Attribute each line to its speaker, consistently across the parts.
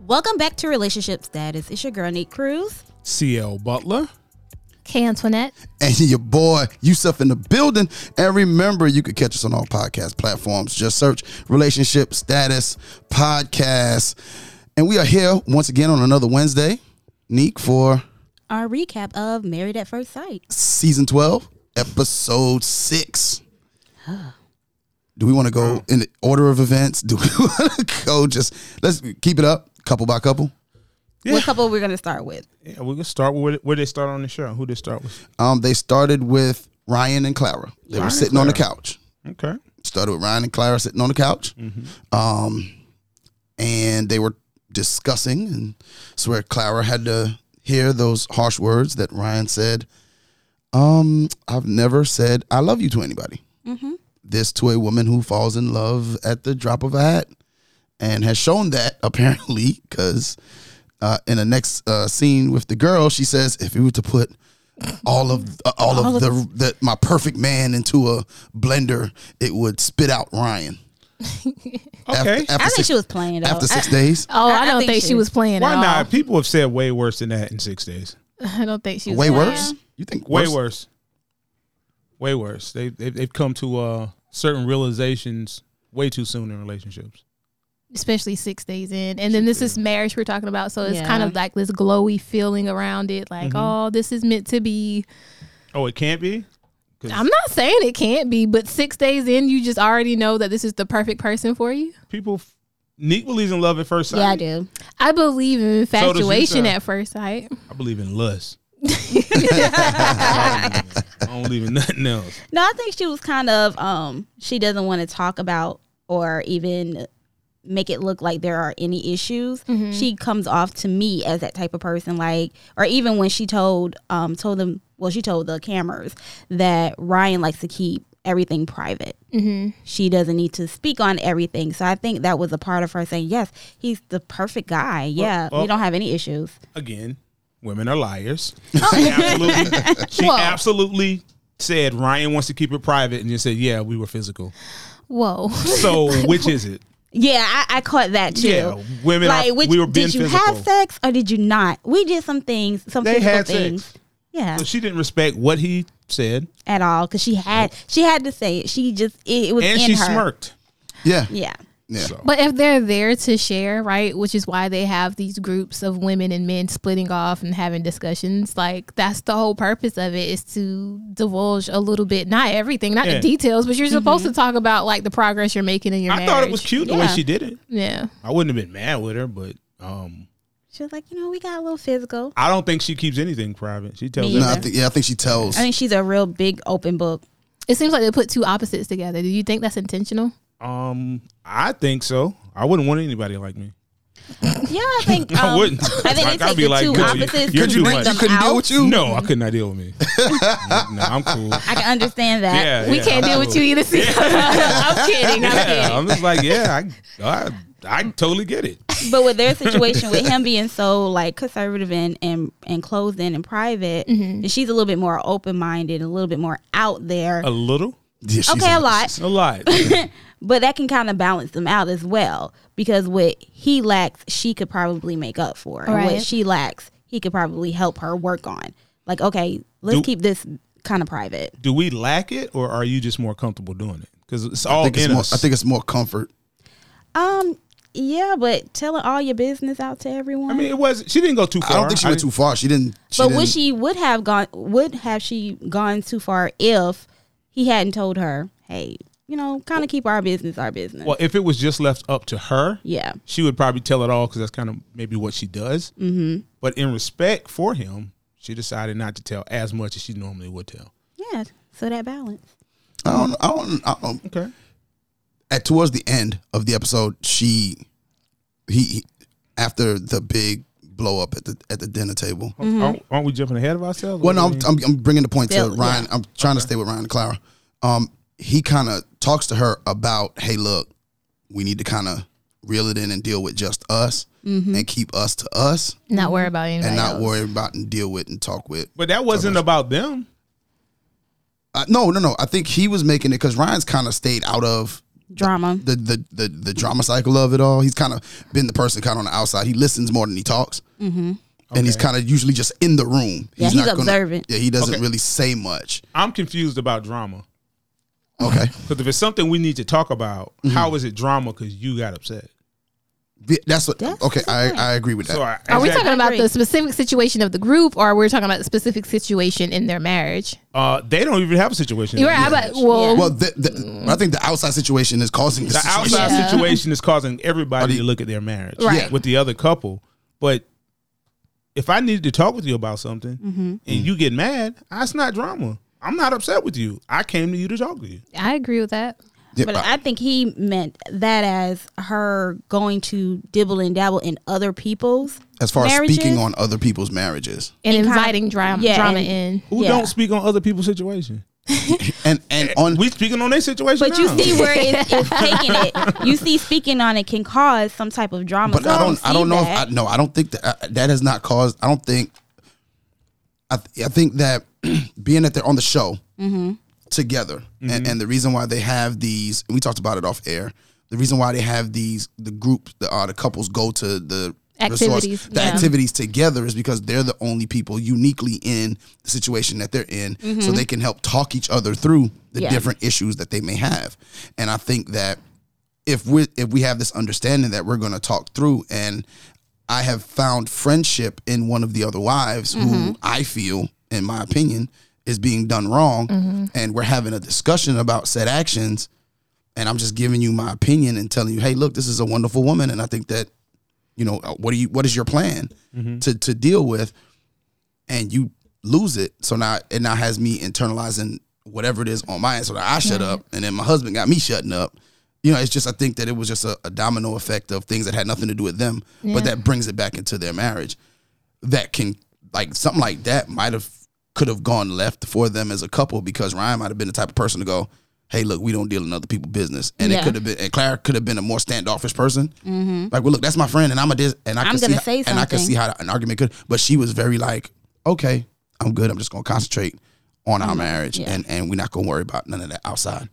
Speaker 1: Welcome back to Relationship Status. It's your girl Nate Cruz.
Speaker 2: CL Butler.
Speaker 3: K. Antoinette.
Speaker 4: and your boy Yusuf in the building. And remember, you can catch us on all podcast platforms. Just search Relationship Status Podcast. And we are here once again on another Wednesday, Neek, for
Speaker 1: Our recap of Married at First Sight.
Speaker 4: season 12, episode 6. Do we want to go in the order of events? Do we want to go just, let's keep it up, couple by couple.
Speaker 1: What couple we're gonna start with?
Speaker 2: Yeah, we can start with where- where they start on the show. Who they start with?
Speaker 4: Um, they started with Ryan and Clara. They were sitting on the couch.
Speaker 2: Okay.
Speaker 4: started with Ryan and Clara sitting on the couch, um, and they were discussing. And it's where Clara had to hear those harsh words that Ryan said. Um, I've never said I love you to anybody.
Speaker 1: Mm-hmm.
Speaker 4: This to a woman who falls in love at the drop of a hat, and has shown that apparently because uh, in the next uh, scene with the girl, she says, "If you were to put." all of uh, all, of, the, the my perfect man into a blender, it would spit out Ryan.
Speaker 2: Okay.
Speaker 4: After, after
Speaker 1: I think
Speaker 4: six,
Speaker 1: she was playing though.
Speaker 4: after
Speaker 1: I-
Speaker 4: six days,
Speaker 3: Oh,
Speaker 1: I-
Speaker 3: I,
Speaker 1: I
Speaker 3: don't
Speaker 1: think
Speaker 3: think,
Speaker 1: she-
Speaker 3: she was playing
Speaker 2: Why
Speaker 3: at all.
Speaker 2: not? People have said way worse than that in six days.
Speaker 3: I don't think she was
Speaker 4: way
Speaker 3: playing.
Speaker 4: worse. You think
Speaker 2: Way worse. Way worse. They, they they've come to uh, certain realizations way too soon in relationships.
Speaker 3: especially six days in. And then this is marriage we're talking about, so it's
Speaker 1: Yeah.
Speaker 3: kind of like this glowy feeling around it,
Speaker 2: Mm-hmm.
Speaker 3: like oh, this is meant to be.
Speaker 2: Oh, it can't be.
Speaker 3: I'm not saying it can't be, but six days in, you just already know that this is the perfect person for you.
Speaker 2: People. F- Neek believes in love at first sight.
Speaker 1: yeah, I do.
Speaker 3: I believe in
Speaker 2: does you,
Speaker 3: infatuation
Speaker 2: sir.
Speaker 3: at first sight.
Speaker 2: I believe in lust. I don't believe in nothing else.
Speaker 1: No, I think she was kind of um she doesn't want to talk about or even make it look like there are any issues. She comes off to me as that type of person like or even when she told um told them well she told the cameras that Ryan likes to keep everything private.
Speaker 3: Mm-hmm.
Speaker 1: She doesn't need to speak on everything. So I think that was a part of her saying, "Yes, he's the perfect guy. Yeah,
Speaker 2: well-
Speaker 1: we don't have any issues."
Speaker 2: Again, women are liars.
Speaker 1: Oh.
Speaker 2: She absolutely, she
Speaker 3: Well-
Speaker 2: absolutely said Ryan wants to keep it private, and just said, "Yeah, we were physical."
Speaker 3: Whoa.
Speaker 2: So, which is it?
Speaker 1: Yeah, I, I caught that too.
Speaker 2: Yeah, women are-
Speaker 1: Like, which,
Speaker 2: we were being
Speaker 1: did you
Speaker 2: physical.
Speaker 1: have sex or did you not? We did some things, some
Speaker 2: They
Speaker 1: physical
Speaker 2: had sex.
Speaker 1: things. Yeah,
Speaker 2: So she didn't respect what he said,
Speaker 1: at all because she had she had to say it. She just it, it was
Speaker 2: and
Speaker 1: in
Speaker 2: she
Speaker 1: her.
Speaker 2: smirked.
Speaker 4: Yeah, yeah.
Speaker 1: Yeah,
Speaker 2: So,
Speaker 3: But if they're there to share, right, which is why they have these groups of women and men splitting off and having discussions, like that's the whole purpose of it is to divulge a little bit, not everything, not
Speaker 2: Yeah. Mm-hmm.
Speaker 3: the details, but you're supposed to talk about like the progress you're making in your
Speaker 2: I
Speaker 3: marriage.
Speaker 2: thought it was cute the way
Speaker 1: Yeah.
Speaker 2: she did it.
Speaker 3: Yeah.
Speaker 2: I wouldn't have been mad with her, but um,
Speaker 1: she was like, you know, we got a little physical.
Speaker 2: I don't think she keeps anything private. She tells
Speaker 1: Me
Speaker 4: No,
Speaker 2: everything.
Speaker 4: I
Speaker 1: either.
Speaker 4: think yeah, I think she tells.
Speaker 1: I think she's a real big open book.
Speaker 3: It seems like they put two opposites together. Do you think that's intentional?
Speaker 2: Um, I think so. I wouldn't want anybody like me.
Speaker 1: Yeah, I think um,
Speaker 2: I wouldn't.
Speaker 1: I think
Speaker 2: Like,
Speaker 1: they
Speaker 2: I'd
Speaker 1: take
Speaker 2: be
Speaker 1: the
Speaker 2: like,
Speaker 1: two
Speaker 2: "Good, you-
Speaker 1: opposites.
Speaker 2: you're
Speaker 1: to
Speaker 2: too
Speaker 1: bring
Speaker 2: much."
Speaker 1: them
Speaker 4: You couldn't
Speaker 1: out.
Speaker 4: deal with you.
Speaker 2: No, I could not deal with me. no, I'm cool.
Speaker 1: I can understand that.
Speaker 2: Yeah,
Speaker 3: we
Speaker 2: yeah,
Speaker 3: can't
Speaker 2: I'm
Speaker 3: deal
Speaker 2: cool.
Speaker 3: with you either. See, I'm kidding. I'm
Speaker 2: Yeah,
Speaker 3: kidding.
Speaker 2: I'm just like, yeah, I, I, I totally get it.
Speaker 1: but with their situation with him being so like conservative and and, and closed in and private and she's a little bit more open-minded a little bit more out there
Speaker 2: A little,
Speaker 4: Yeah, she's
Speaker 1: okay a lot
Speaker 2: a lot.
Speaker 1: but that can kind of balance them out as well because what he lacks she could probably make up for and what
Speaker 3: Right.
Speaker 1: she lacks he could probably help her work on like okay let's
Speaker 2: Do-
Speaker 1: keep this kind of private
Speaker 2: Do we lack it, or are you just more comfortable doing it? Because it's all
Speaker 4: I think it's
Speaker 2: in
Speaker 4: more.
Speaker 2: us.
Speaker 4: I think it's more comfort.
Speaker 1: um yeah but telling all your business out to everyone
Speaker 2: I mean, it was. She didn't go too far.
Speaker 4: I don't think she went
Speaker 2: didn't-
Speaker 4: too far. She didn't. She
Speaker 1: but
Speaker 4: didn't,
Speaker 1: would she would have gone would have she gone too far if he hadn't told her hey you know kind of keep our business our business
Speaker 2: Well, if it was just left up to her,
Speaker 1: yeah
Speaker 2: she would probably tell it all because that's kind of maybe what she does. Mm-hmm. But in respect for him, she decided not to tell as much as she normally would tell.
Speaker 1: yeah so that balance
Speaker 4: I don't. I don't. I don't
Speaker 2: Okay.
Speaker 4: at towards the end of the episode, she he, he- after the big blow up at the at the dinner table.
Speaker 3: Mm-hmm.
Speaker 2: Aren't, aren't we jumping ahead of ourselves?
Speaker 4: Well, no,
Speaker 2: What
Speaker 4: I'm,
Speaker 2: do
Speaker 4: I'm, I'm bringing the point to
Speaker 1: Bill, yeah.
Speaker 4: Ryan. I'm trying to stay with Ryan and Clara. Um, he kind of talks to her about, hey, look, we need to kind of reel it in and deal with just us
Speaker 1: Mm-hmm.
Speaker 4: and keep us to us
Speaker 3: Not worry about anybody.
Speaker 4: and not
Speaker 3: else.
Speaker 4: worry about and deal with and talk with.
Speaker 2: but that wasn't about them.
Speaker 4: Uh, no, no, no. I think he was making it because Ryan's kind of stayed out of
Speaker 1: drama.
Speaker 4: the the the, the drama cycle of it all. He's kind of been the person kind of on the outside. He listens more than he talks, mm-hmm. and he's kind of usually just in the room.
Speaker 1: Yeah, he's
Speaker 4: gonna-
Speaker 1: observant.
Speaker 4: yeah, he doesn't
Speaker 2: Okay.
Speaker 4: really say much.
Speaker 2: I'm confused about drama
Speaker 4: Okay,
Speaker 2: because if it's something we need to talk about,
Speaker 4: Mm-hmm.
Speaker 2: how is it drama because you got upset?
Speaker 4: Th- that's what.
Speaker 1: That's
Speaker 4: okay,
Speaker 1: the
Speaker 4: I,
Speaker 1: point.
Speaker 4: I agree with that.
Speaker 2: So I,
Speaker 3: Are we
Speaker 2: exactly.
Speaker 3: talking about
Speaker 1: agree.
Speaker 3: the specific situation of the group, or we're talking about the specific situation in their marriage?
Speaker 2: Uh, they don't even have a situation.
Speaker 3: You're right, but well,
Speaker 4: Well, the, the, I think the outside situation is causing this
Speaker 2: the
Speaker 4: situation.
Speaker 2: outside
Speaker 3: Yeah.
Speaker 2: situation is causing everybody
Speaker 4: the-
Speaker 2: to look at their marriage
Speaker 3: Right. Yeah.
Speaker 2: with the other couple. But if I needed to talk with you about something
Speaker 1: Mm-hmm.
Speaker 2: and
Speaker 4: Mm-hmm.
Speaker 2: you get mad, that's not drama. I'm not upset with you. I came to you to talk to you.
Speaker 3: I agree with that.
Speaker 4: Yeah, uh,
Speaker 1: But
Speaker 4: but-
Speaker 1: I think he meant that as her going to dibble and dabble in other people's.
Speaker 4: as far as
Speaker 1: marriages-
Speaker 4: speaking on other people's marriages,
Speaker 3: And,
Speaker 1: And kind-
Speaker 3: inviting drama,
Speaker 1: yeah,
Speaker 3: drama in.
Speaker 1: and-
Speaker 2: Who
Speaker 1: Yeah.
Speaker 2: don't speak on other people's situation?
Speaker 4: and and on
Speaker 2: We speaking on their situation.
Speaker 1: But you
Speaker 2: now.
Speaker 1: see where it's, it's taking it. You see, speaking on it can cause some type of drama.
Speaker 4: But
Speaker 1: So
Speaker 4: I don't. I
Speaker 1: see
Speaker 4: don't know. If I,
Speaker 1: that.
Speaker 4: no, I don't think that uh, that has not caused. I don't think. I th- I think that being that they're on the show together, and, and the reason why they have these, and we talked about it off air. The reason why they have these, the group, the uh, the couples go to the
Speaker 3: Activities,
Speaker 4: resource, the
Speaker 3: yeah.
Speaker 4: activities together is because they're the only people uniquely in the situation that they're in, so they can help talk each other through the
Speaker 1: Yeah.
Speaker 4: different issues that they may have. And I think that if we if we have this understanding that we're going to talk through and I have found friendship in one of the other wives who I feel in my opinion is being done wrong and we're having a discussion about said actions and I'm just giving you my opinion and telling you hey look this is a wonderful woman and I think that you know uh, what do you what is your plan to to deal with and you lose it so now it now has me internalizing whatever it is on my end so now i shut up and then my husband got me shutting up you know it's just i think that it was just a, a domino effect of things that had nothing to do with them but that brings it back into their marriage that can like something like that might have could have gone left for them as a couple because Ryan might have been the type of person to go, "Hey, look, we don't deal in other people's business," and it
Speaker 1: Yeah.
Speaker 4: could have been and Clara could have been a more standoffish person. Like, well, look, that's my friend, and I'm a dis, and I
Speaker 1: I'm
Speaker 4: could see
Speaker 1: gonna
Speaker 4: how-
Speaker 1: say
Speaker 4: and I could
Speaker 1: something.
Speaker 4: see how an argument could, but she was very like, "Okay, I'm good. I'm just gonna concentrate on our marriage,
Speaker 1: Mm-hmm. yeah.
Speaker 4: and and we're not gonna worry about none of that outside."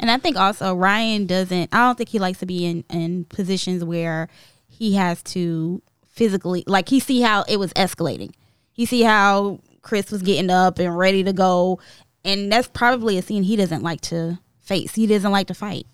Speaker 1: And I think also Ryan doesn't. I don't think he likes to be in in positions where he has to physically like he see how it was escalating. He see how Chris was getting up and ready to go, and that's probably a scene he doesn't like to face. He doesn't like to fight.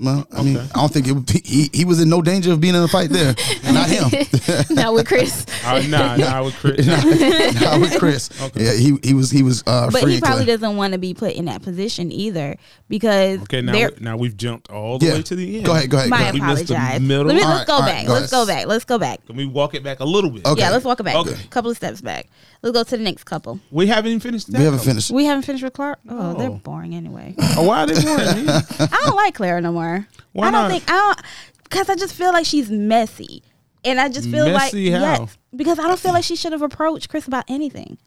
Speaker 4: Well, I mean, I don't think it would be, he he was in no danger of being in a fight there, not him.
Speaker 3: Not with Chris.
Speaker 2: Uh, nah, nah, I would crit-
Speaker 4: Not with Chris. Yeah, he he was he was uh,
Speaker 1: But
Speaker 4: free.
Speaker 1: he
Speaker 4: and
Speaker 1: probably
Speaker 4: clear.
Speaker 1: doesn't want to be put in that position either because
Speaker 2: Okay, now
Speaker 1: there-
Speaker 2: we- now we've jumped all the way to the end.
Speaker 4: Go ahead, go ahead. go
Speaker 1: my
Speaker 4: ahead.
Speaker 2: We missed the
Speaker 1: apologize.
Speaker 2: middle.
Speaker 1: Let me, let's
Speaker 4: All right,
Speaker 1: go
Speaker 4: all right,
Speaker 1: back.
Speaker 4: go
Speaker 1: let's
Speaker 4: ahead.
Speaker 1: go back. Let's go back.
Speaker 2: Can we walk it back a little bit?
Speaker 4: Okay.
Speaker 1: Yeah, let's walk it back.
Speaker 2: Okay.
Speaker 1: A couple of steps back. Let's go to the next couple.
Speaker 2: We haven't even finished. That
Speaker 4: We haven't finished.
Speaker 1: We haven't finished with Clark. Oh, they're
Speaker 2: No.
Speaker 1: boring anyway.
Speaker 2: Oh, why are they boring? me?
Speaker 1: I don't like Clara no more.
Speaker 2: Why
Speaker 1: I don't
Speaker 2: not?
Speaker 1: think I don't because I just feel like she's messy, and I just feel
Speaker 2: Messy
Speaker 1: like
Speaker 2: how?
Speaker 1: yes, because I don't feel like she should have approached Chris about anything.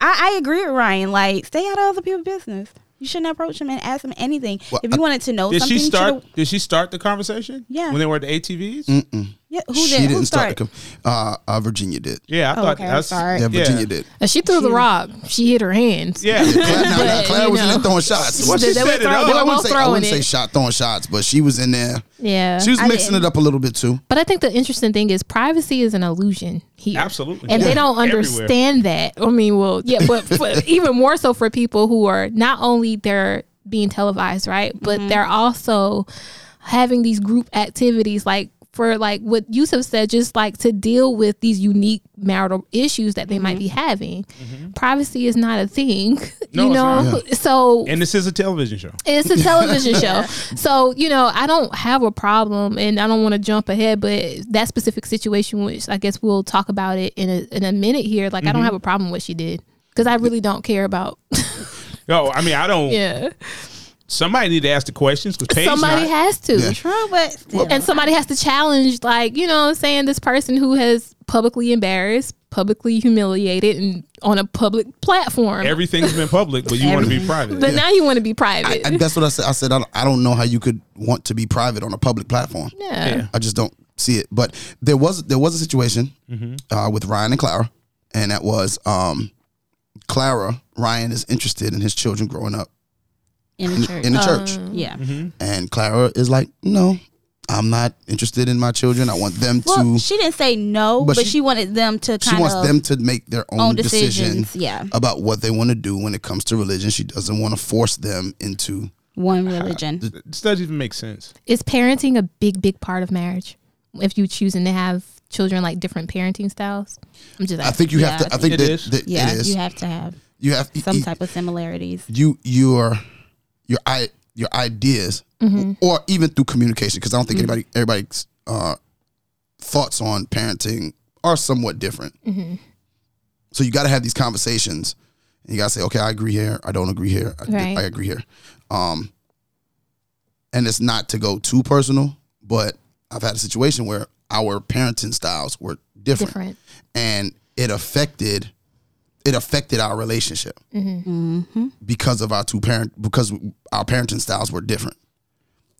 Speaker 1: I, I agree with Ryan. Like, stay out of other people's business. You shouldn't approach him and ask him anything.
Speaker 4: Well,
Speaker 1: if you wanted to know
Speaker 2: Did
Speaker 1: something,
Speaker 2: she
Speaker 1: you
Speaker 2: start?
Speaker 1: should've-
Speaker 2: Did she start the conversation?
Speaker 1: Yeah.
Speaker 2: When they were at the ATVs.
Speaker 4: Mm.
Speaker 1: Yeah, who
Speaker 4: she
Speaker 1: did?
Speaker 4: didn't
Speaker 1: who
Speaker 4: start.
Speaker 1: started?
Speaker 4: The, com- uh, uh, Virginia did.
Speaker 2: Yeah, I
Speaker 1: Oh,
Speaker 2: thought
Speaker 1: okay, I'm
Speaker 2: that's
Speaker 1: sorry.
Speaker 4: Yeah, Virginia did.
Speaker 3: She threw the rock. She hit her hands.
Speaker 2: Yeah,
Speaker 4: Claire, now, now,
Speaker 3: But,
Speaker 4: Claire
Speaker 3: you
Speaker 4: was in there
Speaker 3: know.
Speaker 4: throwing shots.
Speaker 2: What
Speaker 3: They-
Speaker 2: she
Speaker 3: they were
Speaker 2: said it
Speaker 3: throwing-
Speaker 2: up.
Speaker 3: they
Speaker 4: Well, I
Speaker 3: were
Speaker 4: wouldn't,
Speaker 3: both
Speaker 4: say, I
Speaker 3: throwing
Speaker 4: wouldn't say
Speaker 3: it.
Speaker 4: shot throwing shots, but she was in there.
Speaker 3: Yeah.
Speaker 4: She was
Speaker 1: I
Speaker 4: mixing
Speaker 1: didn't-
Speaker 4: it up a little bit too.
Speaker 3: But I think the interesting thing is privacy is an illusion here.
Speaker 2: Absolutely.
Speaker 3: And
Speaker 2: Yeah.
Speaker 3: they don't
Speaker 2: Everywhere.
Speaker 3: understand that. I mean, well, yeah, but for, even more so for people who are not only they're being televised, right? But they're also having these group activities like for like what Yusuf said, just like to deal with these unique marital issues that they might be having. Privacy is not a thing.
Speaker 2: Mm-hmm. No,
Speaker 3: you
Speaker 2: it's not.
Speaker 3: know? So
Speaker 2: and this is a television show.
Speaker 3: it's a television show. So, you know, I don't have a problem and I don't want to jump ahead, but that specific situation, which I guess we'll talk about it in a, in a minute here, like I don't have a problem with what she did because I really don't care about.
Speaker 2: No, I mean I don't.
Speaker 3: yeah.
Speaker 2: Somebody need to ask the questions because Paige
Speaker 3: Somebody
Speaker 2: not-
Speaker 3: has to.
Speaker 4: Yeah.
Speaker 1: True, but still.
Speaker 3: And somebody has to challenge, like, you know what I'm saying, this person who has publicly embarrassed, publicly humiliated, and on a public platform.
Speaker 2: everything's been public, but you want to be private.
Speaker 3: but now you want to be private.
Speaker 4: I, that's what I said. I said I don't, I don't know how you could want to be private on a public platform.
Speaker 3: yeah.
Speaker 2: Yeah.
Speaker 4: I just don't see it. But there was there was a situation
Speaker 2: Mm-hmm.
Speaker 4: uh, with Ryan and Clara, and that was um, Clara. Ryan is interested in his children growing up,
Speaker 1: in the church.
Speaker 4: in the church.
Speaker 3: Um,
Speaker 1: yeah.
Speaker 2: Mm-hmm.
Speaker 4: And Clara is like, no, I'm not interested in my children. I want them
Speaker 1: Well,
Speaker 4: to.
Speaker 1: she didn't say no,
Speaker 4: But
Speaker 1: but,
Speaker 4: she-
Speaker 1: she, wanted them to
Speaker 4: She
Speaker 1: kind
Speaker 4: wants
Speaker 1: of
Speaker 4: them to make their own,
Speaker 1: own
Speaker 4: decision
Speaker 1: decisions. Yeah,
Speaker 4: about what they want to do when it comes to religion. She doesn't want to force them into.
Speaker 1: one religion.
Speaker 2: This doesn't even make sense.
Speaker 3: Is parenting a big, big part of marriage? If you choosing to have children like different parenting styles, I'm just
Speaker 4: I
Speaker 3: like,
Speaker 4: think you have
Speaker 1: Yeah,
Speaker 4: to. I think
Speaker 2: it
Speaker 4: that,
Speaker 2: is.
Speaker 4: that
Speaker 1: Yeah,
Speaker 4: it is.
Speaker 1: you have to have
Speaker 4: You have
Speaker 1: some
Speaker 4: you-
Speaker 1: type of similarities.
Speaker 4: you your your i your ideas or even through communication because i don't think anybody everybody's uh thoughts on parenting are somewhat different so you got to have these conversations and you got to say okay i agree here i don't agree here I,
Speaker 3: Right.
Speaker 4: I agree here um and it's not to go too personal but i've had a situation where our parenting styles were different
Speaker 3: different.
Speaker 4: and it affected it affected our relationship
Speaker 1: Mm-hmm.
Speaker 4: because of our two parent because our parenting styles were different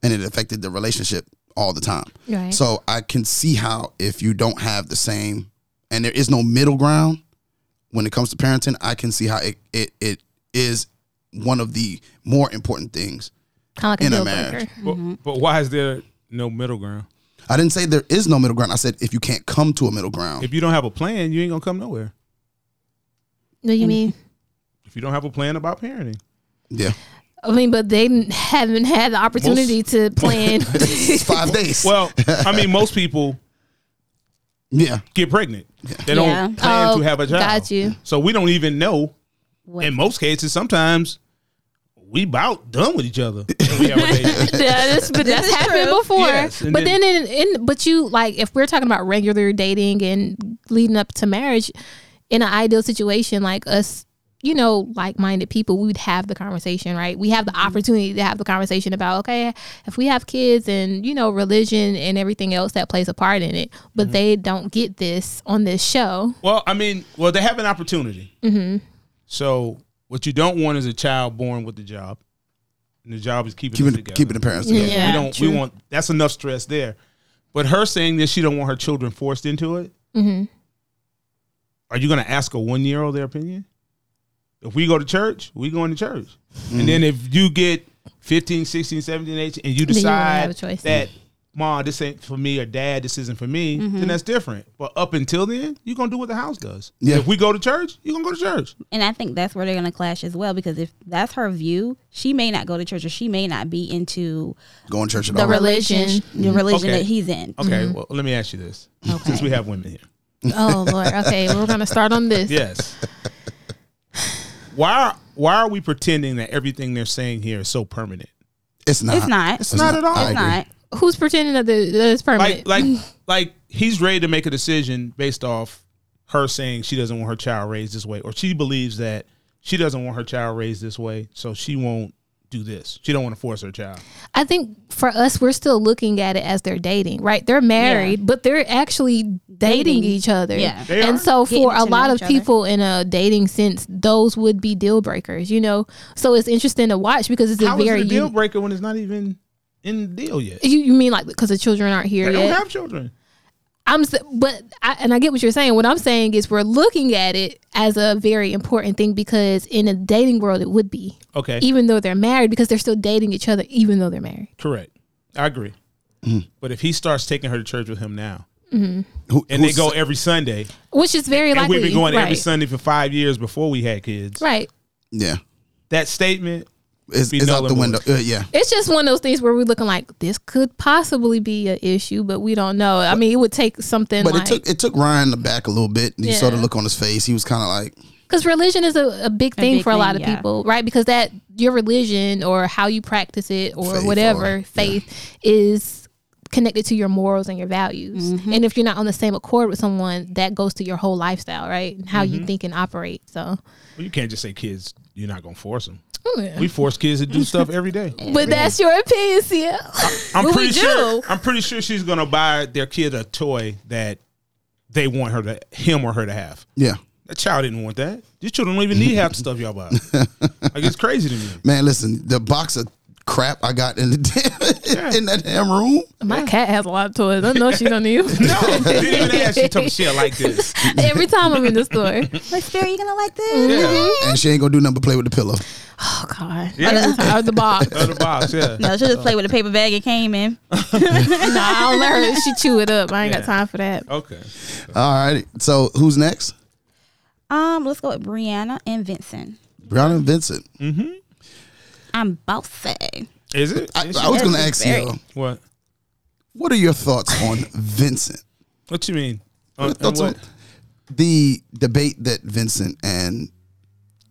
Speaker 4: and it affected the relationship all the time
Speaker 3: Right.
Speaker 4: so i can see how if you don't have the same and there is no middle ground when it comes to parenting i can see how it it, it is one of the more important things
Speaker 3: Kind of like
Speaker 4: in
Speaker 3: a deal
Speaker 4: a marriage.
Speaker 3: breaker.
Speaker 2: But, but why is there no middle ground?
Speaker 4: i didn't say there is no middle ground i said if you can't come to a middle ground
Speaker 2: If you don't have a plan, you ain't gonna come nowhere.
Speaker 3: What do you mean?
Speaker 2: If you don't have a plan about parenting,
Speaker 4: yeah
Speaker 3: I mean, but they n- haven't had the opportunity to plan.
Speaker 4: it's five days
Speaker 2: well, I mean, most people
Speaker 4: yeah
Speaker 2: get pregnant. They
Speaker 1: Yeah.
Speaker 2: don't plan
Speaker 3: Oh,
Speaker 2: to have a child.
Speaker 3: got you.
Speaker 2: So we don't even know.
Speaker 1: What-
Speaker 2: In most cases, sometimes we about done with each other. when we have a baby.
Speaker 3: yeah, that's, but that's
Speaker 1: is
Speaker 3: happened
Speaker 1: true.
Speaker 3: before.
Speaker 2: Yes, and
Speaker 3: but
Speaker 2: then-
Speaker 3: then, in, in but you like if we're talking about regular dating and leading up to marriage, in an ideal situation, like us, you know, like-minded people, we would have the conversation, right? We have the
Speaker 2: Mm-hmm.
Speaker 3: opportunity to have the conversation about okay, if we have kids and you know religion and everything else that plays a part in it, but
Speaker 2: Mm-hmm.
Speaker 3: they don't get this on this show.
Speaker 2: Well, I mean, well, they have an opportunity. Mm-hmm. So what you don't want is a child born with the job, and the job is keeping us
Speaker 4: keeping
Speaker 2: together.
Speaker 4: keeping the parents together
Speaker 2: we
Speaker 3: Yeah,
Speaker 2: don't. We want that's enough stress there. But her saying that she don't want her children forced into it.
Speaker 3: Mm-hmm.
Speaker 2: Are you going to ask a one year old their opinion? If we go to church, we going to church. And
Speaker 4: Mm.
Speaker 2: then if you get 15, 16, 17, 18, and you
Speaker 3: Then you won't have
Speaker 2: decide
Speaker 3: a choice.
Speaker 2: that, ma, this ain't for me, or dad, this isn't for me,
Speaker 3: Mm-hmm.
Speaker 2: then that's different. But up until then, you're going to do what the house does.
Speaker 4: Yeah.
Speaker 2: If we go to church, you're going to go to church.
Speaker 1: and I think that's where they're going to clash as well because if that's her view, she may not go to church or she may not be into
Speaker 4: going to church at
Speaker 1: the
Speaker 4: all
Speaker 1: religion, the religion
Speaker 2: Okay.
Speaker 1: that he's in. Mm-hmm.
Speaker 2: Okay,
Speaker 3: Mm-hmm.
Speaker 2: well, let me ask you this since we have women here.
Speaker 3: Oh Lord, okay, we're gonna start on this.
Speaker 2: Yes. why why are we pretending that everything they're saying here is so permanent?
Speaker 4: It's not.
Speaker 1: It's not. It's
Speaker 2: not at all.
Speaker 4: I
Speaker 1: It's
Speaker 4: agree.
Speaker 1: not.
Speaker 3: Who's pretending that the- that it's
Speaker 2: Like
Speaker 3: permanent?
Speaker 2: like like he's ready to make a decision based off her saying she doesn't want her child raised this way or she believes that she doesn't want her child raised this way, so she won't do this. She don't want to force her child.
Speaker 3: I think for us, we're still looking at it as they're dating, right? They're married, but they're actually dating,
Speaker 1: Dating.
Speaker 3: each other.
Speaker 1: Yeah.
Speaker 2: They
Speaker 3: and
Speaker 2: are.
Speaker 3: so for
Speaker 1: Getting
Speaker 3: a
Speaker 1: to
Speaker 3: lot
Speaker 1: know
Speaker 3: of
Speaker 1: each
Speaker 3: people in a dating sense, those would be deal breakers, you know? So it's interesting to watch because it's
Speaker 2: How
Speaker 3: a
Speaker 2: is
Speaker 3: very.
Speaker 2: it a deal
Speaker 3: uni-
Speaker 2: breaker when it's not even in the deal yet?
Speaker 3: you, you mean like because the children aren't here
Speaker 2: They
Speaker 3: yet?
Speaker 2: don't have children.
Speaker 3: I'm, s- but I, and I get what you're saying. What I'm saying is we're looking at it as a very important thing because in a dating world it would be,
Speaker 2: Okay.
Speaker 3: even though they're married, because they're still dating each other, even though they're married.
Speaker 2: Correct. I agree. But if he starts taking her to church with him now,
Speaker 4: Who-
Speaker 2: and they
Speaker 4: who's-
Speaker 2: go every Sunday,
Speaker 3: Which is very
Speaker 2: and
Speaker 3: likely.
Speaker 2: we've been going
Speaker 3: right.
Speaker 2: every Sunday for five years before we had kids.
Speaker 3: Right.
Speaker 4: Yeah.
Speaker 2: That statement,
Speaker 4: It's,
Speaker 2: Be
Speaker 4: it's
Speaker 2: null
Speaker 4: out the
Speaker 2: and
Speaker 4: window. Uh, yeah.
Speaker 3: It's just one of those things where we're looking like this could possibly be an issue, but we don't know. I mean, it would take something
Speaker 4: But
Speaker 3: like
Speaker 4: it took it took Ryan back a little bit. You saw the
Speaker 3: Yeah.
Speaker 4: look on his face. He was kind of like,
Speaker 3: because religion is a, a big thing
Speaker 1: big
Speaker 3: for a lot
Speaker 1: thing,
Speaker 3: of
Speaker 1: yeah.
Speaker 3: people, right? Because that your religion or how you practice it or
Speaker 4: Faith
Speaker 3: whatever
Speaker 4: or-
Speaker 3: faith is connected to your morals and your values. And if you're not on the same accord with someone, that goes to your whole lifestyle, right? And how you think and operate. So,
Speaker 2: well, you can't just say kids. You're not gonna force them.
Speaker 3: yeah.
Speaker 2: We force kids to do stuff every day.
Speaker 3: Mm. but that's your opinion, Sia.
Speaker 1: Well,
Speaker 2: I'm
Speaker 1: we
Speaker 2: pretty sure.
Speaker 1: do.
Speaker 2: I'm pretty sure she's gonna buy their kid a toy that they want her to him or her to have.
Speaker 4: yeah,
Speaker 2: That child didn't want that. These children don't even need half the stuff y'all buy. Like it's crazy to me.
Speaker 4: man, listen, the box of crap I got in the damn, in that damn room.
Speaker 3: My cat has a lot of toys. I know she don't need them.
Speaker 2: No, didn't even ask. She told me she like this.
Speaker 3: Every time I'm in the store.
Speaker 1: Like, Spirit, you gonna like this?
Speaker 2: Yeah,
Speaker 4: And she ain't gonna do nothing but play with the pillow.
Speaker 3: Oh God.
Speaker 2: Yeah.
Speaker 3: Every time- Or the box.
Speaker 2: out of the box. Yeah,
Speaker 1: No, she just played with a paper bag it came in.
Speaker 3: No, I don't let her. She chew it up. I ain't got time for that.
Speaker 2: okay.
Speaker 4: All right. So who's next?
Speaker 1: Um, let's go with Brianna and Vincent.
Speaker 4: Brianna and Vincent.
Speaker 2: Mm,
Speaker 1: I'm bossy.
Speaker 2: Is it?
Speaker 4: I,
Speaker 2: Is she-
Speaker 4: I was gonna
Speaker 1: That's
Speaker 4: ask
Speaker 1: very-
Speaker 4: you,
Speaker 2: what?
Speaker 4: what are your thoughts on Vincent?
Speaker 2: What you mean? On,
Speaker 4: Your
Speaker 2: on
Speaker 4: thoughts
Speaker 2: what?
Speaker 4: on the debate that Vincent and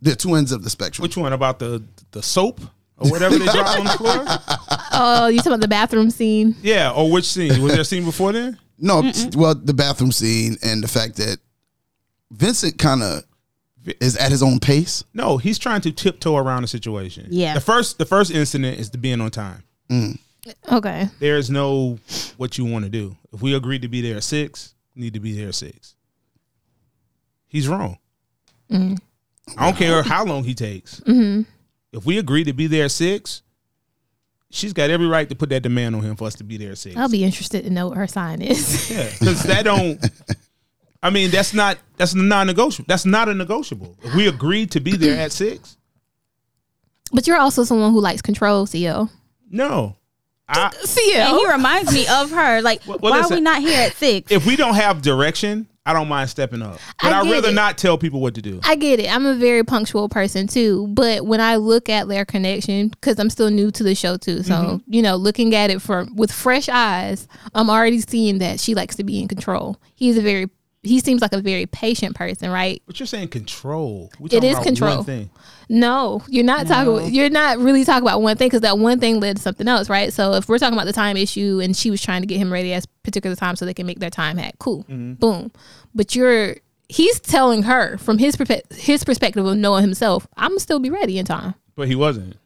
Speaker 4: the two ends of the spectrum.
Speaker 2: Which one about the the soap or whatever they drop on the floor?
Speaker 3: Oh, you talking about the bathroom scene?
Speaker 2: Yeah, or which scene? Was there a scene before then?
Speaker 4: No, well, the bathroom scene and the fact that Vincent kind of is at his own pace.
Speaker 2: No, he's trying to tiptoe around the situation.
Speaker 1: Yeah.
Speaker 2: The first the first incident is the being on time.
Speaker 3: Okay.
Speaker 2: There is no what you want to do. If we agreed to be there at six, we need to be there at six. He's wrong. I don't care how long he takes. If we agree to be there at six, she's got every right to put that demand on him for us to be there at 6
Speaker 3: I'll be interested to know what her sign is.
Speaker 2: Yeah, because that don't. I mean, that's not that's non-negotiable. That's not a negotiable. If we agreed to be there at six,
Speaker 3: but you're also someone who likes control, CL.
Speaker 2: no. I,
Speaker 1: And he
Speaker 3: CL.
Speaker 1: reminds me of her. Like,
Speaker 2: Oh. Well, well,
Speaker 1: why are
Speaker 2: listen.
Speaker 1: we not here at six?
Speaker 2: if we don't have direction, I don't mind stepping up, but
Speaker 3: I
Speaker 2: I would
Speaker 3: get
Speaker 2: rather
Speaker 3: it.
Speaker 2: not tell people what to do.
Speaker 3: I get it. I'm a very punctual person too, but when I look at their connection, because I'm still new to the show too, so you know, looking at it from with fresh eyes, I'm already seeing that she likes to be in control. He's a very, he seems like a very patient person, right?
Speaker 2: But you're saying control. We're
Speaker 3: It
Speaker 2: talking
Speaker 3: is
Speaker 2: about
Speaker 3: control.
Speaker 2: One thing.
Speaker 3: No, you're not talking. You're not really talking about one thing because that one thing led to something else, right? So if we're talking about the time issue and she was trying to get him ready at a particular time so they can make their time hack, cool, boom. But you're he's telling her from his perpe- his perspective of knowing himself, I'm gonna still be ready in time.
Speaker 2: But he wasn't.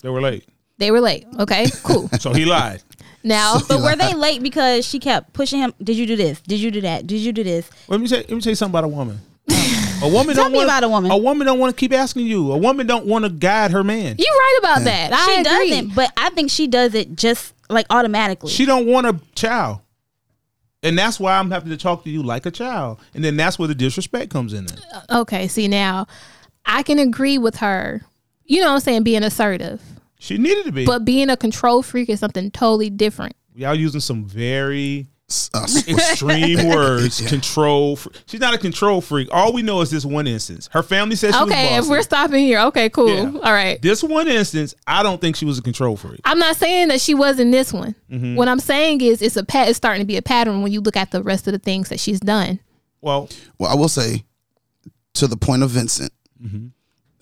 Speaker 2: They were late,
Speaker 3: They were late, okay, cool.
Speaker 2: so he lied.
Speaker 3: now,
Speaker 1: But were they late because she kept pushing him? Did you do this? Did you do that? Did you do this?
Speaker 2: Let me tell, let me tell you something about a woman. A woman
Speaker 1: Tell
Speaker 2: don't
Speaker 1: me
Speaker 2: want
Speaker 1: about a woman.
Speaker 2: A woman don't want to keep asking you. A woman don't want to guide her man.
Speaker 3: you're right about that.
Speaker 1: She
Speaker 3: I agree.
Speaker 1: doesn't, but I think she does it just like automatically.
Speaker 2: She don't want a child. And that's why I'm having to talk to you like a child. And then that's where the disrespect comes in. at.
Speaker 3: Okay, see now, I can agree with her. You know what I'm saying? Being assertive,
Speaker 2: She needed to be.
Speaker 3: but being a control freak is something totally different.
Speaker 2: Y'all using some very
Speaker 4: S- uh, s-
Speaker 2: extreme words. Control. fr- She's not a control freak. All we know is this one instance. Her family says she
Speaker 3: Okay,
Speaker 2: was
Speaker 3: if
Speaker 2: bossy.
Speaker 3: we're stopping here, okay, cool.
Speaker 2: Yeah.
Speaker 3: All right.
Speaker 2: This one instance, I don't think she was a control freak.
Speaker 3: I'm not saying that she was in this one.
Speaker 2: Mm-hmm.
Speaker 3: What I'm saying is it's a pat it's starting to be a pattern when you look at the rest of the things that she's done.
Speaker 2: Well,
Speaker 4: well, I will say, to the point of Vincent,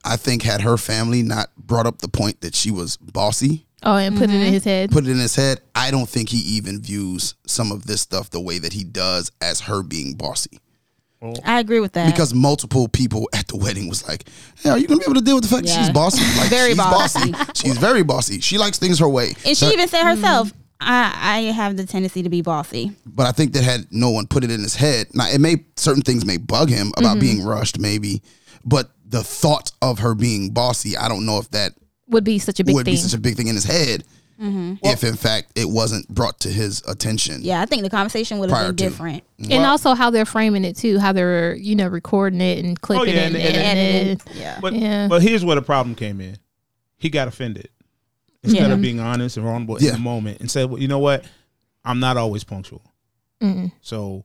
Speaker 4: I think had her family not brought up the point that she was bossy,
Speaker 3: Oh, and put it in his head.
Speaker 4: put it in his head, I don't think he even views some of this stuff the way that he does as her being bossy.
Speaker 1: I agree with that.
Speaker 4: Because multiple people at the wedding was like, hey, "Are you gonna be able to deal with the fact that
Speaker 1: Yeah.
Speaker 4: she's bossy? Like,
Speaker 1: Very
Speaker 4: she's
Speaker 1: bossy.
Speaker 4: She's very bossy. She likes things her way."
Speaker 1: and she even said herself, I, I have the tendency to be bossy.
Speaker 4: but I think that had no one put it in his head. Now it may certain things may bug him about
Speaker 3: Mm-hmm.
Speaker 4: being rushed, maybe, but the thought of her being bossy, I don't know if that
Speaker 3: Would be such a big
Speaker 4: would
Speaker 3: thing.
Speaker 4: be such a big thing in his head.
Speaker 1: Mm-hmm.
Speaker 4: If in fact it wasn't brought to his attention,
Speaker 1: Yeah, I think the conversation would have
Speaker 4: Prior
Speaker 1: been
Speaker 4: to.
Speaker 1: different.
Speaker 3: and also how they're framing it too, how they're, you know, recording it and clipping
Speaker 2: Oh, yeah,
Speaker 3: it
Speaker 2: and-
Speaker 3: and,
Speaker 2: and-
Speaker 1: Edited.
Speaker 3: editing it.
Speaker 1: Yeah.
Speaker 2: but
Speaker 3: Yeah.
Speaker 2: but here's where the problem came in. He got offended instead
Speaker 3: Yeah.
Speaker 2: of being honest and vulnerable in
Speaker 4: Yeah.
Speaker 2: the moment, and said, "Well, you know what? I'm not always punctual.
Speaker 3: Mm.
Speaker 2: So,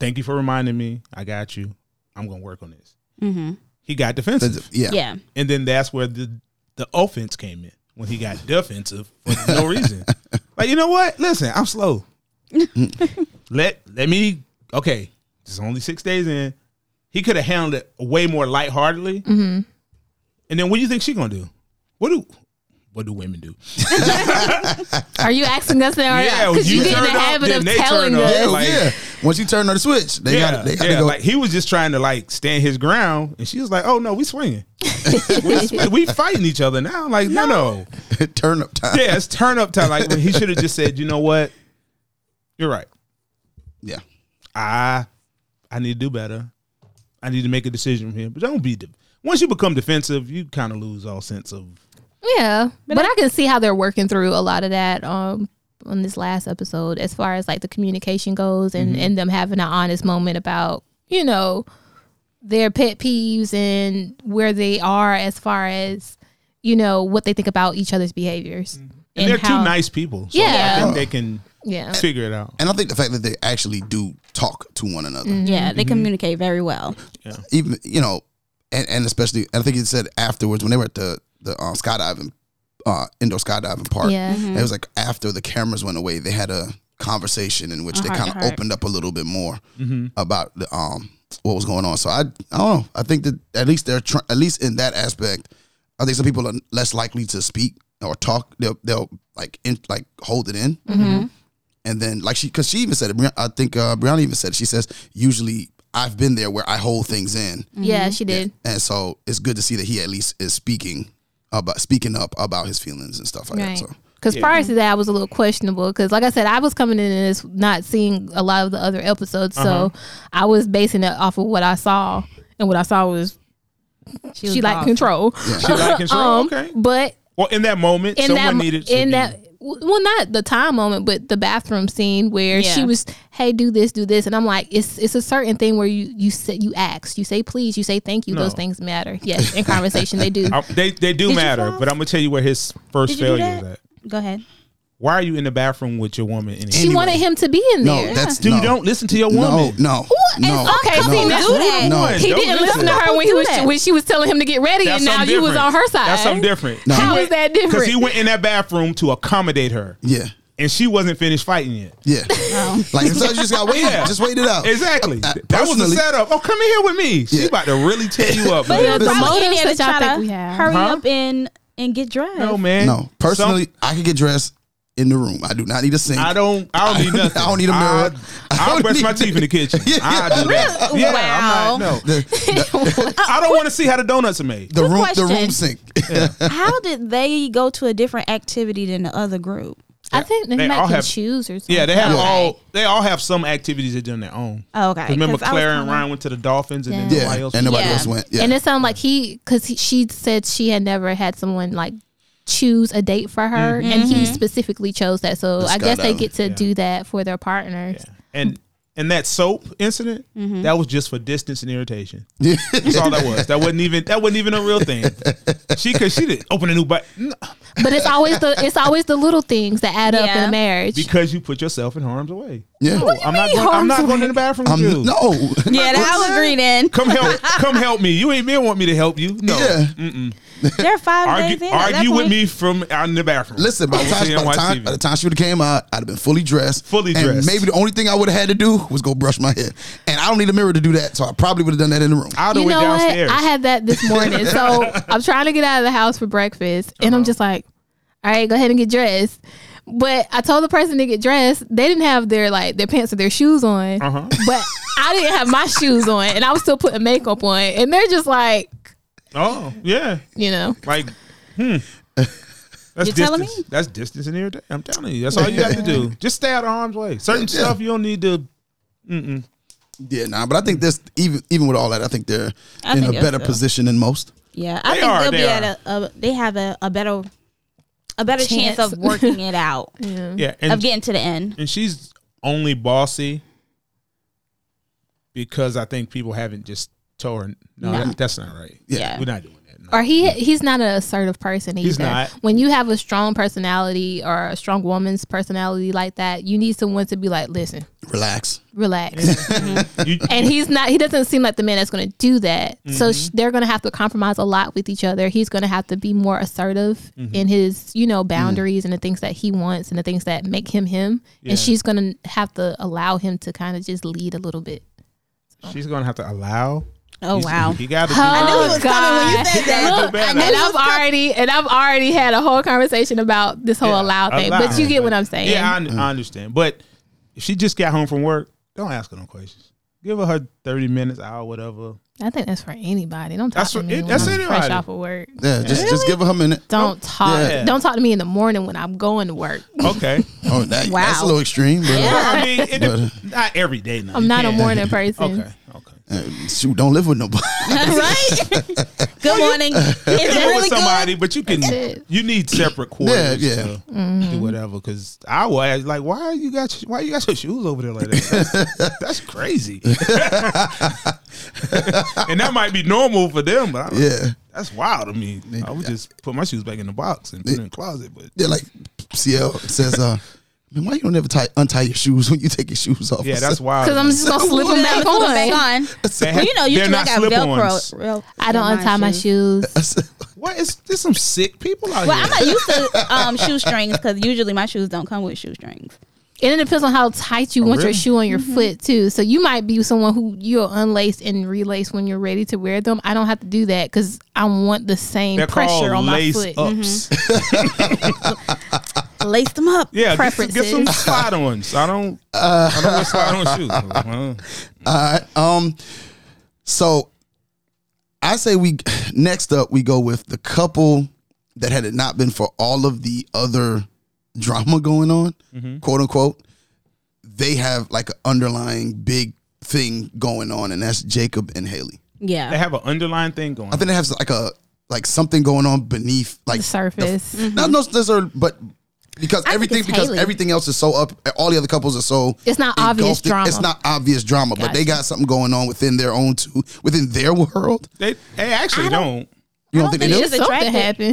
Speaker 2: thank you for reminding me. I got you. I'm gonna work on this."
Speaker 1: hmm
Speaker 2: He got defensive,
Speaker 4: yeah,
Speaker 1: Yeah.
Speaker 2: and then that's where the the offense came in when he got defensive for no reason. Like, you know what? Listen, I'm slow. let let me. Okay, it's only six days in. He could have handled it way more lightheartedly. And then what do you think she gonna do? What do what do women do?
Speaker 3: Are you asking us now?
Speaker 2: Yeah,
Speaker 3: Because
Speaker 2: you
Speaker 3: you, get in
Speaker 2: turn
Speaker 3: the
Speaker 2: up,
Speaker 3: habit
Speaker 2: then
Speaker 3: of
Speaker 2: they turn
Speaker 3: telling
Speaker 2: up.
Speaker 3: us.
Speaker 4: yeah,
Speaker 2: Like-
Speaker 4: yeah. Once you turn on the switch, they got they got to
Speaker 2: yeah.
Speaker 4: go.
Speaker 2: Like he was just trying to like stand his ground, and she was like, "Oh no, we swinging, we, swing- we fighting each other now." I'm like, no, no,
Speaker 4: turn up time.
Speaker 2: yeah, it's turn up time. Like when he should have just said, "You know what? You're right.
Speaker 4: Yeah.
Speaker 2: I I need to do better. I need to make a decision from here." But don't be de- once you become defensive, you kind of lose all sense of
Speaker 3: Yeah, but, I, can see how they're working through a lot of that um, on this last episode, as far as like the communication goes, and and them having an honest moment about you know their pet peeves and where they are as far as you know what they think about each other's behaviors.
Speaker 2: And, they're
Speaker 3: how-
Speaker 2: two nice people. So
Speaker 3: Yeah.
Speaker 2: I think they can
Speaker 3: Yeah,
Speaker 2: figure it out.
Speaker 4: And I think the fact that they actually do talk to one another,
Speaker 3: Mm-hmm.
Speaker 1: Yeah,
Speaker 2: Mm-hmm.
Speaker 1: they communicate very well.
Speaker 4: even you know, and, and especially I think it said afterwards when they were at the the uh, skydiving, uh, indoor skydiving park.
Speaker 3: Yeah.
Speaker 4: and it was like after the cameras went away, they had a conversation in which they kind of
Speaker 1: heart-to-heart.
Speaker 4: opened up a little bit more about the um what was going on. So I I don't know. I think that at least they're tr- at least in that aspect, I think some people are less likely to speak or talk. They'll they'll like in, like hold it in. And then, like she, because she even said it. Bri- I think uh, Brianna even said it. She says, "Usually, I've been there where I hold things in,
Speaker 3: yeah, she did.
Speaker 4: and so it's good to see that he at least is speaking about speaking up about his feelings and stuff like
Speaker 3: Right.
Speaker 4: that." So,
Speaker 3: Because prior to that, I was a little questionable. Because, like I said, I was coming in and it's not seeing a lot of the other episodes, so I was basing it off of what I saw, and what I saw was
Speaker 1: She,
Speaker 3: she liked control.
Speaker 2: She like control.
Speaker 3: Um,
Speaker 2: okay.
Speaker 3: But
Speaker 2: Well, in that moment,
Speaker 3: in
Speaker 2: someone
Speaker 3: that mo-
Speaker 2: needed.
Speaker 3: in
Speaker 2: to
Speaker 3: that well, not the time moment, but the bathroom scene where
Speaker 1: Yeah.
Speaker 3: she was, "Hey, do this, do this," and I'm like, "It's it's a certain thing where you you say you ask, you say please, you say thank you. Those
Speaker 2: No.
Speaker 3: things matter. Yes, in conversation they do.
Speaker 2: be- I- they they do
Speaker 1: you
Speaker 2: matter,
Speaker 1: fall?
Speaker 2: but I'm gonna tell you where his first
Speaker 1: Did you do
Speaker 2: failure is
Speaker 1: that?
Speaker 2: at.
Speaker 1: Go ahead.
Speaker 2: Why are you in the bathroom with your woman? Anyway?
Speaker 3: She wanted him to be in
Speaker 4: no,
Speaker 3: there.
Speaker 4: that's
Speaker 2: Dude,
Speaker 4: no,
Speaker 2: don't listen to your
Speaker 4: no,
Speaker 2: woman.
Speaker 4: no,
Speaker 3: What?
Speaker 4: no,
Speaker 3: Okay,
Speaker 4: no,
Speaker 3: see, that's
Speaker 1: Do that.
Speaker 4: no.
Speaker 2: One,
Speaker 3: He
Speaker 2: don't
Speaker 3: didn't listen to her when he
Speaker 1: Do
Speaker 3: was
Speaker 1: that.
Speaker 3: when she was telling him to get ready,
Speaker 2: That's
Speaker 3: and now
Speaker 2: something
Speaker 3: you was
Speaker 2: different.
Speaker 3: on her side.
Speaker 2: That's something different.
Speaker 4: No. How
Speaker 3: is that different?
Speaker 2: Because he went in that bathroom to accommodate her,
Speaker 4: yeah,
Speaker 2: and she wasn't finished fighting yet.
Speaker 4: yeah.
Speaker 1: Oh.
Speaker 4: Like so, you just got wait,
Speaker 2: Yeah.
Speaker 4: just wait it out.
Speaker 2: Exactly.
Speaker 4: Uh,
Speaker 2: that was the
Speaker 4: personally-
Speaker 2: setup. Oh, come in here with me. She
Speaker 4: Yeah.
Speaker 2: about to really tear you up.
Speaker 1: But
Speaker 2: man.
Speaker 1: it was
Speaker 4: Listen.
Speaker 1: probably in
Speaker 3: Motives
Speaker 1: there to
Speaker 3: that y'all
Speaker 1: try
Speaker 3: think
Speaker 1: to
Speaker 3: we have.
Speaker 1: hurry
Speaker 2: Huh?
Speaker 1: up and and get dressed.
Speaker 2: no, man.
Speaker 4: No, personally, I could get dressed in the room. I do not need a sink.
Speaker 2: I don't. I don't need nothing.
Speaker 4: I don't need a mirror.
Speaker 2: I,
Speaker 4: I
Speaker 2: I'll
Speaker 4: don't
Speaker 2: brush my
Speaker 4: need-
Speaker 2: teeth in the kitchen. I do that. Yeah,
Speaker 1: Wow.
Speaker 2: I'm not, no,
Speaker 4: The, the,
Speaker 2: I don't want to see how the donuts are made.
Speaker 4: the room, the
Speaker 1: question.
Speaker 4: room sink.
Speaker 1: How did they go to a different activity than the other group?
Speaker 3: I think they,
Speaker 2: They
Speaker 3: might
Speaker 2: all
Speaker 3: can
Speaker 2: have-
Speaker 3: choose or something.
Speaker 2: Yeah, they have all. They all have some activities they do on their own.
Speaker 1: Oh, okay.
Speaker 2: 'Cause Remember,
Speaker 1: 'Cause I was
Speaker 2: Claire and
Speaker 1: kinda-
Speaker 2: Ryan went to the Dolphins, and
Speaker 3: Yeah.
Speaker 2: then nobody
Speaker 4: Yeah,
Speaker 2: else.
Speaker 4: and nobody
Speaker 1: Yeah.
Speaker 4: else went. Yeah,
Speaker 3: And it sounded like he, because she said she had never had someone like choose a date for her, and he specifically chose that. So
Speaker 4: The
Speaker 3: I guess they
Speaker 4: skydiving.
Speaker 3: get to do that for their partners.
Speaker 2: and and that soap incident that was just for distance and irritation. That's all that was. That wasn't even that wasn't even a real thing. She because she didn't open a new bike
Speaker 3: But it's always the it's always the little things that add up in
Speaker 1: Yeah.
Speaker 3: a marriage.
Speaker 2: because you put yourself in harm's way.
Speaker 4: yeah.
Speaker 2: I'm not going. I'm not going in the bathroom with
Speaker 4: I'm,
Speaker 2: you.
Speaker 4: no.
Speaker 1: Yeah, that I'll agree then.
Speaker 2: Come help. Come help me. You ain't been want me to help you. No.
Speaker 4: Yeah.
Speaker 1: They're five days
Speaker 2: Argue,
Speaker 1: in. at that
Speaker 2: argue with
Speaker 1: point.
Speaker 2: me from out in the bathroom.
Speaker 4: Listen, by the
Speaker 2: I will
Speaker 4: time,
Speaker 2: see
Speaker 4: by
Speaker 2: you
Speaker 4: the
Speaker 2: on
Speaker 4: time,
Speaker 2: TV.
Speaker 4: by the time she would have came out, I'd have been fully dressed.
Speaker 2: Fully
Speaker 4: and
Speaker 2: dressed.
Speaker 4: Maybe the only thing I would have had to do was go brush my hair. And I don't need a mirror to do that, so I probably would have done that in the room.
Speaker 2: I'd have
Speaker 3: you
Speaker 2: went
Speaker 3: know what?
Speaker 2: downstairs.
Speaker 3: I had that this morning. so I'm trying to get out of the house for breakfast, and I'm just like, all right, go ahead and get dressed. But I told the person to get dressed. They didn't have their like their pants or their shoes on,
Speaker 2: Uh-huh.
Speaker 3: but I didn't have my shoes on, and I was still putting makeup on, and they're just like,
Speaker 2: oh yeah,
Speaker 3: you know,
Speaker 2: like hmm. That's
Speaker 1: You telling
Speaker 2: distance.
Speaker 1: me?
Speaker 2: That's distance in irritation. I'm telling you. That's all you have to do. Just stay out of harm's way. Certain
Speaker 4: Yeah.
Speaker 2: stuff you don't need to.
Speaker 4: yeah, nah. But I think this, even even with all that, I think they're
Speaker 1: I
Speaker 4: in
Speaker 1: think
Speaker 4: a
Speaker 1: that's
Speaker 4: better
Speaker 1: a-
Speaker 4: position than most.
Speaker 1: Yeah, I
Speaker 2: They
Speaker 1: think
Speaker 2: are,
Speaker 1: they'll
Speaker 2: they
Speaker 1: be
Speaker 2: are.
Speaker 1: at a, a. They have a, a better, a better chance,
Speaker 3: Chance.
Speaker 1: of working it out,
Speaker 2: Yeah, and
Speaker 1: of getting to the end.
Speaker 2: and she's only bossy because I think people haven't just told her
Speaker 1: No.
Speaker 2: no, That, that's not right.
Speaker 1: Yeah.
Speaker 2: we're not doing that. No.
Speaker 3: or he he's not an assertive person either.
Speaker 2: He's not.
Speaker 3: When you have a strong personality or a strong woman's personality like that, you need someone to be like, listen,
Speaker 4: Relax.
Speaker 3: relax.
Speaker 2: You-
Speaker 3: and he's not he doesn't seem like the man that's going to do that so
Speaker 2: Mm-hmm.
Speaker 3: sh- they're going to have to compromise a lot with each other he's going to have to be more assertive
Speaker 2: Mm-hmm.
Speaker 3: in his you
Speaker 2: Mm.
Speaker 3: know boundaries and the things that he wants and the things that make him him
Speaker 2: Yeah.
Speaker 3: and she's going to have to allow him to kind of just lead a little bit
Speaker 2: she's gonna have to alw.
Speaker 1: Oh wow,
Speaker 2: He got to.
Speaker 1: knew it was coming when you said that.
Speaker 2: Look,
Speaker 3: Oh, Look,
Speaker 2: I
Speaker 3: and
Speaker 2: knew it
Speaker 3: I've already and I've already had a whole conversation about this whole allow thing, but you get what I'm saying.
Speaker 2: Yeah, I, I understand. But if she just got home from work, don't ask her no questions. Give her her thirty minutes, hour, whatever.
Speaker 3: I, think that's for anybody. Don't talk
Speaker 2: That's
Speaker 3: to
Speaker 2: for-
Speaker 3: me
Speaker 2: it-
Speaker 3: when
Speaker 2: that's
Speaker 3: I'm fresh
Speaker 2: anybody.
Speaker 3: off of work.
Speaker 4: Yeah, just just give her a minute.
Speaker 3: Don't talk.
Speaker 4: Yeah.
Speaker 3: Don't talk to me in the morning when I'm going to work.
Speaker 2: Okay.
Speaker 4: Oh, that,
Speaker 1: Wow.
Speaker 4: that's a little extreme, but
Speaker 2: I mean, it, not every day. Now.
Speaker 3: I'm
Speaker 2: You
Speaker 3: not a
Speaker 2: can't-
Speaker 3: morning person.
Speaker 2: Okay. Okay.
Speaker 4: Uh, shoot, don't live with nobody.
Speaker 1: right? good morning. It's really
Speaker 2: with somebody, but you can
Speaker 3: That's it. Mm-hmm.
Speaker 2: you need separate quarters.
Speaker 4: yeah.
Speaker 2: to do whatever. Because I was like, why you got your- why you got your shoes over there like that? That's, that's crazy. and that might be normal for them, but I don't-
Speaker 4: yeah.
Speaker 2: that's wild. I mean, I would just put my shoes back in the box and put it in the closet. But
Speaker 4: They're like, CL says, uh, man, why you don't ever tie, untie your shoes when you take your shoes off?
Speaker 2: yeah, that's wild.
Speaker 3: Because I'm just gonna slip them back
Speaker 1: Put them
Speaker 3: on.
Speaker 1: back on.
Speaker 2: They
Speaker 1: Well, you know, you
Speaker 2: they're
Speaker 1: can like
Speaker 2: not
Speaker 1: got
Speaker 2: slip-ons.
Speaker 1: Velcro. Real,
Speaker 3: I don't untie my shoes.
Speaker 2: What is there's some sick people out
Speaker 1: Well,
Speaker 2: here.
Speaker 1: I'm not used to um, shoestrings because usually my shoes don't come with shoestrings.
Speaker 3: And it depends on how tight you want your
Speaker 2: Oh, really?
Speaker 3: shoe on your foot too. So you might be someone who you'll unlace and relace when you're ready to wear them. I don't have to do that because I want the same
Speaker 2: They're
Speaker 3: pressure
Speaker 2: called
Speaker 3: on my
Speaker 2: lace
Speaker 3: foot. Mm-hmm.
Speaker 2: ups.
Speaker 1: Lace them up.
Speaker 2: Yeah, get some- Get some
Speaker 3: Preferences.
Speaker 2: slide ons. I don't. I don't wear slide on shoes. Uh,
Speaker 4: All right. Um, so I say we next up we go with the couple that had it not been for all of the other drama going on, quote unquote, they have like an underlying big thing going on, and that's Jacob and Haley.
Speaker 2: They
Speaker 1: Yeah.
Speaker 2: have an underlying thing going.
Speaker 4: I think it has like a like something going on beneath like
Speaker 3: The surface.
Speaker 4: not no necessarily, but because
Speaker 3: Mm-hmm. think
Speaker 4: everything
Speaker 3: it's
Speaker 4: because
Speaker 3: Haley.
Speaker 4: everything else is so up, all the other couples are so
Speaker 3: It's not obvious
Speaker 4: engulfed in-
Speaker 3: drama.
Speaker 4: It's not obvious drama, but they
Speaker 3: Gotcha.
Speaker 4: got something going on within their own too within their world.
Speaker 2: They, they actually don't.
Speaker 4: You don't,
Speaker 1: I
Speaker 4: think,
Speaker 1: don't
Speaker 4: they
Speaker 1: think
Speaker 4: do?
Speaker 1: she's
Speaker 3: Something
Speaker 1: attracted.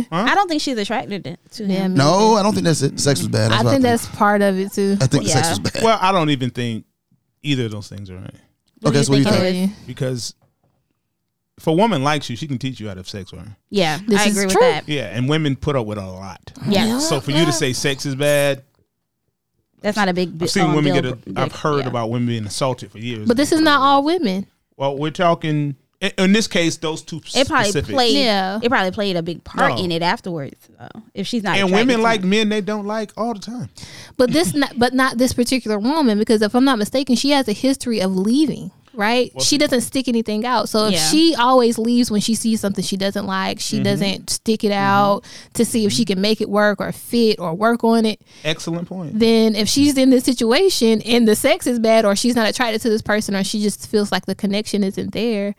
Speaker 3: happened.
Speaker 1: I don't think she's attracted to- to
Speaker 3: Yeah,
Speaker 1: him.
Speaker 3: me
Speaker 4: No, I don't think that's it. Sex was bad.
Speaker 3: I
Speaker 4: what
Speaker 3: think that's part of it too.
Speaker 4: I think the sex
Speaker 1: Yeah.
Speaker 4: was bad.
Speaker 2: Well, I don't even think either of those things are right
Speaker 1: What
Speaker 4: okay,
Speaker 1: do you
Speaker 4: so what do you
Speaker 1: think
Speaker 4: think?
Speaker 1: it is?
Speaker 3: Yeah.
Speaker 2: because if a woman likes you, she can teach you how to have sex with her.
Speaker 1: Yeah,
Speaker 3: This
Speaker 1: I
Speaker 3: is
Speaker 1: agree with
Speaker 3: true.
Speaker 1: that.
Speaker 2: Yeah, and women put up with a lot.
Speaker 1: Yeah,
Speaker 2: So for you to say sex is bad,
Speaker 1: that's not a big.
Speaker 2: I've seen
Speaker 1: um,
Speaker 2: women
Speaker 1: deal
Speaker 2: get. A,
Speaker 1: breaker.
Speaker 2: I've heard
Speaker 1: Yeah.
Speaker 2: about women being assaulted for years.
Speaker 3: But this is not all women.
Speaker 2: well, we're talking in, in this case those two
Speaker 1: It probably
Speaker 2: specific.
Speaker 1: played.
Speaker 3: Yeah.
Speaker 1: It probably played a big part
Speaker 2: No.
Speaker 1: in it afterwards. Though, if she's not
Speaker 2: and
Speaker 1: attracted
Speaker 2: women
Speaker 1: to
Speaker 2: like
Speaker 1: him.
Speaker 2: men they don't like all the time.
Speaker 3: But this, not, but not this particular woman, because if I'm not mistaken, she has a history of leaving. Right? she doesn't stick anything out. So if
Speaker 1: Yeah.
Speaker 3: she always leaves when she sees something she doesn't like, she doesn't stick it out to see if she can make it work or fit or work on it.
Speaker 2: Excellent point.
Speaker 3: Then if she's in this situation and the sex is bad or she's not attracted to this person or she just feels like the connection isn't there,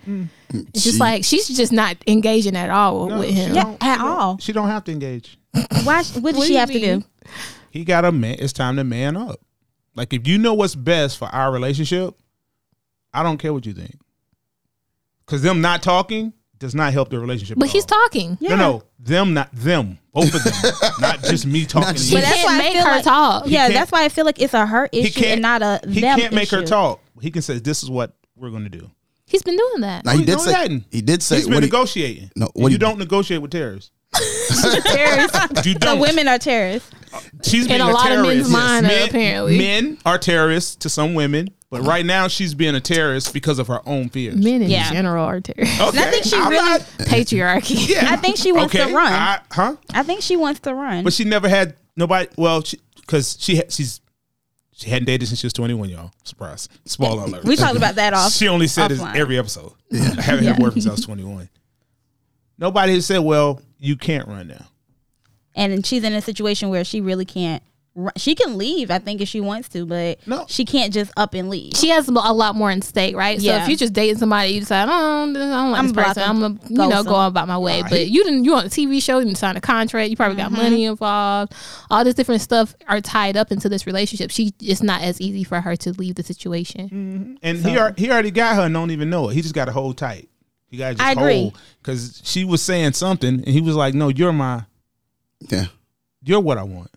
Speaker 3: it's just
Speaker 4: She-
Speaker 3: like she's just not engaging at all with him.
Speaker 1: Yeah, at all.
Speaker 2: She don't have to engage.
Speaker 1: Why? sh- What does
Speaker 3: What
Speaker 1: she
Speaker 3: do you
Speaker 1: have to
Speaker 3: mean?
Speaker 1: do?
Speaker 2: he got a man. It's time to man up. Like if you know what's best for our relationship, I don't care what you think. Cause them not talking does not help the relationship.
Speaker 3: But
Speaker 2: at
Speaker 3: he's
Speaker 2: all.
Speaker 3: talking.
Speaker 1: Yeah.
Speaker 2: No, no, them not them. Both of them, not just me talking.
Speaker 4: just
Speaker 2: to
Speaker 3: You
Speaker 1: But
Speaker 2: you.
Speaker 1: that's
Speaker 3: can't
Speaker 1: why I
Speaker 3: make
Speaker 1: feel
Speaker 3: her
Speaker 1: like-
Speaker 3: talk.
Speaker 1: Yeah,
Speaker 2: can't-
Speaker 1: that's why I feel like it's a her issue and not a
Speaker 2: He
Speaker 1: them.
Speaker 2: can't make her
Speaker 1: issue.
Speaker 2: talk. He can say this is what we're going to do.
Speaker 3: He's been doing that.
Speaker 4: Now he
Speaker 2: Wait, no,
Speaker 4: did say
Speaker 2: he hadn't.
Speaker 4: he did say
Speaker 2: He's been
Speaker 4: what he-
Speaker 2: negotiating.
Speaker 4: No,
Speaker 2: And
Speaker 4: what
Speaker 2: you
Speaker 4: he-
Speaker 2: don't negotiate with terrorists. You
Speaker 1: The
Speaker 2: don't.
Speaker 1: women are terrorists.
Speaker 2: She's
Speaker 3: In
Speaker 2: being
Speaker 3: a
Speaker 2: a,
Speaker 3: lot of men's
Speaker 2: terrorist.
Speaker 3: mind, apparently.
Speaker 2: men are terrorists to some women, but
Speaker 1: Uh-huh.
Speaker 2: right now she's being a terrorist because of her own fears.
Speaker 3: Men in
Speaker 1: Yeah.
Speaker 3: general are terrible.
Speaker 2: Okay.
Speaker 1: I think she
Speaker 2: I'm
Speaker 1: really-
Speaker 2: not-
Speaker 3: Patriarchy.
Speaker 2: yeah.
Speaker 1: I think she wants to
Speaker 2: okay.
Speaker 1: run. I,
Speaker 2: I- huh?
Speaker 1: think she wants to run.
Speaker 2: But she never had nobody. Well, because she, ha- she's she hadn't dated since she was twenty one. Y'all, surprise, spoiler alert.
Speaker 1: we talked about that off.
Speaker 2: she only said this
Speaker 1: offline.
Speaker 2: every episode. I haven't had a word since I was twenty one. Nobody has said, "Well, you can't run now."
Speaker 1: and then she's in a situation where she really can't. ru- She can leave, I think, if she wants to, but
Speaker 2: No.
Speaker 1: she can't just up and leave.
Speaker 3: She has a lot more in stake, right?
Speaker 1: Yeah.
Speaker 3: So if you're just dating somebody, you decide, oh, I don't like
Speaker 1: I'm
Speaker 3: this person.
Speaker 1: blocking.
Speaker 3: I'm gonna, you
Speaker 1: Go
Speaker 3: know,
Speaker 1: some-
Speaker 3: go about my way. But you didn't. You on a TV show. You didn't sign a contract. You probably
Speaker 1: Mm-hmm.
Speaker 3: got money involved. All this different stuff are tied up into this relationship. She it's not as easy for her to leave the situation.
Speaker 2: And he ar- he already got her and don't even know it. He just got to hold tight. He got to just
Speaker 1: I agree.
Speaker 2: hold because she was saying something, and he was like, "No, you're my
Speaker 4: yeah.
Speaker 2: you're what I want.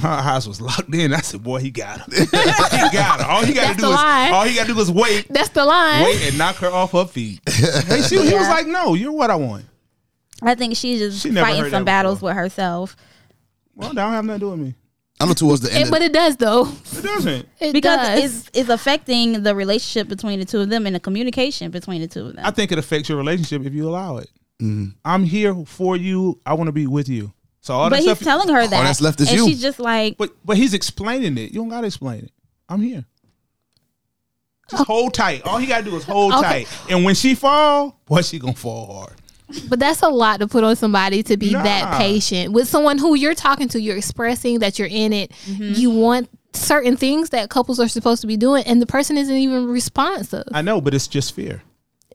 Speaker 2: Her eyes was locked in. I said, "Boy, he got her. he got her. All he got to
Speaker 3: That's
Speaker 2: do
Speaker 3: a
Speaker 2: is
Speaker 3: lie.
Speaker 2: all he got to do is wait,
Speaker 1: Mm.
Speaker 3: That's the line.
Speaker 2: wait, and knock her off her feet." And she, He was
Speaker 1: Yeah.
Speaker 2: like, "No, you're what I want.
Speaker 1: I think she's just
Speaker 2: She never
Speaker 1: fighting
Speaker 2: heard
Speaker 1: some
Speaker 2: that
Speaker 1: battles
Speaker 2: before.
Speaker 1: with herself
Speaker 2: Well, that don't have nothing to do with me.
Speaker 4: I know towards the end.
Speaker 3: It-
Speaker 4: of-
Speaker 3: but it does though.
Speaker 2: It doesn't.
Speaker 3: It
Speaker 1: because
Speaker 3: does.
Speaker 1: it's it's affecting the relationship between the two of them and the communication between the two of them.
Speaker 2: I think it affects your relationship if you allow it. I'm here for you. I want to be with you. So all
Speaker 1: but
Speaker 2: that
Speaker 1: he's
Speaker 2: stuff.
Speaker 1: telling her that,
Speaker 4: that's left is
Speaker 1: and
Speaker 4: you.
Speaker 1: she's just like,
Speaker 2: but but he's explaining it. You don't gotta explain it. I'm here.
Speaker 1: Oh.
Speaker 2: Just hold tight. All he gotta do is hold
Speaker 3: Okay.
Speaker 2: tight. And when she fall, boy, she gonna fall hard.
Speaker 3: But that's a lot to put on somebody to be
Speaker 2: Nah.
Speaker 1: Mm-hmm.
Speaker 3: that patient with someone who you're talking to. You're expressing that you're in it. You want certain things that couples are supposed to be doing, and the person isn't even responsive.
Speaker 2: I know, but it's just fear.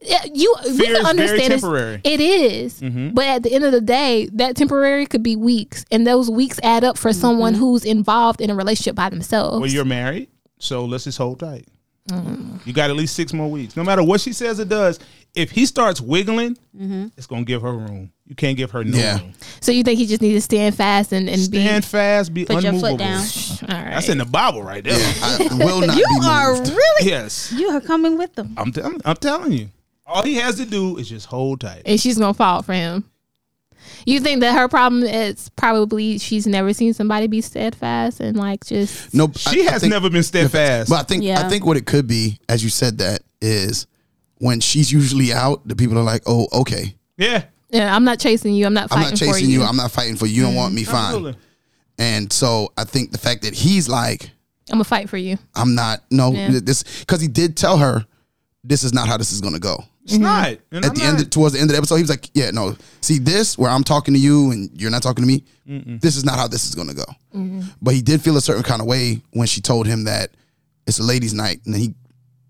Speaker 3: Yeah, you we
Speaker 2: Fear is
Speaker 3: can
Speaker 2: very
Speaker 3: understand it's-
Speaker 2: temporary. Mm-hmm.
Speaker 3: It is. but at the end of the day, that temporary could be weeks, and those weeks add up for someone who's involved in a relationship by themselves.
Speaker 2: Well, you're married, so let's just hold tight.
Speaker 1: Mm-hmm.
Speaker 2: You got at least six more weeks. No matter what she says it does, if he starts wiggling,
Speaker 1: Mm-hmm.
Speaker 2: it's gonna give her room. You can't give her no
Speaker 4: Yeah.
Speaker 2: room.
Speaker 3: so you think he just needs to stand fast and and
Speaker 2: Stand fast, be
Speaker 1: Put your foot
Speaker 2: unmovable.
Speaker 1: down.
Speaker 3: be all right.
Speaker 2: That's in the Bible right there.
Speaker 4: I will not
Speaker 1: You
Speaker 4: be moved.
Speaker 1: are really
Speaker 2: yes.
Speaker 1: you are coming with them.
Speaker 2: I'm telling I'm telling you. All he has to do is just hold tight.
Speaker 3: and she's gonna fall for him. You think that her problem is probably she's never seen somebody be steadfast and like just
Speaker 4: No, I-
Speaker 2: She
Speaker 4: I
Speaker 2: has
Speaker 4: think-
Speaker 2: never been steadfast.
Speaker 4: But I think I
Speaker 1: Yeah.
Speaker 4: think what it could be, as you said that, is when she's usually out, the people are like, "Oh, okay,
Speaker 2: yeah.
Speaker 3: yeah, I'm not chasing you, I'm not
Speaker 4: I'm
Speaker 3: fighting
Speaker 4: not chasing
Speaker 3: for
Speaker 4: you.
Speaker 3: you.
Speaker 4: I'm not fighting for you. You don't want me, fine."
Speaker 2: Absolutely.
Speaker 4: And so I think the fact that he's like,
Speaker 3: I'm gonna fight for you.
Speaker 4: "I'm not, no,
Speaker 3: Yeah.
Speaker 4: th- this," because he did tell her, "This is not how this is going to go."
Speaker 2: It's not. And
Speaker 4: Mm-hmm. At
Speaker 2: I'm
Speaker 4: the
Speaker 2: not-
Speaker 4: end, towards the end of the episode, he was like, "Yeah, no, see this where I'm talking to you and you're not talking to me. This is not how this is going to go."
Speaker 2: Mm-hmm.
Speaker 4: But he did feel a certain kind of way when she told him that it's a ladies' night, and then he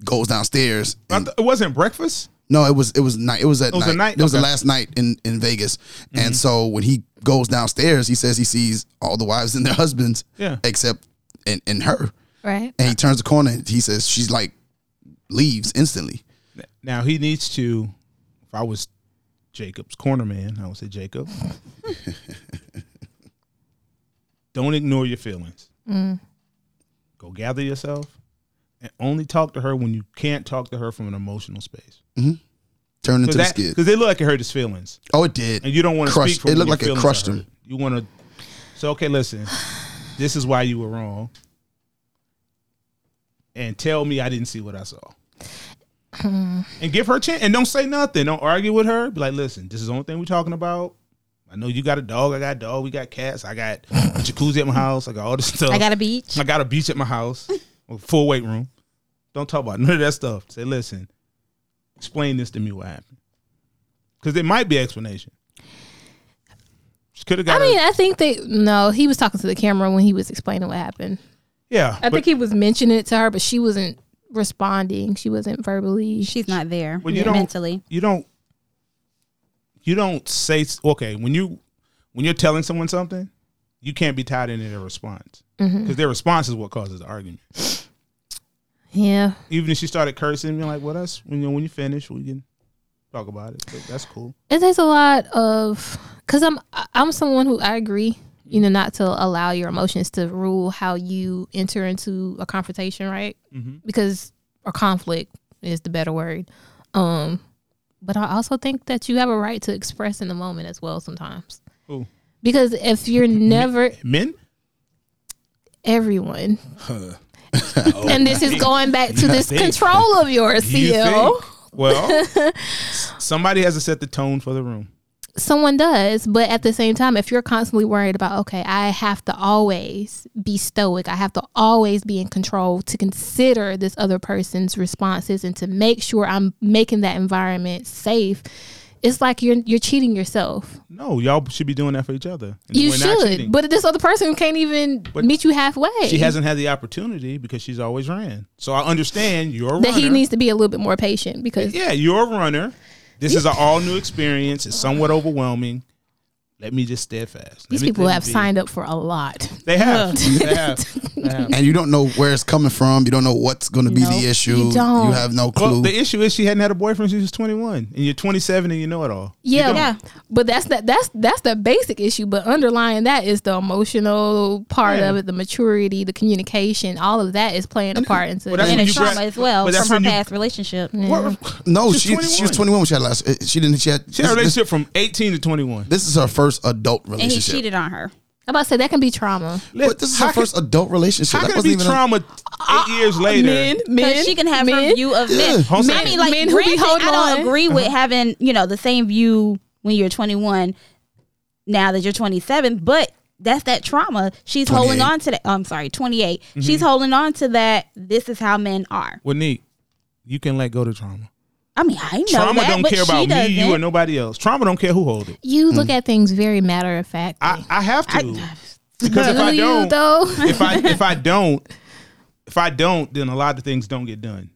Speaker 4: goes downstairs
Speaker 2: I th- it wasn't breakfast.
Speaker 4: No, it was it was night. It was at
Speaker 2: was
Speaker 4: night.
Speaker 2: at night?
Speaker 4: It was the
Speaker 2: Okay. Mm-hmm.
Speaker 4: last night in in Vegas. And so when he goes downstairs, he says he sees all the wives and their husbands,
Speaker 2: Yeah.
Speaker 4: except and and her.
Speaker 3: Right.
Speaker 4: And he turns the corner. and He says she's like leaves instantly.
Speaker 2: Now he needs to. If I was Jacob's corner man, I would say Jacob. don't ignore your feelings.
Speaker 4: Mm.
Speaker 2: Go gather yourself and only talk to her when you can't talk to her from an emotional space.
Speaker 4: Turn into the
Speaker 2: Because
Speaker 4: skid.
Speaker 2: it looked like it hurt his feelings,
Speaker 4: Oh, it did.
Speaker 2: and you don't want to
Speaker 4: Crushed-
Speaker 2: speak. From
Speaker 4: it looked like it crushed him.
Speaker 2: You want to say, okay, listen, this is why you were wrong, and tell me I didn't see what I saw.
Speaker 4: Hmm.
Speaker 2: and give her a chance, and don't say nothing. Don't argue with her. Be like, listen, this is the only thing we're talking about. I know you got a dog. I got a dog. We got cats. I got a jacuzzi at my house. I got all this stuff.
Speaker 1: I got a beach.
Speaker 2: I got a beach at my house, a full weight room. Don't talk about none of that stuff. Say, listen, explain this to me what happened. Because there might be explanation. She could have
Speaker 3: I
Speaker 2: got
Speaker 3: mean,
Speaker 2: a,
Speaker 3: I think they no, he was talking to the camera when he was explaining what happened.
Speaker 2: yeah.
Speaker 3: I
Speaker 2: but-
Speaker 3: think he was mentioning it to her, but she wasn't responding. She wasn't verbally.
Speaker 1: She's not there
Speaker 2: Well, you don't-
Speaker 1: mentally.
Speaker 2: you don't you don't say s- okay when you when you're telling someone something you can't be tied into their response because
Speaker 3: Mm-hmm.
Speaker 2: their response is what causes the argument
Speaker 3: Yeah.
Speaker 2: even if she started cursing you're like well that's when you when you finish we can talk about it but that's cool
Speaker 3: it takes a lot of because i'm I- i'm someone who i agree you know not to allow your emotions to rule how you enter into a confrontation right
Speaker 2: Mm-hmm.
Speaker 3: because or conflict is the better word um but i also think that you have a right to express in the moment as well sometimes
Speaker 2: Who?
Speaker 3: because if you're never
Speaker 2: men
Speaker 3: everyone and this is going back to this control of yours
Speaker 2: Oh. you
Speaker 3: cl
Speaker 2: think well s- somebody has to set the tone for the room
Speaker 3: someone does but at the same time if you're constantly worried about okay i have to always be stoic i have to always be in control to consider this other person's responses and to make sure i'm making that environment safe it's like you're you're cheating yourself
Speaker 2: no y'all should be doing that for each other And
Speaker 3: you
Speaker 2: we're not
Speaker 3: should
Speaker 2: cheating.
Speaker 3: but this other person can't even meet you halfway
Speaker 2: she hasn't had the opportunity because she's always ran so i understand you're
Speaker 3: that he needs to be a little bit more patient because
Speaker 2: Yeah, you're a runner. This is an all new experience. It's somewhat overwhelming. Let me just steadfast. Let
Speaker 3: these
Speaker 2: me-
Speaker 3: people
Speaker 2: let me
Speaker 3: have
Speaker 2: be-
Speaker 3: signed up for a lot
Speaker 2: They have. they have. They have.
Speaker 4: And you don't know where it's coming from. You don't know what's going to be
Speaker 3: Nope,
Speaker 4: the
Speaker 3: you
Speaker 4: issue.
Speaker 3: don't.
Speaker 4: have no clue.
Speaker 2: Well, the issue is she hadn't had a boyfriend since she was 21, and you're 27 and you know it all.
Speaker 3: Yeah,
Speaker 1: don't. Yeah.
Speaker 3: But that's that that's that's the basic issue. But underlying that is the emotional part
Speaker 2: Yeah.
Speaker 3: of it, the maturity, the communication, all of that is playing a part into
Speaker 2: Well, that's
Speaker 1: And
Speaker 2: when
Speaker 1: a
Speaker 2: you
Speaker 1: trauma
Speaker 2: grab-
Speaker 1: as well
Speaker 2: but that's
Speaker 1: from her
Speaker 2: when you-
Speaker 1: past relationship.
Speaker 2: What-
Speaker 4: no,
Speaker 2: she's
Speaker 4: she she
Speaker 2: 21.
Speaker 4: was 21 when she had last. uh, She didn't. She had.
Speaker 2: She had a
Speaker 4: this, this,
Speaker 2: relationship from 18 to 21.
Speaker 4: this is her first adult
Speaker 1: And he
Speaker 4: relationship.
Speaker 1: cheated on her.
Speaker 3: I'm about to say that can be trauma.
Speaker 4: But this is her
Speaker 2: How
Speaker 4: first adult relationship.
Speaker 2: Can, how
Speaker 4: That
Speaker 2: can it
Speaker 4: wasn't
Speaker 2: be
Speaker 4: even a-
Speaker 2: trauma
Speaker 1: Uh,
Speaker 2: eight years later?
Speaker 3: Men, men,
Speaker 1: Because she can have
Speaker 3: men.
Speaker 1: her view of men.
Speaker 2: Hold on.
Speaker 1: I mean, like,
Speaker 3: Men who be
Speaker 1: granted, I
Speaker 3: holding
Speaker 1: don't
Speaker 3: on. Uh-huh.
Speaker 1: agree with having, you know, the same view when you're 21 now that you're 27, but that's that trauma. She's holding
Speaker 4: 28.
Speaker 1: on to that. oh, I'm sorry, 28.
Speaker 2: Mm-hmm.
Speaker 1: She's holding on to that. This is how men are.
Speaker 2: Well, Neek, you can let go to trauma.
Speaker 1: I mean, I know
Speaker 2: Trauma
Speaker 1: that,
Speaker 2: don't
Speaker 1: but
Speaker 2: care
Speaker 1: she
Speaker 2: about me,
Speaker 1: doesn't.
Speaker 2: you, or nobody else. Trauma don't care who hold it.
Speaker 3: You look at things very matter of fact.
Speaker 2: Hmm. I, I have to.
Speaker 1: I-
Speaker 2: because if I
Speaker 3: you
Speaker 2: don't,
Speaker 3: though?
Speaker 2: if I if I don't, if I don't, then a lot of things don't get done.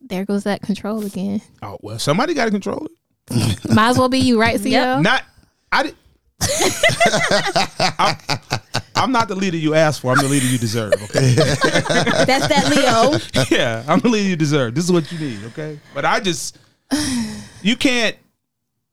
Speaker 3: There goes that control again.
Speaker 2: Oh well, somebody got to control it.
Speaker 3: Might as well be you, right, CL?
Speaker 2: Not I. Did, I'm, I'm not the leader you asked for. I'm the leader you deserve. Okay.
Speaker 1: That's that Leo.
Speaker 2: yeah, I'm the leader you deserve. This is what you need. Okay. But I just you can't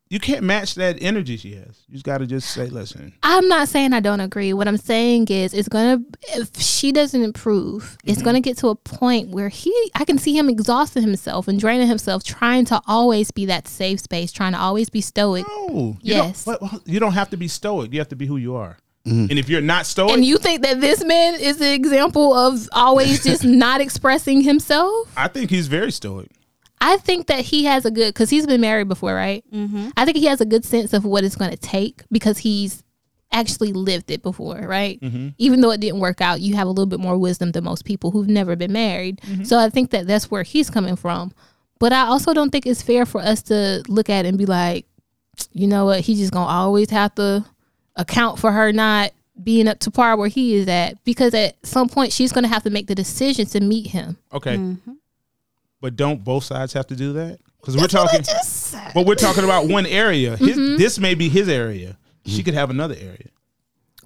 Speaker 2: you can't match that energy she has. You just got to just say, listen.
Speaker 3: I'm not saying I don't agree. What I'm saying is, it's gonna if she doesn't improve, it's gonna get to a point where he, I can see him exhausting himself and draining himself, trying to always be that safe space, trying to always be stoic.
Speaker 2: No. You
Speaker 3: Yes.
Speaker 2: Don't, but- but you don't have to be stoic. You have to be who you are. And if you're not stoic,
Speaker 3: And you think that this man is an example of always just not expressing himself?
Speaker 2: I think he's very stoic.
Speaker 3: I think that he has a good because he's been married before, right? Mm-hmm. I think he has a good sense of what it's going to take because he's actually lived it before, right? Even though it didn't work out, you have a little bit more wisdom than most people who've never been married. So I think that that's where he's coming from. But I also don't think it's fair for us to look at it and be like, you know what, he's just gonna always have to account for her not being up to par where he is at because at some point she's gonna have to make the decision to meet him.
Speaker 2: Okay.
Speaker 3: Mm-hmm.
Speaker 2: But don't both sides have to do that? Because we're talking. But we're talking about one area. His,
Speaker 3: Mm-hmm.
Speaker 2: This may be his area. She could have another area.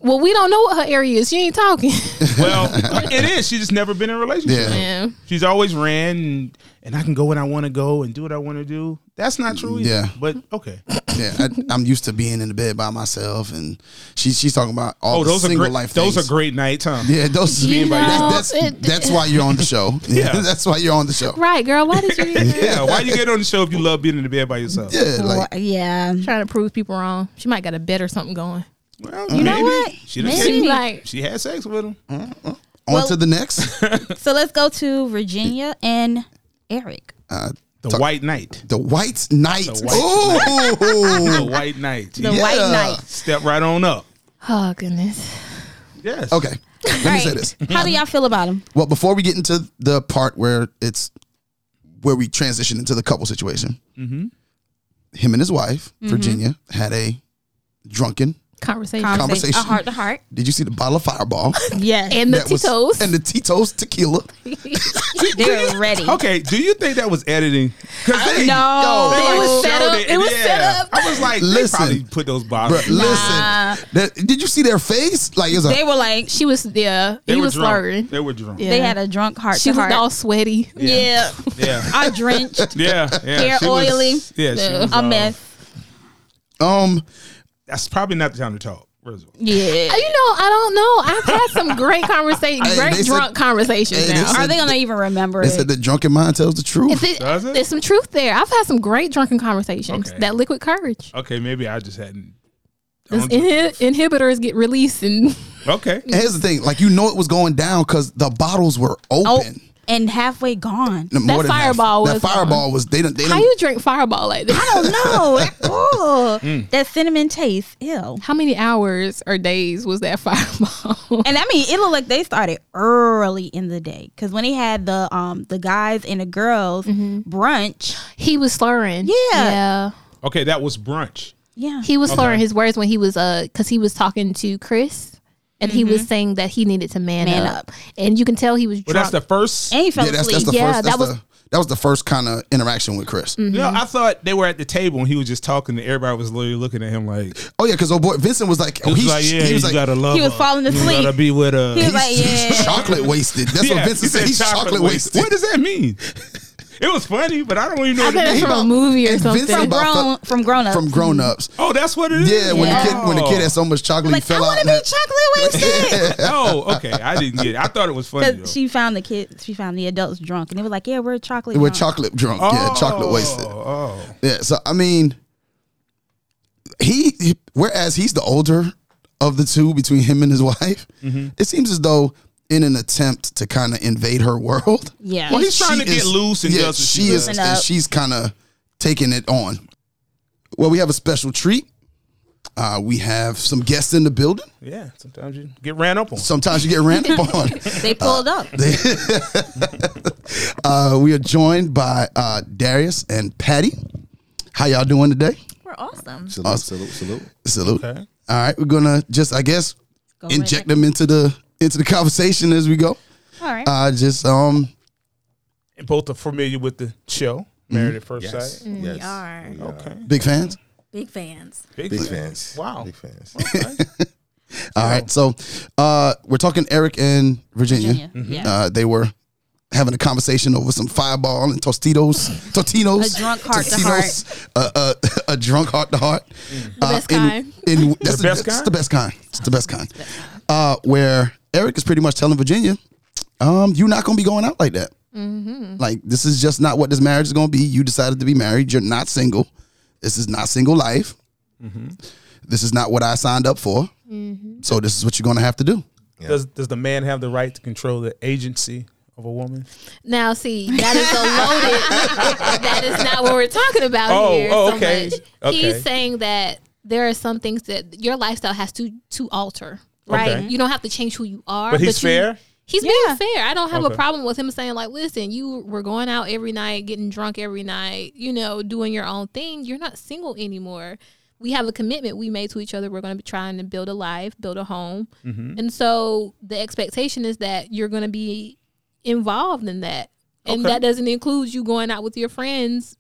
Speaker 3: Well, we don't know what her area is. She ain't talking.
Speaker 2: Well, it is. She's just never been in a relationship.
Speaker 4: Yeah.
Speaker 3: Yeah.
Speaker 2: She's always ran, and, and I can go when I want to go and do what I want to do. That's not true either.
Speaker 4: Yeah.
Speaker 2: But okay.
Speaker 4: Yeah, I, I'm used to being in the bed by myself, and she, she's talking about all
Speaker 2: Oh,
Speaker 4: the
Speaker 2: those are
Speaker 4: single
Speaker 2: great.
Speaker 4: life.
Speaker 2: Those
Speaker 4: things.
Speaker 2: are great nights, huh?
Speaker 4: Yeah, those.
Speaker 3: You know,
Speaker 4: that's that's,
Speaker 3: it-
Speaker 4: that's why you're on the show. Yeah,
Speaker 2: Yeah.
Speaker 4: that's why you're on the show.
Speaker 3: Right, girl. Why did you
Speaker 2: Yeah. Why you get on the show if you love being in the bed by yourself?
Speaker 4: Yeah, like
Speaker 1: Well, yeah.
Speaker 3: trying to prove people wrong? She might got a bet or something going.
Speaker 2: Well, you
Speaker 1: know what?
Speaker 2: She, done
Speaker 1: Maybe.
Speaker 2: said
Speaker 3: She like
Speaker 2: she had sex with him.
Speaker 4: Mm. on
Speaker 1: Well-
Speaker 4: to the next.
Speaker 1: So let's go to Virginia and Eric.
Speaker 4: Uh,
Speaker 2: The White Knight.
Speaker 4: the White Knight.
Speaker 2: The The
Speaker 4: Oh,
Speaker 2: White Knight.
Speaker 1: The White
Speaker 4: Yeah.
Speaker 1: Knight.
Speaker 2: Step right on up.
Speaker 3: Oh goodness.
Speaker 2: Yes.
Speaker 4: okay. Let me say this.
Speaker 1: How do y'all feel about him?
Speaker 4: Well, before we get into the part where it's where we transition into the couple situation,
Speaker 2: Mm-hmm.
Speaker 4: him and his wife
Speaker 3: Mm-hmm.
Speaker 4: Virginia had a drunken.
Speaker 3: Conversation.
Speaker 1: Conversa-
Speaker 4: Conversation.
Speaker 1: A heart to heart.
Speaker 4: Did you see the bottle of Fireball
Speaker 1: Yes.
Speaker 3: and the
Speaker 4: That was-
Speaker 3: Tito's.
Speaker 4: and the Tito's tequila?
Speaker 1: they're ready.
Speaker 2: Okay, do you think that was editing? Because they,
Speaker 1: No.
Speaker 2: they
Speaker 3: It was
Speaker 2: showed
Speaker 3: set up. It was
Speaker 2: yeah.
Speaker 3: set up.
Speaker 2: I was like,
Speaker 4: Listen.
Speaker 2: Listen, they probably put those bottles.
Speaker 4: Bruh, listen, that, did you see their face? Like it's a
Speaker 1: They were like,
Speaker 3: she was yeah.
Speaker 2: They
Speaker 3: he
Speaker 2: were
Speaker 3: was
Speaker 2: drunk.
Speaker 3: slurring.
Speaker 2: They were drunk.
Speaker 3: Yeah.
Speaker 1: they had a drunk heart
Speaker 3: She
Speaker 1: to
Speaker 3: looked
Speaker 1: heart.
Speaker 3: all sweaty.
Speaker 1: yeah.
Speaker 2: Yeah,
Speaker 1: I drenched.
Speaker 2: yeah, yeah.
Speaker 1: Hair
Speaker 2: She was-
Speaker 1: oily.
Speaker 2: yeah, she was,
Speaker 1: A
Speaker 2: uh,
Speaker 1: mess.
Speaker 4: um.
Speaker 2: That's probably not the time to talk. first of all.
Speaker 1: Yeah.
Speaker 3: Uh, You know, I don't know. I've had some great conversations,
Speaker 4: Hey,
Speaker 3: great
Speaker 4: they said-
Speaker 3: drunk conversations.
Speaker 4: Hey, they
Speaker 3: now.
Speaker 4: said-
Speaker 1: Are they gonna even remember
Speaker 4: They
Speaker 1: it?
Speaker 4: said the drunken mind tells the truth.
Speaker 3: Is it-
Speaker 2: Does it?
Speaker 3: There's some truth there. I've had some great drunken conversations.
Speaker 2: Okay.
Speaker 3: That liquid courage.
Speaker 2: Okay, maybe I just hadn't. I
Speaker 3: Those
Speaker 2: don't-
Speaker 3: inhi- inhibitors get released, and
Speaker 2: Okay,
Speaker 4: And here's the thing, like you know it was going down because the bottles were
Speaker 1: oh,
Speaker 4: open.
Speaker 1: and halfway gone.
Speaker 4: No, more than half.
Speaker 3: Fireball
Speaker 4: That
Speaker 3: was uh,
Speaker 4: fireball was they didn't. They
Speaker 3: how
Speaker 4: didn't
Speaker 3: you drink Fireball like that?
Speaker 1: I don't know. Ooh, Oh, That cinnamon taste. Ew.
Speaker 3: How many hours or days was that fireball?
Speaker 1: And I mean, it looked like they started early in the day because when they had the um the guys and the girls brunch,
Speaker 3: he was slurring. Yeah.
Speaker 2: okay, that was brunch.
Speaker 1: yeah,
Speaker 3: He was slurring his words when he was uh cuz he was talking to Chris and he was saying that he needed to Mm-hmm. man,
Speaker 1: Man
Speaker 3: up. And you can tell he was
Speaker 2: But
Speaker 3: drunk.
Speaker 2: that's the first.
Speaker 1: and he fell
Speaker 4: yeah, that's,
Speaker 1: asleep.
Speaker 4: that's the
Speaker 3: Yeah,
Speaker 4: first. That's
Speaker 3: that was- Mm.
Speaker 4: the, that was the first kind of interaction with Chris.
Speaker 2: No, I thought they were at the table and he was just talking, and everybody was literally looking at him like,
Speaker 4: Oh yeah, because oh boy, Vincent was like,
Speaker 2: he
Speaker 4: oh,
Speaker 2: was
Speaker 4: he's,
Speaker 2: like yeah,
Speaker 4: he was
Speaker 2: you
Speaker 4: like,
Speaker 2: gotta love
Speaker 1: He was
Speaker 2: her.
Speaker 1: falling
Speaker 2: You
Speaker 1: asleep.
Speaker 2: gotta be with her.
Speaker 1: He was
Speaker 4: he's,
Speaker 1: like,
Speaker 4: he's
Speaker 1: yeah.
Speaker 4: chocolate wasted. That's what
Speaker 2: he
Speaker 4: Vincent said. He's chocolate, wasted.
Speaker 2: What does that mean? It was funny, but I don't even know
Speaker 3: I
Speaker 2: what it
Speaker 3: bet
Speaker 2: means.
Speaker 3: it's from a
Speaker 4: about-
Speaker 3: movie or
Speaker 4: and
Speaker 3: something.
Speaker 4: Vincent
Speaker 1: from
Speaker 4: about
Speaker 1: grown
Speaker 4: fuck-
Speaker 1: from grown up.
Speaker 4: from grown ups.
Speaker 2: Oh, that's what it is.
Speaker 4: Yeah, when the kid when the kid
Speaker 2: Oh.
Speaker 4: had so much chocolate,
Speaker 1: like
Speaker 4: he
Speaker 1: I
Speaker 4: fell
Speaker 1: want
Speaker 4: out.
Speaker 1: to be chocolate wasted.
Speaker 2: oh, okay. I didn't get it. I thought it was funny though.
Speaker 1: Because she found the kids, she found the adults drunk, and they were like, "Yeah, we're chocolate."
Speaker 4: With
Speaker 1: drunk.
Speaker 4: chocolate drunk,
Speaker 2: oh,
Speaker 4: yeah, chocolate wasted.
Speaker 2: Oh,
Speaker 4: Yeah, so I mean, he, he- whereas he's the older of the two between him and his wife,
Speaker 2: Mm-hmm.
Speaker 4: it seems as though in an attempt to kind of invade her world,
Speaker 1: yeah,
Speaker 2: Well, he's trying to get loose and
Speaker 4: yeah,
Speaker 2: does what
Speaker 4: she,
Speaker 2: she
Speaker 4: is,
Speaker 1: does.
Speaker 4: and she's kind of taking it on. Well, we have a special treat. Uh, we have some guests in the building.
Speaker 2: yeah. Sometimes you get ran up on.
Speaker 4: Sometimes you get ran up on.
Speaker 1: they pulled up.
Speaker 4: Uh, we are joined by uh, Darius and Patty. How y'all doing today?
Speaker 5: We're awesome.
Speaker 6: Salute, salute, salute.
Speaker 4: Salute.
Speaker 2: Okay.
Speaker 4: All right, we're gonna just, I guess,
Speaker 1: Go
Speaker 4: inject them into the into the conversation as we go.
Speaker 1: All right.
Speaker 4: I just um
Speaker 2: And both are familiar with the show, Married at First
Speaker 5: Mm-hmm. Yes.
Speaker 2: Sight.
Speaker 5: yes.
Speaker 6: We are
Speaker 5: We
Speaker 2: Okay.
Speaker 4: big fans.
Speaker 6: big fans.
Speaker 5: Big fans.
Speaker 2: Wow.
Speaker 5: Big fans.
Speaker 2: Okay.
Speaker 4: All right, so uh we're talking Eric and Virginia.
Speaker 1: Virginia.
Speaker 2: Mm-hmm.
Speaker 1: Yeah.
Speaker 4: Uh, they were having a conversation over some fireball and Tostitos, Totinos,
Speaker 1: A drunk heart to heart.
Speaker 4: Tostitos, uh, uh, a drunk heart to heart. Uh, The
Speaker 3: best kind.
Speaker 4: that's the,
Speaker 2: best
Speaker 4: that's
Speaker 2: kind?
Speaker 4: the best kind. It's the best kind. Uh, where Eric is pretty much telling Virginia, um, "You're not going to be going out like that.
Speaker 1: Mm-hmm.
Speaker 4: Like this is just not what this marriage is going to be. You decided to be married. You're not single. This is not single life. This is not what I signed up for.
Speaker 1: Mm-hmm.
Speaker 4: So this is what you're going to have to do."
Speaker 2: Does does the man have the right to control the agency of a woman?
Speaker 3: Now, see, that is a loaded. that is not what we're talking about
Speaker 2: Oh,
Speaker 3: here.
Speaker 2: oh,
Speaker 3: so
Speaker 2: okay.
Speaker 3: much.
Speaker 2: Okay.
Speaker 3: He's saying that there are some things that your lifestyle has to to alter. Right,
Speaker 2: Okay.
Speaker 3: you don't have to change who you are.
Speaker 2: But he's
Speaker 3: you-
Speaker 2: fair?
Speaker 3: He's
Speaker 1: Yeah.
Speaker 3: being fair. I don't have
Speaker 2: Okay.
Speaker 3: a problem with him saying like, "Listen, you were going out every night, getting drunk every night, you know, doing your own thing. You're not single anymore. We have a commitment we made to each other. We're going to be trying to build a life, build a home,
Speaker 2: Mm-hmm.
Speaker 3: and so the expectation is that you're going to be involved in that, and
Speaker 2: Okay.
Speaker 3: that doesn't include you going out with your friends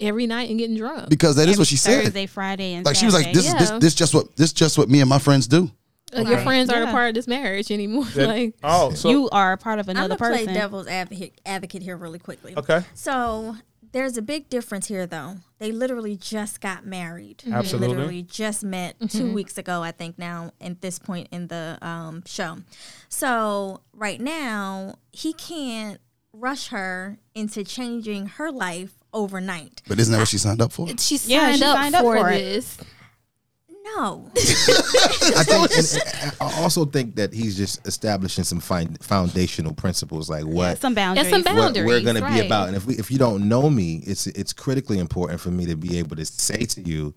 Speaker 3: every night and getting drunk.
Speaker 4: Because that is what she said.
Speaker 1: Thursday, Friday, and
Speaker 4: Like she was like, this
Speaker 1: Saturday.
Speaker 4: is
Speaker 3: Yeah.
Speaker 4: this this just what this just what me and my friends do.
Speaker 3: Like, Your
Speaker 1: Right.
Speaker 3: friends aren't
Speaker 1: Yeah.
Speaker 3: a part of this marriage anymore.
Speaker 2: That-
Speaker 3: like,
Speaker 2: oh, so
Speaker 1: you are a part of another
Speaker 6: I'm gonna
Speaker 1: person.
Speaker 6: play devil's advocate, advocate here really quickly.
Speaker 2: okay,
Speaker 6: So there's a big difference here, though. They literally just got married.
Speaker 2: Absolutely.
Speaker 6: Literally just met two weeks ago, I think. Now at this point in the um, show, so right now he can't rush her into changing her life overnight.
Speaker 4: But isn't that what she signed up for?
Speaker 3: she signed,
Speaker 1: Yeah, she
Speaker 3: up,
Speaker 1: signed up
Speaker 3: for,
Speaker 1: for it.
Speaker 3: this.
Speaker 6: No,
Speaker 5: I think, and I also think that he's just establishing some fin- foundational principles, like what
Speaker 1: Some
Speaker 3: That's
Speaker 1: boundaries.
Speaker 3: some
Speaker 5: what
Speaker 3: boundaries.
Speaker 5: we're going to
Speaker 3: right.
Speaker 5: be about. And if we, if you don't know me, it's it's critically important for me to be able to say to you,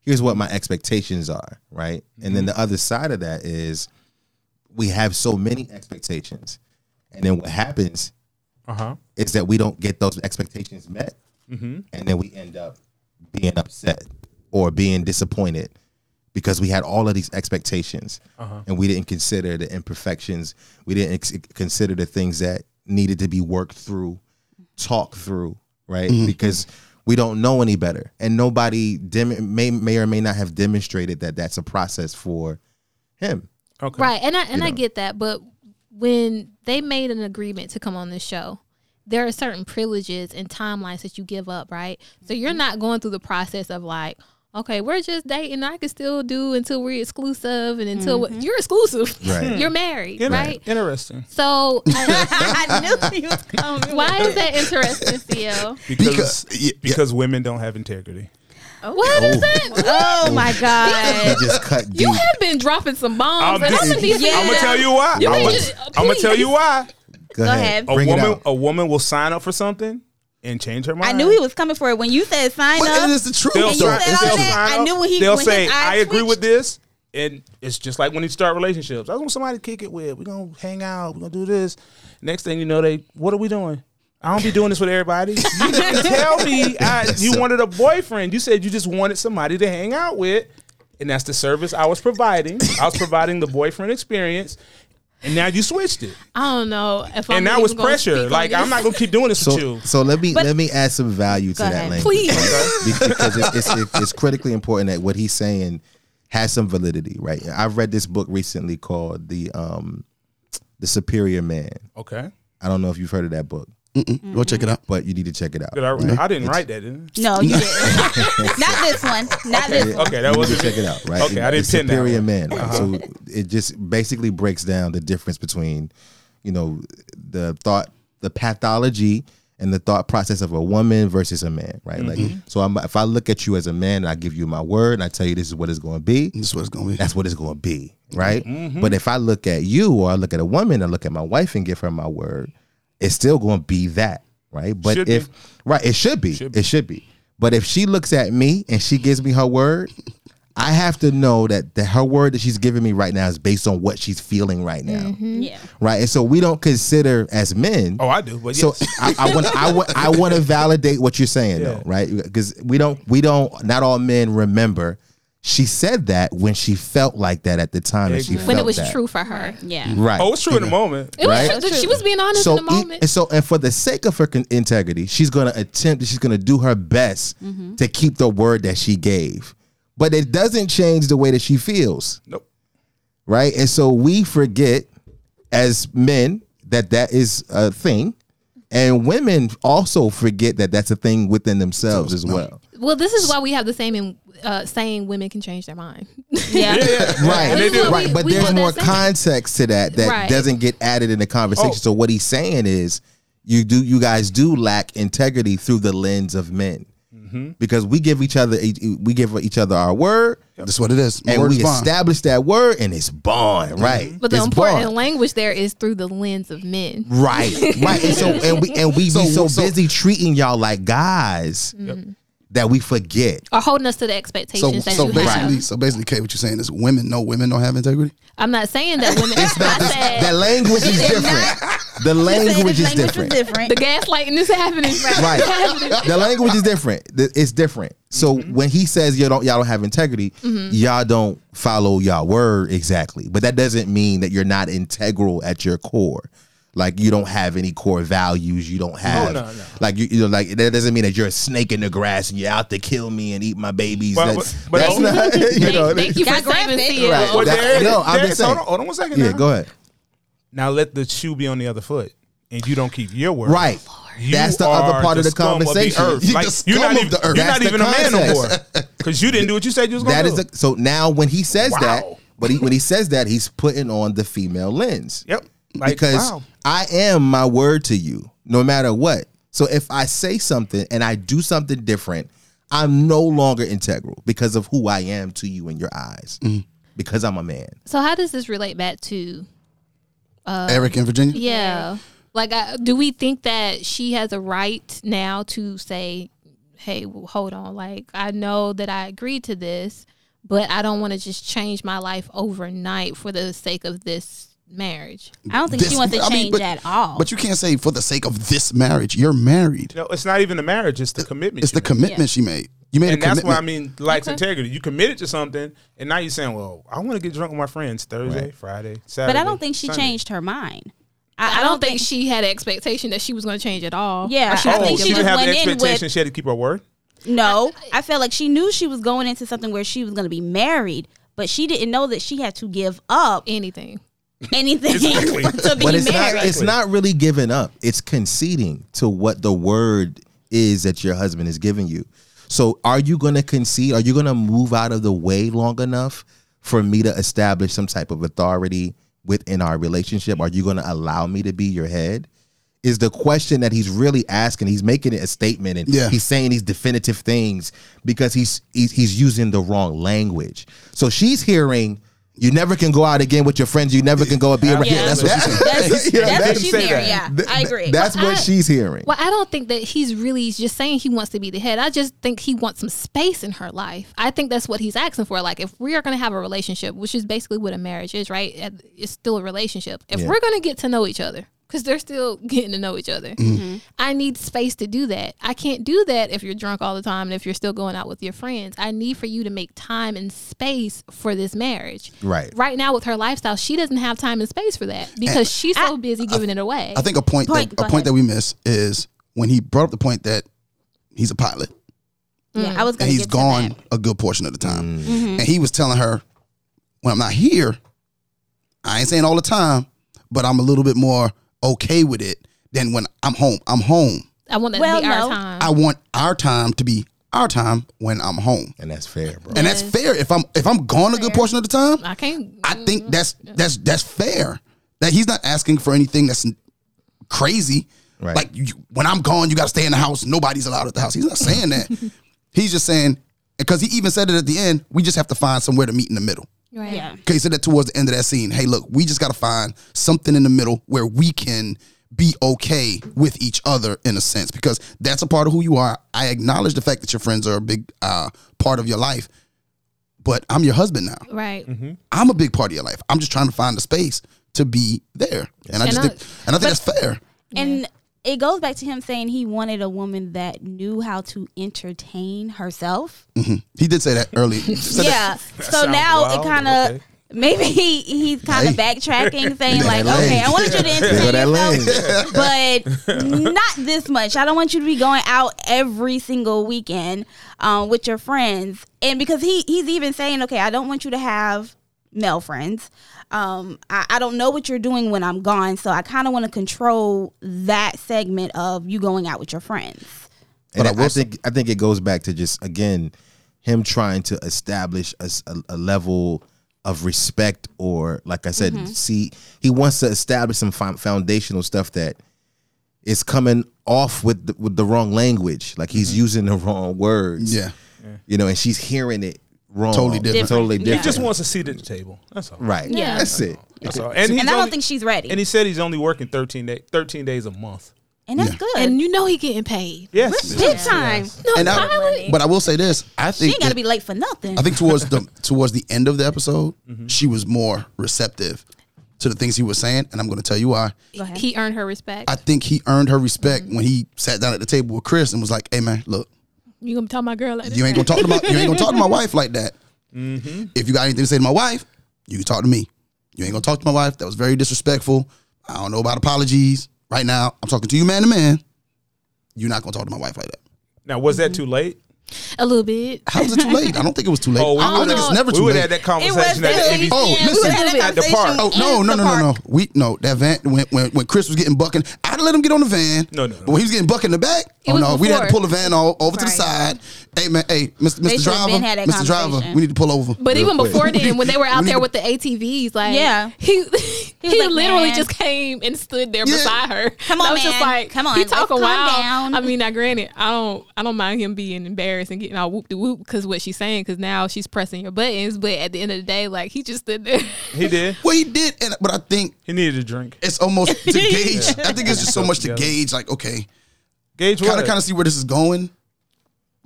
Speaker 5: here's what my expectations are, right? And then the other side of that is we have so many expectations, and then what happens
Speaker 2: uh huh.
Speaker 5: is that we don't get those expectations met,
Speaker 2: Mm-hmm.
Speaker 5: and then we end up being upset or being disappointed because we had all of these expectations
Speaker 2: Uh-huh.
Speaker 5: and we didn't consider the imperfections. We didn't ex- consider the things that needed to be worked through, talked through, right? Because we don't know any better, and nobody dem- may may or may not have demonstrated that that's a process for him.
Speaker 2: Okay,
Speaker 3: Right. And I and I get that, but when they made an agreement to come on this show, there are certain privileges and timelines that you give up, right? So you're not going through the process of like, okay, we're just dating. I can still do until we're exclusive and until what you're exclusive.
Speaker 5: Right.
Speaker 3: you're married,
Speaker 2: Inter-
Speaker 3: right?
Speaker 2: Interesting.
Speaker 3: So I-
Speaker 1: I knew you was coming.
Speaker 3: why is that interesting, CL?
Speaker 2: Because
Speaker 4: Because-
Speaker 2: because,
Speaker 4: yeah, yeah.
Speaker 2: women don't have integrity.
Speaker 3: What is that?
Speaker 1: Oh my
Speaker 5: He
Speaker 1: god.
Speaker 5: just cut deep.
Speaker 3: You have been dropping some bombs. and Oh, I'm
Speaker 2: I'm gonna tell you why.
Speaker 3: You
Speaker 2: I'm
Speaker 3: ain't
Speaker 2: gonna,
Speaker 3: just-
Speaker 2: I'm gonna tell you why.
Speaker 5: Go,
Speaker 1: ahead.
Speaker 2: A
Speaker 5: Bring it
Speaker 2: woman,
Speaker 5: out.
Speaker 2: a woman will sign up for something and change her mind.
Speaker 1: I knew he was coming for it when you said sign
Speaker 4: But
Speaker 1: up.
Speaker 4: it is the truth.
Speaker 2: They'll,
Speaker 1: And you
Speaker 2: sign-
Speaker 1: said all
Speaker 2: they'll
Speaker 1: that,
Speaker 2: sign
Speaker 1: I
Speaker 2: up.
Speaker 1: knew when he-
Speaker 2: They'll
Speaker 1: when his
Speaker 2: say,
Speaker 1: eyes
Speaker 2: "I agree with
Speaker 1: twitched."
Speaker 2: this," and it's just like when you start relationships. I want somebody to kick it with. We're gonna hang out. We're gonna do this. Next thing you know, they, what are we doing? I don't be doing this with everybody. You didn't tell me I, you wanted a boyfriend. You said you just wanted somebody to hang out with, and that's the service I was providing. I was providing the boyfriend experience, and now you switched it,
Speaker 3: I don't know if I'm
Speaker 2: and that
Speaker 3: even
Speaker 2: was
Speaker 3: gonna speak
Speaker 2: pressure.
Speaker 3: on
Speaker 2: Like I'm
Speaker 3: this.
Speaker 2: not gonna keep doing this
Speaker 5: So,
Speaker 2: with you.
Speaker 5: so let me
Speaker 1: But-
Speaker 5: let me add some value to
Speaker 1: Go
Speaker 5: that
Speaker 1: ahead.
Speaker 5: language,
Speaker 3: Please.
Speaker 5: Be- because it's, it's, it's, it's critically important that what he's saying has some validity, right? I read this book recently called the um, the Superior Man.
Speaker 2: Okay,
Speaker 5: I don't know if you've heard of that book,
Speaker 4: Mm-mm. Go check it out.
Speaker 5: but you need to check it out.
Speaker 2: Did I,
Speaker 5: right?
Speaker 2: I didn't write that, didn't
Speaker 1: No, you didn't. Not this one. Not this
Speaker 2: I?
Speaker 1: one.
Speaker 2: Okay, that
Speaker 5: You need
Speaker 2: wasn't
Speaker 5: to check it out, right?
Speaker 2: Okay, I didn't
Speaker 5: The
Speaker 2: pin that
Speaker 5: Superior
Speaker 2: one. Uh-huh.
Speaker 5: Man. right? So it just basically breaks down the difference between, you know, the thought, the pathology, and the thought process of a woman versus a man, right?
Speaker 2: Mm-hmm.
Speaker 5: Like, so I'm, if I look at you as a man and I give you my word and I tell you this is what it's going to be,
Speaker 4: This is what it's gonna be.
Speaker 5: that's what it's going to be, right?
Speaker 2: Mm-hmm.
Speaker 5: But if I look at you or I look at a woman, I look at my wife and give her my word, it's still going to be that, right? But
Speaker 2: Should be.
Speaker 5: if right, it should be, it should be. But if she looks at me and she gives me her word, I have to know that the, her word that she's giving me right now is based on what she's feeling right now,
Speaker 1: Yeah.
Speaker 5: right? And so we don't consider as men.
Speaker 2: Mm-hmm. Oh, I do. But
Speaker 5: So
Speaker 2: yes.
Speaker 5: I, I want I want I want to validate what you're saying
Speaker 2: Yeah.
Speaker 5: though, right? Because we don't we don't not all men remember She said that when she felt like that at the time, and she
Speaker 2: Exactly.
Speaker 3: when
Speaker 5: felt
Speaker 3: it was
Speaker 5: that.
Speaker 3: true for her.
Speaker 1: Yeah.
Speaker 5: right?
Speaker 2: Oh, it's true in the moment.
Speaker 3: It
Speaker 5: Right?
Speaker 3: was true. She was being honest
Speaker 5: so
Speaker 3: in
Speaker 5: e-
Speaker 3: the moment.
Speaker 5: and so and for the sake of her con- integrity she's going to attempt she's going to do her best
Speaker 3: Mm-hmm.
Speaker 5: to keep the word that she gave but it doesn't change the way that she feels
Speaker 2: Nope.
Speaker 5: right and so we forget as men that that is a thing and women also forget that that's a thing within themselves as well
Speaker 3: well, this is why we have the same in, uh, saying women can change their mind.
Speaker 1: Yeah.
Speaker 5: right
Speaker 3: This is what
Speaker 5: right
Speaker 3: we-
Speaker 5: but
Speaker 3: we
Speaker 5: there's
Speaker 3: want
Speaker 5: more
Speaker 3: that saying.
Speaker 5: context to that that
Speaker 3: Right.
Speaker 5: doesn't get added in the conversation
Speaker 2: Oh.
Speaker 5: so what he's saying is you do you guys do lack integrity through the lens of men
Speaker 3: Mm-hmm.
Speaker 5: because we give each other we give each other our word
Speaker 4: That's what it is. My
Speaker 5: and
Speaker 4: word
Speaker 5: we
Speaker 4: is bond.
Speaker 5: establish that word and it's bond right
Speaker 3: Mm-hmm. But the
Speaker 5: It's
Speaker 3: important
Speaker 5: bond.
Speaker 3: language there is through the lens of men.
Speaker 5: Right, right, and so and we and we
Speaker 4: So-
Speaker 5: be so,
Speaker 4: so-
Speaker 5: busy treating y'all like guys that we forget.
Speaker 3: Are holding us to the
Speaker 4: So,
Speaker 3: expectations that
Speaker 4: so
Speaker 3: you
Speaker 4: basically,
Speaker 3: have.
Speaker 4: so basically, Kate, what you're saying is women, no women don't have integrity.
Speaker 3: I'm not saying that women. I said
Speaker 5: The language is different. The language is
Speaker 1: Language was
Speaker 5: different.
Speaker 1: different.
Speaker 3: the gaslighting is happening.
Speaker 5: Right. the language is different. Th- It's different. So
Speaker 3: Mm-hmm.
Speaker 5: when he says you don't y'all don't have integrity, y'all don't follow y'all word exactly. But that doesn't mean that you're not integral at your core. Like you don't have any core values. You don't have
Speaker 2: no, no.
Speaker 5: like you, you know like that doesn't mean that you're a snake in the grass and you're out to kill me and eat my babies.
Speaker 2: But-
Speaker 5: that's
Speaker 2: but-
Speaker 5: that's
Speaker 2: but-
Speaker 5: not you know.
Speaker 3: Thank, thank you for
Speaker 1: Got
Speaker 3: saving
Speaker 1: graphic.
Speaker 3: CL.
Speaker 5: Right.
Speaker 2: But
Speaker 5: That-
Speaker 2: there,
Speaker 5: no, I'm
Speaker 2: there-
Speaker 5: just saying.
Speaker 2: Hold on, hold on one second.
Speaker 5: yeah,
Speaker 2: now.
Speaker 5: go ahead.
Speaker 2: Now let the shoe be on the other foot, and you don't keep your word.
Speaker 5: Right.
Speaker 2: You
Speaker 5: That's the other
Speaker 2: are
Speaker 5: part of the
Speaker 2: scum
Speaker 5: conversation.
Speaker 2: earth.
Speaker 4: You
Speaker 2: Like,
Speaker 4: the scum
Speaker 2: you're not
Speaker 4: of
Speaker 2: even,
Speaker 4: the earth.
Speaker 2: You're not
Speaker 5: That's
Speaker 2: even
Speaker 5: the
Speaker 2: a man no more
Speaker 5: context.
Speaker 2: because you didn't do what you said you was going
Speaker 5: That
Speaker 2: to
Speaker 5: is
Speaker 2: do.
Speaker 5: the, so now when he says
Speaker 2: Wow.
Speaker 5: that, but he, when he says that, he's putting on the female lens.
Speaker 2: yep. Like,
Speaker 5: because
Speaker 2: wow.
Speaker 5: I am my word to you, no matter what. So if I say something and I do something different, I'm no longer integral because of who I am to you in your eyes. Because I'm a man.
Speaker 3: So how does this relate back to
Speaker 1: Uh,
Speaker 4: Eric in Virginia.
Speaker 3: Yeah. Like, I, do we think that she has a right now to say, hey, w- hold on? Like, I know that I agreed to this, but I don't want to just change my life overnight for the sake of this marriage.
Speaker 1: I don't think she wants to
Speaker 4: I
Speaker 1: change
Speaker 4: mean, but-
Speaker 1: at all.
Speaker 4: But you can't say for the sake of this marriage. You're married.
Speaker 2: No, it's not even the marriage; it's the commitment.
Speaker 4: It's
Speaker 2: you
Speaker 4: the commitment she made. You made
Speaker 2: and
Speaker 4: a commitment.
Speaker 2: that's why I mean lacks integrity. You committed to something, and now you're saying, "Well, I want to get drunk with my friends Thursday, Friday, Saturday."
Speaker 1: but I don't think she
Speaker 2: Sunday."
Speaker 1: changed her mind.
Speaker 3: I, don't, think, she had an expectation that she was going to change at all.
Speaker 1: Yeah,
Speaker 3: Or she was
Speaker 1: I
Speaker 2: Oh,
Speaker 3: gonna
Speaker 1: think
Speaker 2: she
Speaker 3: give
Speaker 1: just
Speaker 2: didn't have the
Speaker 1: went in with-
Speaker 2: expectation she had to keep her word.
Speaker 1: No, I felt like she knew she was going into something where she was going to be married, but she didn't know that she had to give up
Speaker 3: anything.
Speaker 1: anything
Speaker 2: Exactly.
Speaker 1: to be
Speaker 5: But it's not,
Speaker 1: married.
Speaker 5: it's not really giving up. It's conceding to what the word is that your husband is giving you. So are you going to concede? Are you going to move out of the way long enough for me to establish some type of authority within our relationship? Are you going to allow me to be your head? Is the question that he's really asking. He's making it a statement and
Speaker 4: Yeah.
Speaker 5: he's saying these definitive things because he's he's, he's using the wrong language. So she's hearing you never can go out again with your friends. You never can go and be around.
Speaker 1: Yeah, that's what
Speaker 5: That-
Speaker 1: That's, that's
Speaker 5: Yeah, they
Speaker 1: what
Speaker 5: didn't
Speaker 1: she's
Speaker 5: say
Speaker 1: hearing.
Speaker 5: that.
Speaker 1: Yeah,
Speaker 5: Th-
Speaker 1: I
Speaker 5: th-
Speaker 1: agree.
Speaker 5: That's what
Speaker 3: I-
Speaker 5: she's hearing.
Speaker 3: Well, I don't think that he's really just saying he wants to be the head. I just think he wants some space in her life. I think that's what he's asking for. Like, if we are going to have a relationship, which is basically what a marriage is, right? At- It's still a relationship. If
Speaker 5: Yeah.
Speaker 3: we're going to get to know each other, because they're still getting to know each other, I need space to do that. I can't do that if you're drunk all the time and if you're still going out with your friends. I need for you to make time and space for this marriage.
Speaker 5: Right.
Speaker 3: Right now, with her lifestyle, she doesn't have time and space for that because she's so busy giving it away.
Speaker 4: I think a point,
Speaker 1: Point,
Speaker 4: that,
Speaker 1: go
Speaker 4: a point
Speaker 1: ahead.
Speaker 4: that we miss is when he brought up the point that he's a pilot
Speaker 1: yeah, I was going to
Speaker 4: and
Speaker 1: Mm-hmm.
Speaker 4: he's
Speaker 1: get
Speaker 4: gone
Speaker 1: to that.
Speaker 4: a good portion of the
Speaker 2: Mm.
Speaker 4: time, and he was telling her, "When I'm not here, I ain't saying all the time, but I'm a little bit more okay with it than when I'm home. I'm home.
Speaker 3: I want that
Speaker 1: Well,
Speaker 3: to be
Speaker 1: no.
Speaker 3: our time.
Speaker 4: I want our time to be our time when I'm home,
Speaker 5: and that's fair, bro.
Speaker 4: and that's fair. If I'm if I'm gone a good portion of the time,
Speaker 3: I can't.
Speaker 4: I think that's that's that's fair. That he's not asking for anything that's crazy.
Speaker 5: Right.
Speaker 4: Like you, when I'm gone, you got to stay in the house. Nobody's allowed at the house. He's not saying that. he's just saying because he even said it at the end. We just have to find somewhere to meet in the middle.
Speaker 3: Right.
Speaker 1: Yeah.
Speaker 4: Okay, he said that towards the end of that scene. Hey, look, we just got to find something in the middle where we can be okay with each other in a sense because that's a part of who you are. I acknowledge the fact that your friends are a big uh, part of your life, but I'm your husband now.
Speaker 3: Right.
Speaker 4: I'm a big part of your life. I'm just trying to find a space to be there, and I
Speaker 3: And
Speaker 4: just
Speaker 3: I-
Speaker 4: think, and I think that's fair.
Speaker 1: And it goes back to him saying he wanted a woman that knew how to entertain herself.
Speaker 4: He did say that early. So that-
Speaker 1: yeah. so now it kind of maybe he, he's kind of backtracking, saying like,
Speaker 4: that
Speaker 1: okay,
Speaker 4: lane.
Speaker 1: I wanted you to
Speaker 5: There go
Speaker 1: entertain
Speaker 5: that lane.
Speaker 1: yourself, but not this much. I don't want you to be going out every single weekend um, with your friends, and because he he's even saying, okay, I don't want you to have male friends. Um, I, I don't know what you're doing when I'm gone, so I kind of want to control that segment of you going out with your friends.
Speaker 5: And
Speaker 4: But
Speaker 5: I,
Speaker 4: I will
Speaker 5: I think I think it goes back to just again him trying to establish a, s- a- a level of respect, or like I
Speaker 1: Mm-hmm.
Speaker 5: said, see, he wants to establish some fo- foundational stuff that is coming off with the, with the wrong language. Like he's using the wrong words.
Speaker 4: yeah.
Speaker 5: you know, and she's hearing it wrong.
Speaker 4: Totally different.
Speaker 5: Totally
Speaker 1: Different.
Speaker 5: different.
Speaker 1: Yeah.
Speaker 2: He just wants a seat at the table. That's all.
Speaker 5: right.
Speaker 1: Yeah.
Speaker 5: that's it.
Speaker 2: That's all. And, he's
Speaker 1: And I don't
Speaker 2: only-
Speaker 1: think she's ready,
Speaker 2: And
Speaker 1: and,
Speaker 2: he said he's only working 13, day, 13 days a month.
Speaker 1: that's good.
Speaker 3: and you know he getting paid.
Speaker 2: Yes.
Speaker 1: Big time. No,
Speaker 4: And I, but I will say this: I
Speaker 1: she
Speaker 4: think
Speaker 1: ain't got to
Speaker 4: that-
Speaker 1: be late for nothing.
Speaker 4: I think towards the towards the end of the episode,
Speaker 2: Mm-hmm.
Speaker 4: she was more receptive to the things he was saying, and I'm going to tell you why.
Speaker 1: Go ahead.
Speaker 3: He earned her respect.
Speaker 4: I think he earned her respect
Speaker 2: Mm-hmm.
Speaker 4: when he sat down at the table with Chris and was like, "Hey man, look,
Speaker 3: you gonna tell my girl like
Speaker 4: you ain't gonna talk to my you ain't gonna talk to my wife like that.
Speaker 2: Mm-hmm.
Speaker 4: If you got anything to say to my wife, you can talk to me. You ain't gonna talk to my wife. That was very disrespectful. I don't know about apologies. Right now, I'm talking to you man to man. You're not gonna talk to my wife like that.
Speaker 2: Now, was that too late?
Speaker 3: a little bit.
Speaker 4: How was it too late? I don't think it was too late.
Speaker 2: Oh, we
Speaker 4: I don't
Speaker 2: would've-
Speaker 4: think it's never
Speaker 2: We
Speaker 4: too
Speaker 2: would
Speaker 4: late.
Speaker 2: have that conversation at the ABC.
Speaker 4: Oh, listen.
Speaker 2: At the park.
Speaker 4: Oh no, no, no, no, no. We no that van when when, when Chris was getting bucking, I'd let him get on the van.
Speaker 2: No, no, no.
Speaker 4: But when he was getting buck in the back, oh
Speaker 3: was
Speaker 4: no, we had to
Speaker 3: before.
Speaker 4: pull the van all over to the
Speaker 6: Right.
Speaker 4: side. Hey man, hey, Mr. Mr.
Speaker 1: should've been
Speaker 4: Driver,
Speaker 1: had that
Speaker 4: Mr. Driver,
Speaker 1: conversation.
Speaker 4: we need to pull over.
Speaker 3: But even before then, when they were out
Speaker 4: We
Speaker 3: there
Speaker 4: need-
Speaker 3: with the ATVs, like
Speaker 1: Yeah.
Speaker 3: he he,
Speaker 1: like,
Speaker 3: literally
Speaker 1: "Man."
Speaker 3: just came and stood there
Speaker 4: Yeah.
Speaker 3: beside her.
Speaker 1: Come
Speaker 3: And
Speaker 1: on,
Speaker 3: I was just
Speaker 1: man.
Speaker 3: like,
Speaker 1: Come on,
Speaker 3: He
Speaker 1: let's
Speaker 3: talk a
Speaker 1: calm
Speaker 3: while.
Speaker 1: down.
Speaker 3: I mean, now granted, I don't I don't mind him being embarrassed and getting all whoop de whoop because what she's saying because now she's pressing your buttons. But at the end of the day, like he just stood there.
Speaker 2: He did.
Speaker 4: well, he did, and but I think
Speaker 2: He needed a drink.
Speaker 4: it's almost to gauge. I think it's just so much to
Speaker 2: Yeah.
Speaker 4: gauge. Like, okay,
Speaker 2: Gage,
Speaker 4: kind of
Speaker 2: what?
Speaker 4: kind of see where this is going.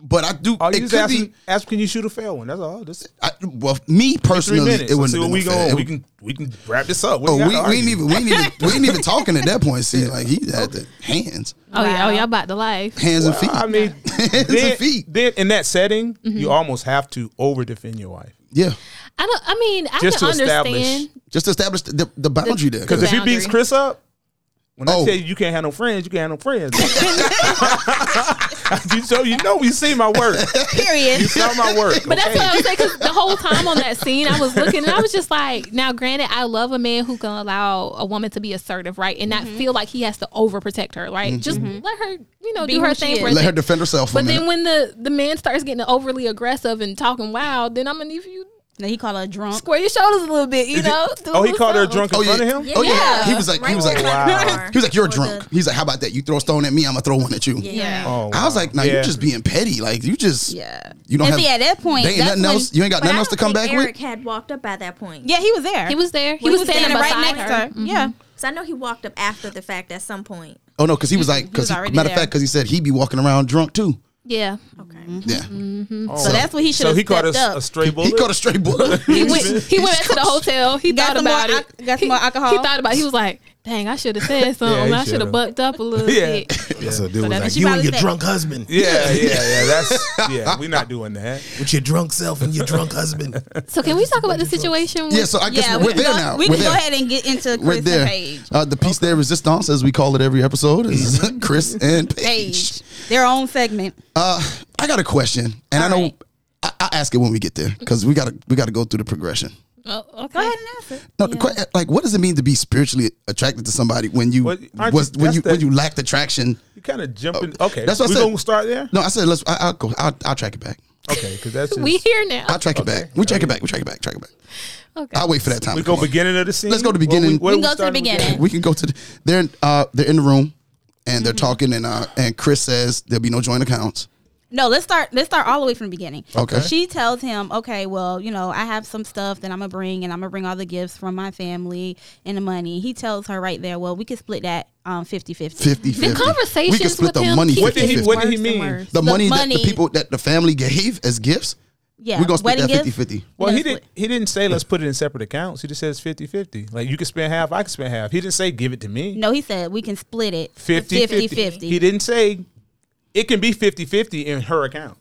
Speaker 4: But I do.
Speaker 2: All Oh, you
Speaker 4: it
Speaker 2: just
Speaker 4: could
Speaker 2: ask,
Speaker 4: be.
Speaker 2: ask, can you shoot a fair one? That's all. Just
Speaker 4: I, well, me
Speaker 2: three
Speaker 4: personally,
Speaker 2: minutes.
Speaker 4: it
Speaker 2: Let's
Speaker 4: wouldn't
Speaker 2: see
Speaker 4: have
Speaker 2: what
Speaker 4: been
Speaker 2: we
Speaker 4: a fair.
Speaker 2: going.
Speaker 4: It
Speaker 2: We
Speaker 4: would-
Speaker 2: can we can wrap this up. What
Speaker 4: Oh,
Speaker 2: you
Speaker 4: we,
Speaker 2: got to
Speaker 4: we ain't
Speaker 2: argue?
Speaker 4: even we ain't even we ain't even talking at that point. See, like he had the hands,
Speaker 3: Oh yeah, oh y'all about the life.
Speaker 4: hands and feet.
Speaker 2: I mean,
Speaker 4: and
Speaker 2: then,
Speaker 4: feet.
Speaker 2: then in that setting, you almost have to over defend your wife
Speaker 4: Yeah,
Speaker 3: I don't. I mean, I
Speaker 2: Just
Speaker 3: can
Speaker 2: to establish.
Speaker 3: understand.
Speaker 4: just to establish the, the boundary there.
Speaker 2: because if he
Speaker 3: Boundary.
Speaker 2: beats Chris up, when
Speaker 4: Oh.
Speaker 2: I tell you you can't have no friends, you can't have no friends. you so you know you see my work. You
Speaker 1: Period.
Speaker 2: saw my work.
Speaker 3: But that's
Speaker 2: okay?
Speaker 3: what I was saying because the whole time on that scene, I was looking and I was just like, now, granted, I love a man who can allow a woman to be assertive, right? And
Speaker 1: Mm-hmm.
Speaker 3: not feel like he has to overprotect her,
Speaker 2: Mm-hmm.
Speaker 3: right? Just let her, you know,
Speaker 1: Be
Speaker 3: do her
Speaker 1: who she
Speaker 3: thing.
Speaker 1: is.
Speaker 3: For
Speaker 4: Let her
Speaker 3: thing.
Speaker 4: defend herself. For
Speaker 3: But
Speaker 4: a
Speaker 3: then
Speaker 4: minute.
Speaker 3: when the, the man starts getting overly aggressive and talking wild, then I'm going to need you
Speaker 1: Now he called her a drunk.
Speaker 3: square your shoulders a little bit, you know? Do a
Speaker 2: oh, he
Speaker 3: little
Speaker 2: called her
Speaker 3: something.
Speaker 2: drunk in
Speaker 4: Oh,
Speaker 2: front
Speaker 4: yeah.
Speaker 2: of him.
Speaker 4: Oh, yeah. He was like- he was like,
Speaker 2: Wow.
Speaker 4: he was like, "You're drunk." He's like, "How about that? You throw a stone at me, I'm gonna throw one at you."
Speaker 3: Yeah.
Speaker 2: Oh,
Speaker 4: I was
Speaker 2: wow.
Speaker 4: like, "Now
Speaker 2: Yeah.
Speaker 4: you're just being petty. Like you just
Speaker 1: Yeah.
Speaker 4: you don't
Speaker 1: and
Speaker 4: have
Speaker 1: see, at that point,
Speaker 4: They ain't
Speaker 1: that's
Speaker 4: nothing
Speaker 1: when-
Speaker 4: else. You ain't got nothing else to come back
Speaker 6: Eric
Speaker 4: with."
Speaker 6: had walked up by that point.
Speaker 1: Yeah, he was there.
Speaker 3: He was there. He,
Speaker 1: He
Speaker 3: was, standing,
Speaker 1: right
Speaker 3: beside
Speaker 1: next
Speaker 3: her.
Speaker 1: to her. Yeah.
Speaker 6: So I know he walked up after the fact at some point.
Speaker 4: Oh no, because he was like, because
Speaker 1: was already
Speaker 4: matter of
Speaker 1: there.
Speaker 4: fact, because he said he'd be walking around drunk too.
Speaker 3: Yeah.
Speaker 6: Okay.
Speaker 1: Mm-hmm.
Speaker 4: Yeah, Mm-hmm.
Speaker 1: So that's what he should
Speaker 2: So
Speaker 1: have
Speaker 2: he caught
Speaker 1: stepped
Speaker 2: us
Speaker 1: up.
Speaker 2: a stray bullet.
Speaker 4: he caught a straight bullet.
Speaker 3: He went, he went back to the hotel. He
Speaker 1: Got
Speaker 3: thought
Speaker 1: some more
Speaker 3: about
Speaker 1: al-
Speaker 3: it.
Speaker 1: got some
Speaker 3: he,
Speaker 1: more alcohol?
Speaker 3: He thought about it. He was like, dang, I should have said something.
Speaker 2: he
Speaker 3: I should have
Speaker 2: should've.
Speaker 3: bucked up a little
Speaker 2: Yeah.
Speaker 3: bit.
Speaker 5: So dude was
Speaker 3: that's
Speaker 5: like,
Speaker 3: what
Speaker 5: you
Speaker 1: you
Speaker 5: and your
Speaker 1: about to say.
Speaker 5: drunk husband,
Speaker 2: Yeah, yeah, yeah. That's yeah. We're not doing that.
Speaker 5: with your drunk self and your drunk husband.
Speaker 3: So can we talk about the situation? With,
Speaker 4: yeah, so I guess
Speaker 1: yeah,
Speaker 4: we're,
Speaker 1: we can
Speaker 4: there
Speaker 1: go,
Speaker 4: now.
Speaker 1: We
Speaker 4: are
Speaker 1: can
Speaker 4: there.
Speaker 1: go ahead and get into
Speaker 4: we're
Speaker 1: Chris and
Speaker 4: there.
Speaker 1: Page. Mm-hmm.
Speaker 4: Uh, the piece de resistance, as we call it every episode, is Chris and Paige.
Speaker 1: Page, their own segment.
Speaker 4: Uh, I got a question, and I know
Speaker 1: right.
Speaker 4: I, I ask it when we get there because we gotta we gotta go through the progression.
Speaker 3: Oh, okay.
Speaker 1: Go ahead and ask it.
Speaker 4: No, the que- like, what does it mean to be spiritually attracted to somebody when you
Speaker 2: Well, aren't
Speaker 4: was
Speaker 2: you-
Speaker 4: when
Speaker 2: that's
Speaker 4: you
Speaker 2: the-
Speaker 4: when you lacked attraction?
Speaker 2: You kind of jumping. Okay,
Speaker 4: Oh, That's what I
Speaker 2: we
Speaker 4: said.
Speaker 2: gonna start there.
Speaker 4: No, I said let's. I, I'll go. I'll, I'll track it back.
Speaker 2: Okay, because that's just,
Speaker 3: We
Speaker 2: we
Speaker 3: here now.
Speaker 4: I'll track it back. We track it back. We track it back. Track it back.
Speaker 3: okay.
Speaker 4: I'll wait for that time. to
Speaker 2: go
Speaker 4: come up.
Speaker 2: beginning of the scene.
Speaker 4: Let's go to
Speaker 2: Where
Speaker 4: beginning.
Speaker 2: where
Speaker 1: We can go to the
Speaker 2: starting with
Speaker 1: beginning.
Speaker 4: We can go to. The, they're in, uh they're in the room, and they're talking, and uh and Chris says there'll be no joint accounts.
Speaker 1: No, let's start. Let's start all the way from the beginning.
Speaker 4: Okay.
Speaker 1: She tells him, "Okay, well, you know, I have some stuff that I'm gonna bring, and I'm gonna bring all the gifts from my family and the money." He tells her right there, "Well, we could split that um 50-50.
Speaker 4: 50 50
Speaker 3: conversations
Speaker 4: we can split
Speaker 3: with
Speaker 4: the
Speaker 3: him
Speaker 4: money
Speaker 3: keep-
Speaker 2: What did he? What
Speaker 3: Worse
Speaker 2: did he
Speaker 3: and
Speaker 2: mean?
Speaker 3: worse.
Speaker 4: the,
Speaker 1: The
Speaker 4: money, that
Speaker 1: money-
Speaker 4: the people that the family gave as gifts
Speaker 1: yeah,
Speaker 4: We're gonna split
Speaker 1: wedding
Speaker 4: that
Speaker 1: gift.
Speaker 4: 50-50.
Speaker 2: Well, he
Speaker 1: Yes,
Speaker 2: didn't. He didn't say let's put it in separate accounts. He just says 50-50. Like you can spend half, I can spend half. He didn't say give it to me.
Speaker 1: No, he said we can split it
Speaker 2: 50
Speaker 1: 50.
Speaker 2: He didn't say it can be 50 50 in her account.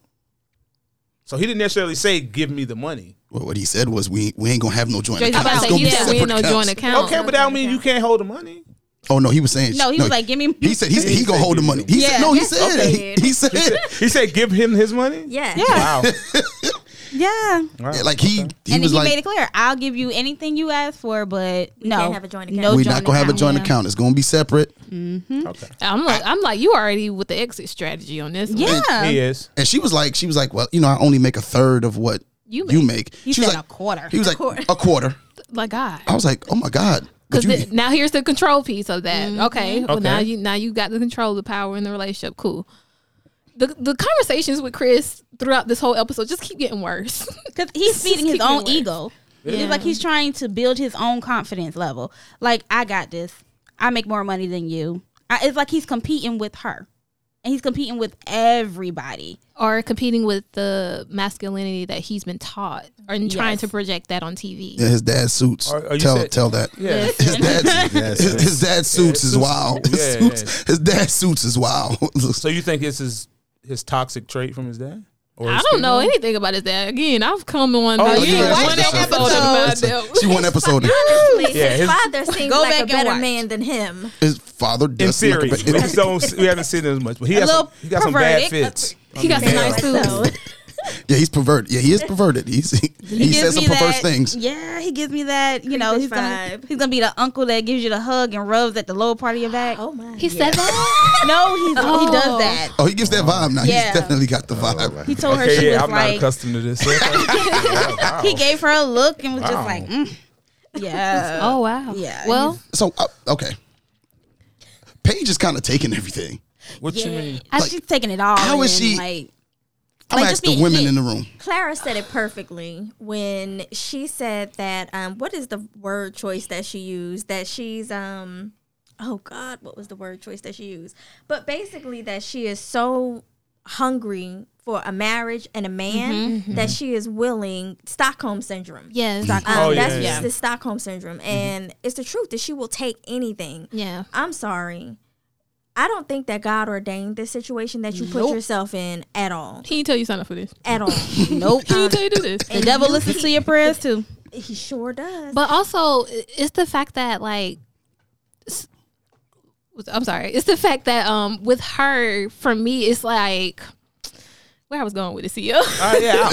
Speaker 2: So he didn't necessarily say give me the money.
Speaker 4: Well, what he said was we we ain't gonna have no joint
Speaker 3: I'm
Speaker 4: account.
Speaker 3: about to
Speaker 4: It's
Speaker 3: say,
Speaker 4: gonna
Speaker 3: he
Speaker 4: be
Speaker 3: said we ain't
Speaker 4: separate
Speaker 3: no
Speaker 4: accounts.
Speaker 3: joint account.
Speaker 2: okay, but that don't mean you can't hold the money.
Speaker 4: Oh no, he was saying
Speaker 1: No, he was like, "Give me
Speaker 4: He
Speaker 1: my-"
Speaker 4: said he, said he
Speaker 2: He
Speaker 4: gonna
Speaker 2: said
Speaker 4: hold the
Speaker 2: give
Speaker 4: money.
Speaker 2: me
Speaker 4: He said no. He
Speaker 1: Yeah.
Speaker 4: said
Speaker 6: Okay.
Speaker 4: he, he said
Speaker 2: He said give him his money?
Speaker 6: Yeah.
Speaker 2: Wow.
Speaker 1: Yeah.
Speaker 2: Wow.
Speaker 4: like he he
Speaker 1: and
Speaker 4: was
Speaker 1: he
Speaker 4: like
Speaker 1: made it clear, I'll give you anything you ask for, but no,
Speaker 6: can't have a joint account.
Speaker 1: no
Speaker 4: we're
Speaker 1: joint
Speaker 4: not gonna have a joint
Speaker 1: Yeah. Mm.
Speaker 4: account. It's gonna be separate.
Speaker 2: Okay.
Speaker 3: I'm like, I'm like, you already with the exit strategy on this. one.
Speaker 1: Yeah,
Speaker 2: He is.
Speaker 4: And she was like she was like well you know I only make a third of what
Speaker 3: You
Speaker 4: you
Speaker 3: make.
Speaker 4: make.
Speaker 1: He
Speaker 4: she was
Speaker 1: said
Speaker 4: like
Speaker 1: a quarter.
Speaker 4: He was like a quarter.
Speaker 3: like God.
Speaker 4: I was like oh my god. But
Speaker 3: Because
Speaker 4: you,
Speaker 3: now here's the control piece of that.
Speaker 1: Mm-hmm.
Speaker 3: Okay, well
Speaker 2: Okay.
Speaker 3: now you now you got the control, the power in the relationship. Cool. The the conversations with Chris throughout this whole episode just keep getting worse.
Speaker 1: because he's feeding his
Speaker 3: keep
Speaker 1: own
Speaker 3: it worse.
Speaker 1: ego. It's like he's trying to build his own confidence level. Like I got this. I make more money than you. I, it's like he's competing with her, and he's competing with everybody.
Speaker 3: or competing with the masculinity that he's been taught, or in trying to project that on TV.
Speaker 4: yeah, his dad's suits.
Speaker 2: Are- are you
Speaker 4: tell
Speaker 2: said-
Speaker 4: tell that.
Speaker 2: Yeah.
Speaker 4: His dad's
Speaker 5: Yes,
Speaker 4: his, his dad's suits is
Speaker 2: suits-
Speaker 4: wild. His,
Speaker 2: yeah,
Speaker 4: suits,
Speaker 2: yeah.
Speaker 4: his dad's suits is wild.
Speaker 2: So you think this is his toxic trait from his dad? Or
Speaker 3: I
Speaker 2: his
Speaker 3: don't know anything about his dad. Again, I've come on
Speaker 2: Oh,
Speaker 3: the
Speaker 2: you
Speaker 3: yeah,
Speaker 2: watched
Speaker 3: one
Speaker 2: the
Speaker 3: episode
Speaker 2: episode.
Speaker 3: about them.
Speaker 4: she one episode.
Speaker 6: Honestly,
Speaker 2: Yeah,
Speaker 6: his,
Speaker 2: his-
Speaker 6: father seems
Speaker 1: Go
Speaker 6: like
Speaker 1: back
Speaker 6: a
Speaker 1: and
Speaker 6: better
Speaker 1: watch.
Speaker 6: man than him.
Speaker 4: His father
Speaker 2: in
Speaker 4: does
Speaker 2: theory.
Speaker 4: like
Speaker 2: we,
Speaker 4: a, it-
Speaker 2: just don't, we haven't seen it as much. But he, has some,
Speaker 1: little
Speaker 2: he got some
Speaker 1: perverted.
Speaker 2: bad fits.
Speaker 3: He got some nice food.
Speaker 6: So,
Speaker 4: Yeah, he's perverted. Yeah, he is perverted. He's he,
Speaker 1: gives
Speaker 4: says some
Speaker 1: me
Speaker 4: perverse
Speaker 1: that-
Speaker 4: things.
Speaker 1: Yeah, he gives me that. You know,
Speaker 6: Creepish
Speaker 1: he's gonna,
Speaker 6: vibe.
Speaker 1: he's gonna be the uncle that gives you the hug and rubs at the lower part of your back.
Speaker 6: oh my.
Speaker 3: He said that.
Speaker 1: No, he's, he
Speaker 3: Oh.
Speaker 1: does that.
Speaker 4: Oh, he gives that vibe now.
Speaker 1: Yeah.
Speaker 4: He's definitely got the vibe.
Speaker 1: He told her she
Speaker 2: Okay, yeah,
Speaker 1: was
Speaker 2: I'm not
Speaker 1: like,
Speaker 2: accustomed to this. Yeah, wow.
Speaker 1: he gave her a look and was
Speaker 2: Wow.
Speaker 1: just like, mm. yeah.
Speaker 3: Oh wow.
Speaker 1: Yeah,
Speaker 3: Well,
Speaker 4: So uh, okay, Paige is kind of taking everything.
Speaker 2: What you mean?
Speaker 1: I,
Speaker 4: Like,
Speaker 1: she's taking it all.
Speaker 4: how is
Speaker 1: in,
Speaker 4: she-
Speaker 1: Like,
Speaker 4: I'm
Speaker 1: Like,
Speaker 4: gonna
Speaker 1: just
Speaker 4: ask the
Speaker 1: being
Speaker 4: women
Speaker 1: hit.
Speaker 4: in the room.
Speaker 6: Clara said it perfectly when she said that. Um, what is the word choice that she used? That she's um, oh God, what was the word choice that she used? But basically, that she is so hungry for a marriage and a man that she is willing Stockholm syndrome.
Speaker 3: yes. Uh,
Speaker 6: Um,
Speaker 2: Oh, yeah,
Speaker 6: that's
Speaker 2: yeah.
Speaker 6: the Stockholm syndrome,
Speaker 1: Mm-hmm.
Speaker 6: and it's the truth that she will take anything.
Speaker 3: Yeah.
Speaker 6: I'm sorry. I don't think that God ordained this situation that you put yourself in at all.
Speaker 3: He didn't tell you sign up for this.
Speaker 6: At all. Oh, Uh,
Speaker 1: nope.
Speaker 3: He didn't tell you do this.
Speaker 1: the devil listens to your prayers too.
Speaker 6: he sure does.
Speaker 3: But also, i- it's the fact that like, s- I'm sorry, it's the fact that um with her, for me, it's like where I was going with E it. See, he
Speaker 2: Ah, yeah,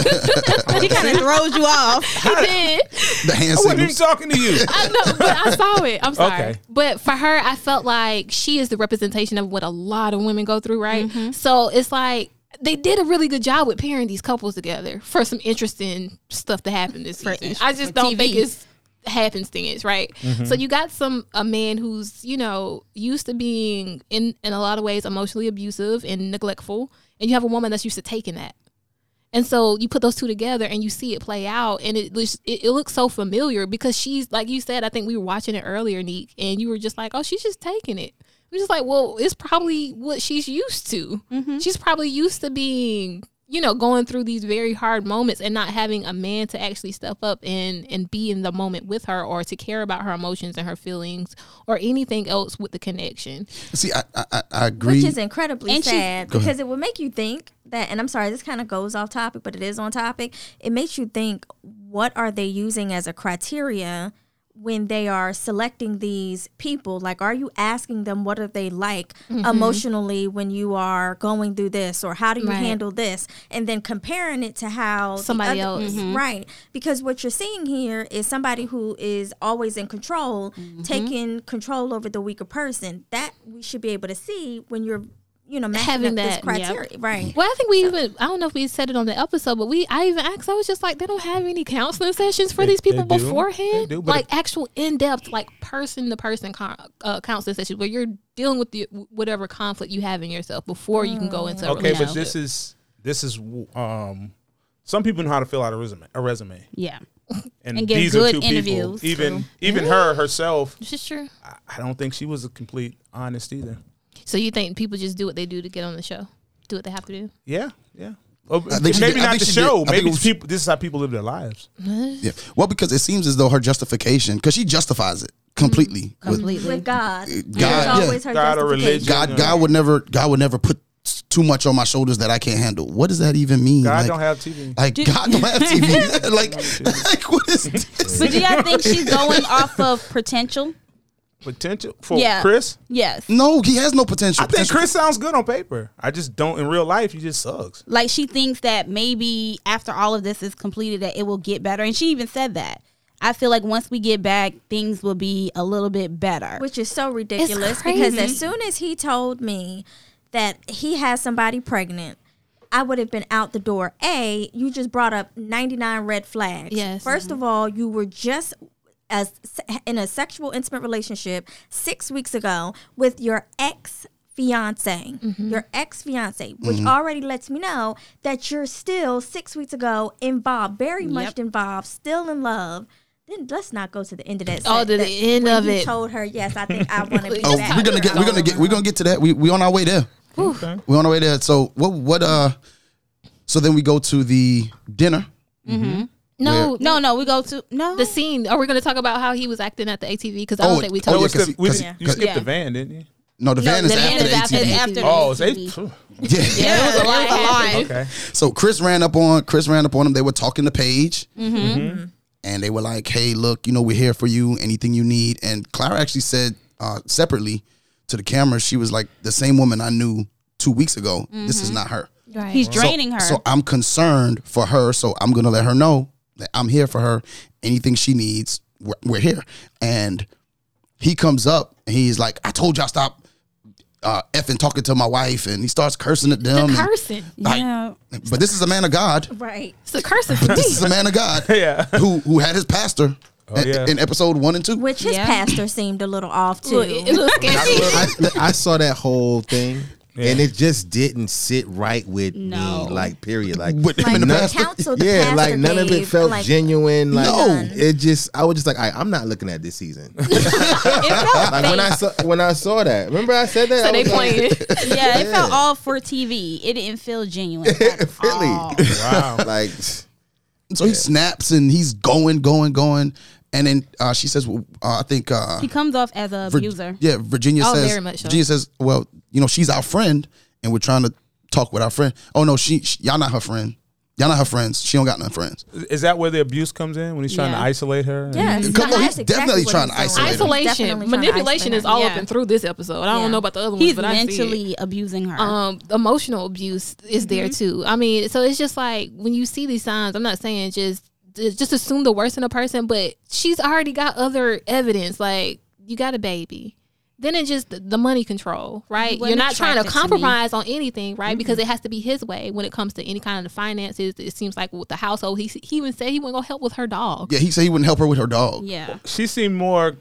Speaker 2: I,
Speaker 1: She kind of throws you off.
Speaker 3: did.
Speaker 4: The hand
Speaker 2: I wasn't even
Speaker 4: signals.
Speaker 2: talking to you.
Speaker 3: I know, but I saw it. I'm sorry.
Speaker 2: Okay.
Speaker 3: But for her, I felt like she is the representation of what a lot of women go through, right? So it's like. They did a really good job with pairing these couples together for some interesting stuff to happen this season. I just don't think
Speaker 1: TV.
Speaker 3: it's happenstance, right? So you got some a man who's you know used to being in in a lot of ways emotionally abusive and neglectful, and you have a woman that's used to taking that. And so you put those two together and you see it play out, and it looks- it, it looks so familiar because she's like you said. I think we were watching it earlier, Neek, and you were just like, "Oh, she's just taking it." I'm just like, "Well, it's probably what she's used to. She's probably used to being, you know, going through these very hard moments and not having a man to actually step up and and be in the moment with her or to care about her emotions and her feelings or anything else with the connection."
Speaker 4: See, I I, I- I agree.
Speaker 6: which is incredibly
Speaker 1: And she-
Speaker 6: sad because it would make you think that and i'm sorry this kind of goes off topic but it is on topic it makes you think what are they using as a criteria when they are selecting these people like are you asking them what are they like
Speaker 1: Mm-hmm.
Speaker 6: emotionally when you are going through this or how do you
Speaker 3: Right.
Speaker 6: handle this and then comparing it to how the
Speaker 3: Somebody
Speaker 6: other- mm-hmm.
Speaker 3: else.
Speaker 6: right because what you're seeing here is somebody who is always in control
Speaker 3: Mm-hmm.
Speaker 6: taking control over the weaker person that we should be able to see when you're you know matching
Speaker 3: Having
Speaker 6: up
Speaker 3: that,
Speaker 6: this criteria right
Speaker 3: Well, I think we even I don't know if we said it on the episode, but we I even asked. I was just like, they don't have any counseling sessions for
Speaker 2: They-
Speaker 3: these people
Speaker 2: they do.
Speaker 3: beforehand,
Speaker 2: They do, but
Speaker 3: like actual in depth, like person to person counseling sessions where you're dealing with the, whatever conflict you have in yourself before you can go into a
Speaker 2: Mm. Okay, but
Speaker 3: relationship.
Speaker 2: this is this is um some people know how to fill out a resume a resume.
Speaker 1: Yeah,
Speaker 2: And,
Speaker 1: And give
Speaker 2: these
Speaker 1: good
Speaker 2: are two
Speaker 1: interviews.
Speaker 2: people. Even even her herself,
Speaker 3: This is true.
Speaker 2: I, I don't think she was a complete honest either.
Speaker 3: So you think people just do what they do to get on the show, do what they have to do?
Speaker 2: Yeah, yeah. Or
Speaker 4: think she
Speaker 2: maybe
Speaker 4: did- I
Speaker 2: not
Speaker 4: think
Speaker 2: the
Speaker 4: she did. I
Speaker 2: show.
Speaker 4: think it
Speaker 2: Maybe
Speaker 4: was-
Speaker 2: people. This is how people live their lives.
Speaker 4: Yeah. Well, because it seems as though her justification, because she justifies it completely. with-
Speaker 1: completely.
Speaker 6: with God. God,
Speaker 4: yeah.
Speaker 6: always her
Speaker 2: God or
Speaker 6: justification.
Speaker 2: religion.
Speaker 4: God, God would never, God would never put s- too much on my shoulders that I can't handle. What does that even mean?
Speaker 2: God
Speaker 4: like,
Speaker 2: don't have TV.
Speaker 4: like God don't have TV. like, like what is this?
Speaker 1: But do y'all think she's going off of potential?
Speaker 2: Potential for
Speaker 1: Yeah.
Speaker 2: Chris.
Speaker 1: Yes.
Speaker 4: No, he has no potential.
Speaker 2: I think
Speaker 4: Potential-
Speaker 2: Chris sounds good on paper. I just don't in real life. He just sucks.
Speaker 1: Like she thinks that maybe after all of this is completed that it will get better. And she even said that. I feel like once we get back, things will be a little bit better.
Speaker 6: which is so ridiculous because as soon as he told me that he has somebody pregnant I would have been out the door. A, you just brought up 99 red flags.
Speaker 3: Yes. uh-huh.
Speaker 6: 1st of all, you were just as in a sexual intimate relationship 6 weeks ago with your ex fiance.
Speaker 3: Mm-hmm.
Speaker 6: Your ex fiance, which already lets me know that you're still 6 weeks ago involved, very much involved, still in love. Then let's not go to the end of that.
Speaker 3: Oh,
Speaker 6: sen-
Speaker 3: to the
Speaker 6: that-
Speaker 3: end
Speaker 6: when
Speaker 3: of
Speaker 6: you
Speaker 3: it.
Speaker 6: told her, yes, I think I want to be
Speaker 4: Oh,
Speaker 6: back.
Speaker 4: we're gonna get, we're gonna get, we're gonna get to that. We we on our way there. We on our way there. So what what uh? So then we go to the dinner.
Speaker 3: No, no.
Speaker 1: no, no, we go to no
Speaker 3: The scene. Are we going to talk about how he was acting at the ATV? Because I
Speaker 4: Oh,
Speaker 3: don't think we
Speaker 4: oh,
Speaker 3: talked.
Speaker 4: yeah,
Speaker 2: No, it's
Speaker 4: 'cause
Speaker 2: the,
Speaker 4: he-
Speaker 2: we,
Speaker 4: 'cause
Speaker 2: you
Speaker 4: he-
Speaker 2: skipped
Speaker 1: Yeah.
Speaker 2: the van, didn't you?
Speaker 4: No, the van is
Speaker 3: the van
Speaker 4: after
Speaker 3: is
Speaker 4: the
Speaker 3: after the
Speaker 4: ATV.
Speaker 3: ATV.
Speaker 1: after
Speaker 2: Oh,
Speaker 1: the
Speaker 2: they,
Speaker 1: ATV.
Speaker 2: phew,
Speaker 4: Yeah.
Speaker 3: There was a lot happening.
Speaker 2: okay.
Speaker 4: So Chris ran up on Chris ran up on him. They were talking to Paige, and they were like, "Hey, look, you know, we're here for you. Anything you need." And Clara actually said uh, separately to the camera, she was like, "The same woman I knew two weeks ago. This is not her."
Speaker 3: Right.
Speaker 1: he's draining her.
Speaker 4: So I'm concerned for her. So I'm gonna let her know that I'm here for her. Anything she needs, we're, we're here. And he comes up and he's like, "I told y'all stop." Uh, effing talking to my wife, and he starts cursing at them.
Speaker 3: the
Speaker 4: and-
Speaker 3: cursing.
Speaker 4: like,
Speaker 1: yeah.
Speaker 4: but this is a man of God.
Speaker 6: Right.
Speaker 3: It's the cursing for me.
Speaker 4: This is a man of God
Speaker 2: Yeah. Oh,
Speaker 4: who who had his pastor in-
Speaker 2: yeah.
Speaker 4: in episode one and two.
Speaker 6: Which his
Speaker 1: Yeah.
Speaker 6: pastor seemed a little off too.
Speaker 3: Look, it, it looks sketchy.
Speaker 5: I, I saw that whole thing, and it just didn't sit right with
Speaker 1: No.
Speaker 5: me. Like, period. Like,
Speaker 4: With him
Speaker 6: like
Speaker 4: and the
Speaker 6: the
Speaker 4: pastor.
Speaker 6: counsel the
Speaker 5: yeah,
Speaker 6: pastor
Speaker 5: like none of it
Speaker 6: gave,
Speaker 5: felt
Speaker 6: like,
Speaker 5: genuine. Like,
Speaker 4: None.
Speaker 5: it just, I was just like, "All right, I'm not looking at this season.
Speaker 3: it felt
Speaker 5: like when I saw when I saw that, remember I said that.
Speaker 3: so
Speaker 5: I
Speaker 3: they
Speaker 5: was like,
Speaker 3: playing.
Speaker 1: Yeah, it felt all for TV. It didn't feel genuine. at
Speaker 5: Really?
Speaker 1: all.
Speaker 2: Wow.
Speaker 5: Like,
Speaker 4: So he snaps and he's going, going, going, and then uh, she says, well, uh, "I think." Uh,
Speaker 1: He comes off as a
Speaker 4: Vir-
Speaker 1: abuser.
Speaker 4: Yeah, Virginia
Speaker 3: Oh,
Speaker 4: says.
Speaker 3: very much so.
Speaker 4: Virginia says, "Well, you know, she's our friend, and we're trying to talk with our friend. Oh no, she, she y'all not her friend. Y'all not her friends. She don't got no friends.
Speaker 2: Is that where the abuse comes in when he's trying
Speaker 1: Yeah.
Speaker 2: to isolate her? And-
Speaker 6: Yes,
Speaker 4: Come on, he's
Speaker 6: that's
Speaker 4: definitely
Speaker 6: what
Speaker 4: trying
Speaker 6: he's
Speaker 4: to
Speaker 6: doing.
Speaker 4: isolate her.
Speaker 6: Definitely
Speaker 3: Isolation,
Speaker 6: trying to
Speaker 3: manipulation
Speaker 6: isolate
Speaker 3: is all
Speaker 1: her.
Speaker 3: up and through this episode. I don't
Speaker 1: Yeah.
Speaker 3: know about the other ones,
Speaker 1: He's
Speaker 3: but I see it.
Speaker 1: mentally abusing her.
Speaker 3: um emotional abuse is there too i mean so it's just like when you see these signs i'm not saying just just assume the worst in a person but she's already got other evidence like you got a baby then it's just the- the money control right
Speaker 1: You
Speaker 3: you're
Speaker 1: wasn't
Speaker 3: not trying to
Speaker 1: attracted to me.
Speaker 3: compromise on anything right because it has to be his way when it comes to any kind of the finances it seems like with the household he, he even said he wasn't gonna help with her dog
Speaker 4: Yeah, he said he wouldn't help her with her dog.
Speaker 1: yeah,
Speaker 2: She seemed more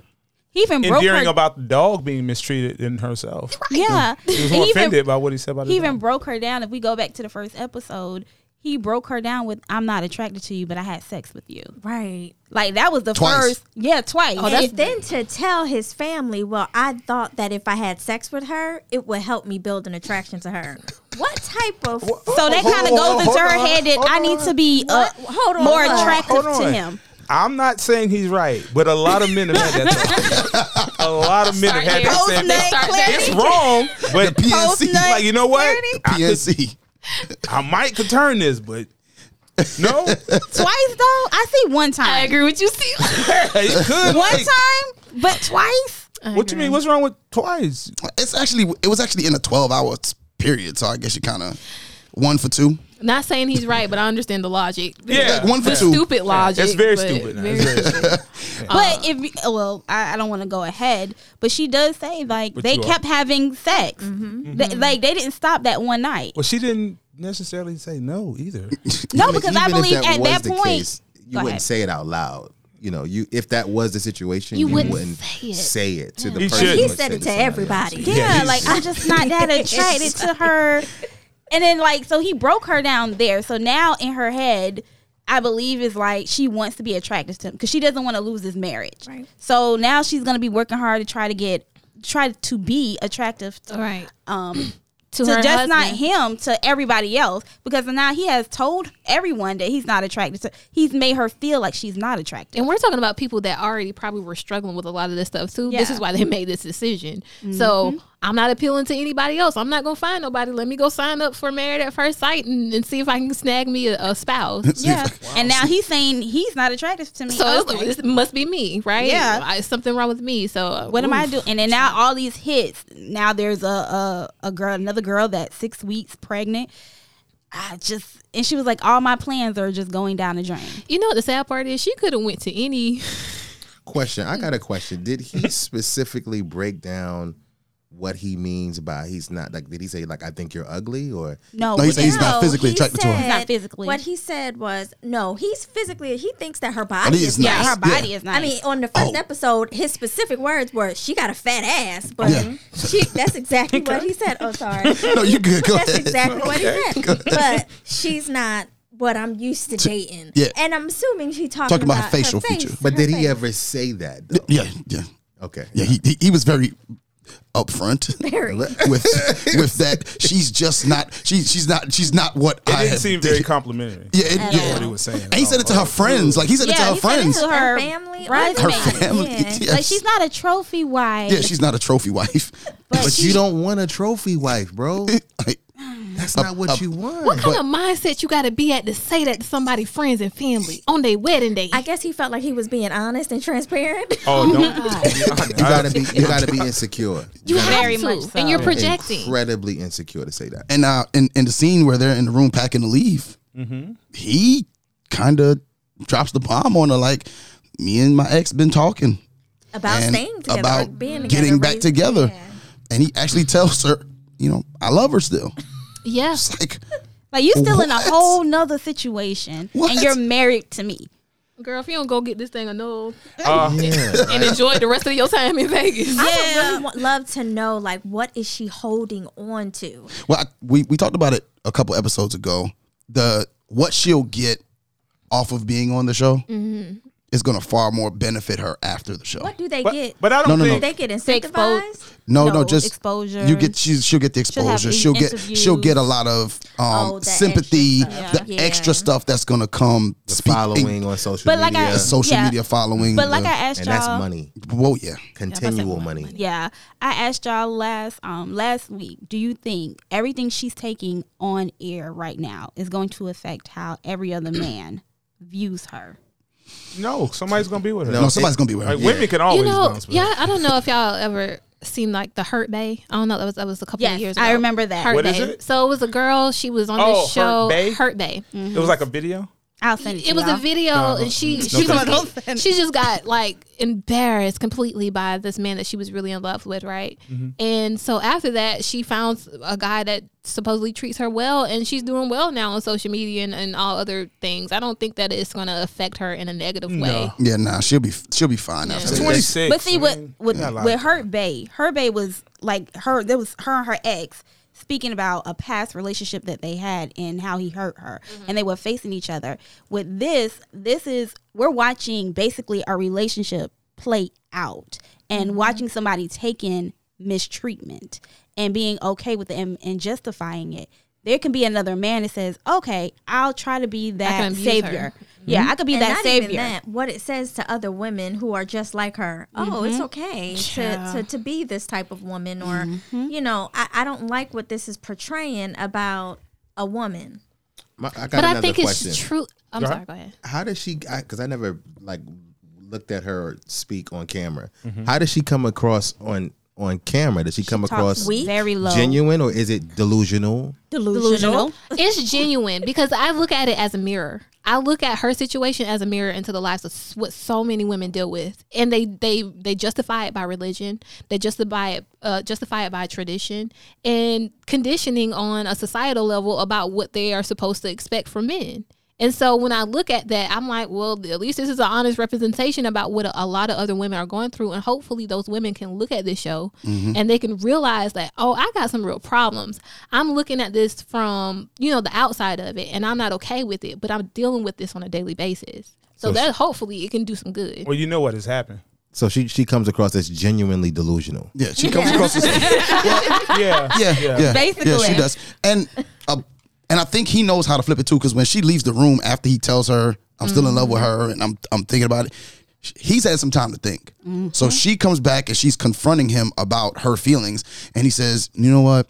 Speaker 1: he even broke her.
Speaker 2: endearing about the dog being mistreated than herself.
Speaker 1: yeah,
Speaker 2: She was
Speaker 1: And
Speaker 2: more
Speaker 1: he
Speaker 2: offended
Speaker 1: even,
Speaker 2: by what he said about
Speaker 1: he
Speaker 2: the
Speaker 1: even
Speaker 2: dog.
Speaker 1: broke her down. If we go back to the first episode, he broke her down with "I'm not attracted to you, but I had sex with you."
Speaker 6: Right.
Speaker 1: Like that was the
Speaker 4: Twice.
Speaker 1: first. Yeah, twice.
Speaker 6: Oh, that's then to tell his family, well, I thought that if I had sex with her, it would help me build an attraction to her. What type of
Speaker 1: so that kind of goes into her head that I need to be uh,
Speaker 6: Hold on,
Speaker 1: more
Speaker 6: what?
Speaker 1: attractive
Speaker 2: Hold on.
Speaker 1: to him.
Speaker 2: I'm not saying he's right, but a lot of men have had that thought. A lot of men have had that same
Speaker 1: Rosemary
Speaker 3: start
Speaker 1: Clarity.
Speaker 2: It's wrong, but
Speaker 4: The PNC.
Speaker 2: like you know what? I, could-
Speaker 4: PNC.
Speaker 2: I might could turn this, but no,
Speaker 1: Twice though, I see one time.
Speaker 3: i agree with you see
Speaker 2: it
Speaker 1: One
Speaker 2: could. like,
Speaker 1: time, but twice.
Speaker 2: What you mean? What's wrong with twice?
Speaker 4: It's actually it was actually in a twelve hour period, so I guess you kind of one for two.
Speaker 3: not saying he's right but i understand the logic
Speaker 2: Yeah,
Speaker 4: Like one for
Speaker 2: yeah.
Speaker 4: two.
Speaker 3: stupid logic
Speaker 2: It's very
Speaker 3: but
Speaker 2: stupid. now.
Speaker 3: very
Speaker 2: It's very stupid.
Speaker 1: But if you- oh, well, I, I don't want to go ahead, but she does say like
Speaker 2: But
Speaker 1: they
Speaker 2: you are.
Speaker 1: kept having sex. They- like they didn't stop that one night.
Speaker 2: Well, she didn't necessarily say no either.
Speaker 1: No,
Speaker 5: mean,
Speaker 1: because I
Speaker 5: even if
Speaker 1: believe at
Speaker 5: was
Speaker 1: that
Speaker 5: the
Speaker 1: point,
Speaker 5: case, you
Speaker 1: Go
Speaker 5: wouldn't
Speaker 1: ahead.
Speaker 5: say it out loud. You know, you if that was the situation,
Speaker 3: You
Speaker 5: you,
Speaker 3: wouldn't
Speaker 5: wouldn't,
Speaker 3: say
Speaker 5: say
Speaker 3: it.
Speaker 5: it, to the
Speaker 2: You
Speaker 5: person.
Speaker 2: shouldn't.
Speaker 6: he
Speaker 5: who
Speaker 6: said it to
Speaker 5: somebody else.
Speaker 6: everybody.
Speaker 1: yeah, like I'm just not that attracted to her. And then like so he broke her down there. So now in her head, I believe is like she wants to be attracted to him because she doesn't want to lose his marriage.
Speaker 6: Right.
Speaker 1: So now she's gonna be working hard to try to get try to be attractive
Speaker 3: all right
Speaker 1: um
Speaker 3: To
Speaker 1: to
Speaker 3: her
Speaker 1: just not
Speaker 3: husband.
Speaker 1: him to everybody else because now he has told everyone that he's not attracted to he's made her feel like she's not attracted
Speaker 3: And we're talking about people that already probably were struggling with a lot of this stuff too. This
Speaker 1: Yeah. Mm-hmm.
Speaker 3: is why they made this decision. So I'm not appealing to anybody else. I'm not gonna find nobody. Let me go sign up for married at first sight and, and see if I can snag me a, a spouse.
Speaker 1: yeah and now he's saying he's not attracted to me
Speaker 3: so
Speaker 1: Okay.
Speaker 3: it's, it must be me, right?
Speaker 1: Yeah.
Speaker 3: I, something wrong with me. So
Speaker 1: what am I doing? And then now all these hits. Now there's a a, a girl, another girl that's six weeks pregnant. I just and she was like, all my plans are just going down the drain.
Speaker 3: You know what the sad part is? She could have went to any.
Speaker 5: Question. I got a question. Did he specifically break down what he means by he's not like? Did he say like I think you're ugly or?
Speaker 1: No,
Speaker 4: No,
Speaker 1: we
Speaker 4: he's- he's
Speaker 1: didn't.
Speaker 4: not physically attracted to her.
Speaker 1: He's not physically.
Speaker 6: What he said was, no, he's physically. He thinks that her
Speaker 4: But
Speaker 6: body
Speaker 4: it is
Speaker 6: is.
Speaker 1: yeah,
Speaker 4: nice.
Speaker 1: her body is not.
Speaker 6: I mean, on the first
Speaker 4: Oh.
Speaker 6: episode, his specific words were, "She got a fat ass," but
Speaker 4: Yeah.
Speaker 6: she, that's exactly what he said. Oh, sorry.
Speaker 4: No, you good. Go
Speaker 6: That's
Speaker 4: ahead.
Speaker 6: exactly what he said. But she's not what I'm used to dating.
Speaker 4: yeah.
Speaker 6: And I'm assuming she talking,
Speaker 4: Talking about her
Speaker 6: about,
Speaker 4: facial
Speaker 6: her face,
Speaker 4: feature.
Speaker 5: But
Speaker 6: her
Speaker 5: did he
Speaker 6: face.
Speaker 5: ever say that? Though?
Speaker 4: Yeah, yeah,
Speaker 5: Okay.
Speaker 4: yeah. He, he he was very upfront
Speaker 6: Very.
Speaker 4: with with that. She's just not. She she's not. She's not what I
Speaker 2: didn't
Speaker 4: had
Speaker 2: seem
Speaker 4: did-
Speaker 2: very complimentary.
Speaker 4: Yeah, it,
Speaker 6: At
Speaker 4: yeah.
Speaker 6: all. What
Speaker 2: he was saying.
Speaker 4: And he said it to her friends. Like he said it to
Speaker 1: yeah,
Speaker 4: her
Speaker 1: he said it
Speaker 4: friends.
Speaker 1: to her,
Speaker 6: Her family,
Speaker 1: bridesmaids.
Speaker 4: Her
Speaker 6: her
Speaker 4: family.
Speaker 6: Yeah.
Speaker 4: Yes.
Speaker 1: Like she's not a trophy wife.
Speaker 4: yeah, she's not a trophy wife.
Speaker 5: But, you don't want a trophy wife, bro.
Speaker 4: Like,
Speaker 5: That's not what you want.
Speaker 3: What kind of mindset you got to be at to say that to somebody, friends and family on their wedding day?
Speaker 6: I guess he felt like he was being honest and transparent.
Speaker 2: Oh, don't.
Speaker 5: you gotta be. You gotta be insecure.
Speaker 3: you have
Speaker 1: Very
Speaker 3: to,
Speaker 1: much so.
Speaker 3: and you're projecting.
Speaker 5: Incredibly insecure to say that.
Speaker 4: and uh, in in the scene where they're in the room packing to leave,
Speaker 2: Mm-hmm.
Speaker 4: he kind of drops the bomb on her. Like me and my ex been talking
Speaker 6: about
Speaker 4: and
Speaker 6: staying together, or
Speaker 4: about
Speaker 6: being together,
Speaker 4: getting back
Speaker 6: raising-
Speaker 4: together,
Speaker 6: Yeah.
Speaker 4: and he actually tells her, you know, I love her still.
Speaker 3: Yeah.
Speaker 4: It's like
Speaker 1: like you still in a
Speaker 4: What?
Speaker 1: whole nother situation,
Speaker 4: What?
Speaker 1: and you're married to me.
Speaker 3: Girl, if you don't go get this thing annulled Uh,
Speaker 5: Yeah.
Speaker 3: and enjoy the rest of your time in Vegas.
Speaker 6: I would really want, love to know, like, what is she holding on to?
Speaker 4: Well, I, we we talked about it a couple episodes ago. The what she'll get off of being on the show
Speaker 1: Mm-hmm.
Speaker 4: is going to far more benefit her after the show.
Speaker 6: What do they
Speaker 2: But,
Speaker 6: get?
Speaker 2: but I don't
Speaker 4: No, no, no.
Speaker 2: think.
Speaker 6: they get
Speaker 1: They expo-
Speaker 6: incentivized.
Speaker 4: No, no,
Speaker 1: No,
Speaker 4: just
Speaker 1: exposure.
Speaker 4: You get she, she'll get the
Speaker 1: have
Speaker 4: exposure.
Speaker 1: the
Speaker 4: She'll, get
Speaker 1: interviews.
Speaker 4: she'll get a lot of um,
Speaker 6: Oh, that
Speaker 4: sympathy,
Speaker 6: extra stuff.
Speaker 4: the
Speaker 6: Yeah.
Speaker 4: extra stuff that's going to come.
Speaker 5: The
Speaker 4: speak-
Speaker 5: following on social
Speaker 1: But
Speaker 5: media,
Speaker 1: like I-
Speaker 4: the social
Speaker 1: Yeah.
Speaker 4: media following.
Speaker 1: But like
Speaker 4: the-
Speaker 1: I asked
Speaker 5: and
Speaker 1: y'all,
Speaker 5: that's money,
Speaker 4: whoa, yeah,
Speaker 5: continual money.
Speaker 1: Yeah, I asked y'all last um last week. Do you think everything she's taking on air right now is going to affect how every other man views her?
Speaker 2: No, somebody's gonna be with her.
Speaker 4: no, somebody's going to be with her.
Speaker 2: Like women can always
Speaker 3: you know,
Speaker 2: bounce back.
Speaker 3: yeah. I don't know if y'all ever seen like the Hurt Bay. I don't know. That was that was a couple
Speaker 1: Yes,
Speaker 3: of years ago.
Speaker 1: I remember that.
Speaker 3: Hurt
Speaker 2: What
Speaker 3: Bay.
Speaker 2: is it?
Speaker 3: So it was a girl. She was on
Speaker 2: Oh,
Speaker 3: this
Speaker 2: Hurt
Speaker 3: show.
Speaker 2: Bay?
Speaker 3: Hurt Bay.
Speaker 2: It was like a video.
Speaker 1: I'll send it. To
Speaker 3: It was a
Speaker 1: y'all.
Speaker 3: video, and she she,
Speaker 1: thank you.
Speaker 3: just,
Speaker 1: Don't send it.
Speaker 3: she just got like embarrassed completely by this man that she was really in love with, right?
Speaker 5: Mm-hmm.
Speaker 3: And so after that, she found a guy that supposedly treats her well, and she's doing well now on social media and, and all other things. I don't think that it's going to affect her in a negative way.
Speaker 4: yeah, nah, she'll be she'll be fine after
Speaker 2: It's
Speaker 4: that.
Speaker 2: 26.
Speaker 1: But see,
Speaker 2: I
Speaker 1: what
Speaker 2: mean,
Speaker 1: with
Speaker 2: not a lot.
Speaker 1: with Hurt Bay, Hurt Bay was like her. There was her and her ex speaking about a past relationship that they had and how he hurt her,
Speaker 6: Mm-hmm.
Speaker 1: and they were facing each other. With this, this is we're watching basically a relationship play out and
Speaker 6: Mm-hmm.
Speaker 1: watching somebody taking mistreatment and being okay with it and, and justifying it. There can be another man that says, "Okay, I'll try to be that
Speaker 3: abuse her.
Speaker 1: savior." Yeah, I could be
Speaker 6: Mm-hmm. And
Speaker 1: that
Speaker 6: not
Speaker 1: savior.
Speaker 6: even that. What it says to other women who are just like her. Oh,
Speaker 2: Mm-hmm.
Speaker 6: it's okay to, to to be this type of woman, or
Speaker 2: Mm-hmm.
Speaker 6: you know, I, I don't like what this is portraying about a woman.
Speaker 5: My- I got
Speaker 3: But
Speaker 5: another
Speaker 3: I think
Speaker 5: question.
Speaker 3: it's true. I'm
Speaker 2: Go
Speaker 3: sorry.
Speaker 2: ahead.
Speaker 3: Go ahead.
Speaker 5: How does she? Because I, never like looked at her speak on camera.
Speaker 2: Mm-hmm.
Speaker 5: How does she come across on on camera? Does she, come
Speaker 1: Talks
Speaker 5: across
Speaker 6: weak,
Speaker 1: very low,
Speaker 5: genuine or is it delusional?
Speaker 1: delusional.
Speaker 3: it's genuine because I look at it as a mirror. I look at her situation as a mirror into the lives of s- what so many women deal with, and they they they justify it by religion, they justify it uh, justify it by tradition and conditioning on a societal level about what they are supposed to expect from men. And so when I look at that, I'm like, well, at least this is an honest representation about what a, a lot of other women are going through. And hopefully those women can look at this show
Speaker 5: Mm-hmm.
Speaker 3: and they can realize that, oh, I got some real problems. I'm looking at this from, you know, the outside of it and I'm not okay with it, but I'm dealing with this on a daily basis. So, that hopefully it can do some good.
Speaker 2: Well, you know what has happened.
Speaker 5: So she she comes across as genuinely delusional.
Speaker 4: Yeah, she comes across as well,
Speaker 2: Yeah.
Speaker 4: yeah, yeah, yeah,
Speaker 1: Basically.
Speaker 4: she does. And uh, and I think he knows how to flip it too, because when she leaves the room after he tells her I'm still in love with
Speaker 1: Mm-hmm.
Speaker 4: her and I'm I'm thinking about it, sh- he's had some time to think.
Speaker 1: Mm-hmm.
Speaker 4: So she comes back and she's confronting him about her feelings, and he says, "You know what?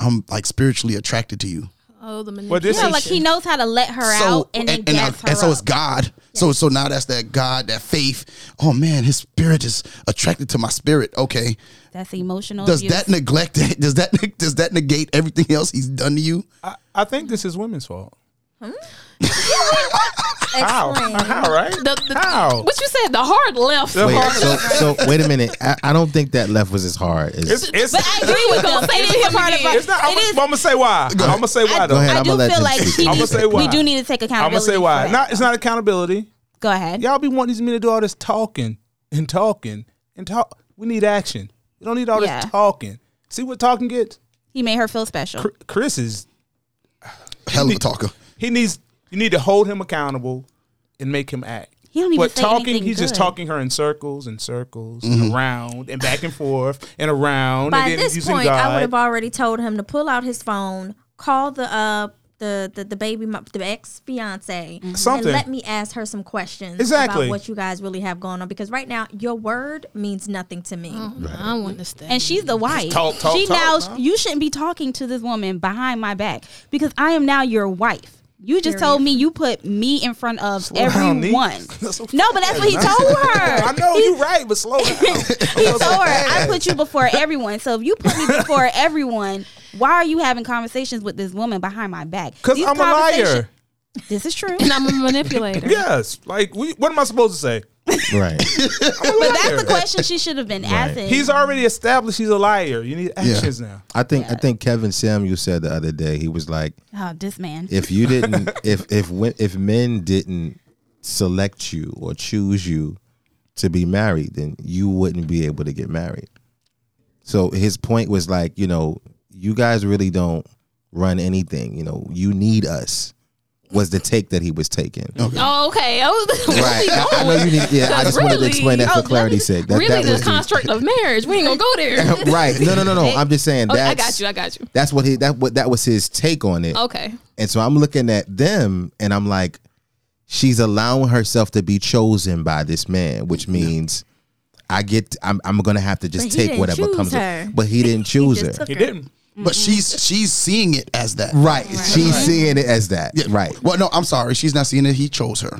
Speaker 4: I'm like spiritually attracted to you."
Speaker 3: Oh, the manipulation.
Speaker 2: But this
Speaker 1: Yeah, like he knows how to let her out and then gas
Speaker 4: uh,
Speaker 1: her
Speaker 4: and so it's
Speaker 1: up.
Speaker 4: God. So so now that's that God, that faith. Oh man, his spirit is attracted to my spirit. Okay,
Speaker 1: That's emotional.
Speaker 4: does
Speaker 1: abuse.
Speaker 4: that neglect it? Does that does that negate everything else he's done to you?
Speaker 2: I, I think this is women's fault. How?
Speaker 6: Explain.
Speaker 2: How? Right?
Speaker 3: The- the-
Speaker 2: How?
Speaker 3: What you said? The hard left.
Speaker 2: The
Speaker 5: Wait,
Speaker 2: hard-
Speaker 5: so so wait a minute. I, I don't think that left was as hard as
Speaker 2: it's it's,
Speaker 1: But I agree with him. It is a part of
Speaker 2: it's not. I'm,
Speaker 1: it is-
Speaker 2: gonna- I'm gonna say why. I'm gonna say why
Speaker 1: I,
Speaker 2: though.
Speaker 5: Go ahead,
Speaker 1: I
Speaker 5: I'ma
Speaker 1: do
Speaker 5: let
Speaker 1: feel
Speaker 5: him
Speaker 1: like
Speaker 5: speak.
Speaker 1: she
Speaker 2: I'ma
Speaker 1: needs-
Speaker 2: say why.
Speaker 1: we do need to take
Speaker 2: I'm
Speaker 1: accountability.
Speaker 2: gonna say
Speaker 1: for
Speaker 2: why.
Speaker 1: that.
Speaker 2: Not it's not accountability.
Speaker 1: Go ahead.
Speaker 2: Y'all be wanting these men to do all this talking and talking and talk. We need action. We don't need all
Speaker 1: Yeah.
Speaker 2: this talking. See what talking gets.
Speaker 1: He made her feel special.
Speaker 2: Chr- Chris is
Speaker 4: Hell of a talker.
Speaker 2: he needs you need to hold him accountable and make him act.
Speaker 1: He don't even
Speaker 2: but
Speaker 1: say
Speaker 2: talking,
Speaker 1: anything
Speaker 2: he's just
Speaker 1: good.
Speaker 2: talking her in circles and circles and around and back and forth and around.
Speaker 6: By
Speaker 2: and then
Speaker 6: this
Speaker 2: using
Speaker 6: point,
Speaker 2: God.
Speaker 6: I would have already told him to pull out his phone, call the uh the the, the baby mo- the ex fiance,
Speaker 2: Mm-hmm. Something.
Speaker 6: and let me ask her some questions
Speaker 2: Exactly.
Speaker 6: about what you guys really have going on. Because right now, your word means nothing to me.
Speaker 2: Mm-hmm.
Speaker 3: I don't understand.
Speaker 1: and she's the wife.
Speaker 2: talk, talk,
Speaker 1: she
Speaker 2: talk,
Speaker 1: now
Speaker 2: huh?
Speaker 1: you shouldn't be talking to this woman behind my back because I am now your wife. You just told me you put me in front of
Speaker 2: down, Nee.
Speaker 1: everyone.
Speaker 2: That's what-
Speaker 1: no, but that's what he told her.
Speaker 2: I know you're right, but slow down.
Speaker 1: He told her, I put you before everyone. So if you put me before everyone, why are you having conversations with this woman behind my back?
Speaker 2: Because
Speaker 1: These
Speaker 2: I'm a liar.
Speaker 1: conversation- This is true.
Speaker 3: And I'm a manipulator.
Speaker 2: Yes. Like, we, what am I supposed to say? I'm a
Speaker 5: right.
Speaker 1: But that's
Speaker 2: liar.
Speaker 1: the question she should have been asking.
Speaker 2: He's already established he's a liar. You need actions now.
Speaker 5: I think I think Kevin Samuel said the other day he was like,
Speaker 1: oh, this man.
Speaker 5: if you didn't, if if wen- if men didn't select you or choose you to be married, then you wouldn't be able to get married. So his point was like, you know, you guys really don't run anything. You know, you need us. Was the take that he was taking.
Speaker 3: Oh, okay. I was, where
Speaker 5: Right.
Speaker 3: we
Speaker 5: I, I
Speaker 3: going?
Speaker 5: know you need. Yeah, I
Speaker 3: Because
Speaker 5: just wanted to
Speaker 3: really-
Speaker 5: explain that
Speaker 3: oh,
Speaker 5: for
Speaker 3: let me-
Speaker 5: clarity's sake. That,
Speaker 3: really,
Speaker 5: that
Speaker 3: the
Speaker 5: was the-
Speaker 3: construct of marriage. We ain't gonna go there.
Speaker 5: right. No, no, no, no. I'm just saying
Speaker 3: Oh,
Speaker 5: that's
Speaker 3: I got you. I got you.
Speaker 5: That's what he that what that was his take on it.
Speaker 3: Okay.
Speaker 5: And so I'm looking at them and I'm like, she's allowing herself to be chosen by this man, which means I get I'm I'm gonna have to just
Speaker 6: But he
Speaker 5: take
Speaker 6: didn't
Speaker 5: whatever
Speaker 6: choose
Speaker 5: comes.
Speaker 6: her.
Speaker 5: But he didn't choose her.
Speaker 6: Just took
Speaker 2: He
Speaker 6: her.
Speaker 2: didn't.
Speaker 4: But she's she's seeing it as that.
Speaker 5: Right. She's seeing it as that. Right.
Speaker 4: Well, no, I'm sorry. She's not seeing it. He chose her.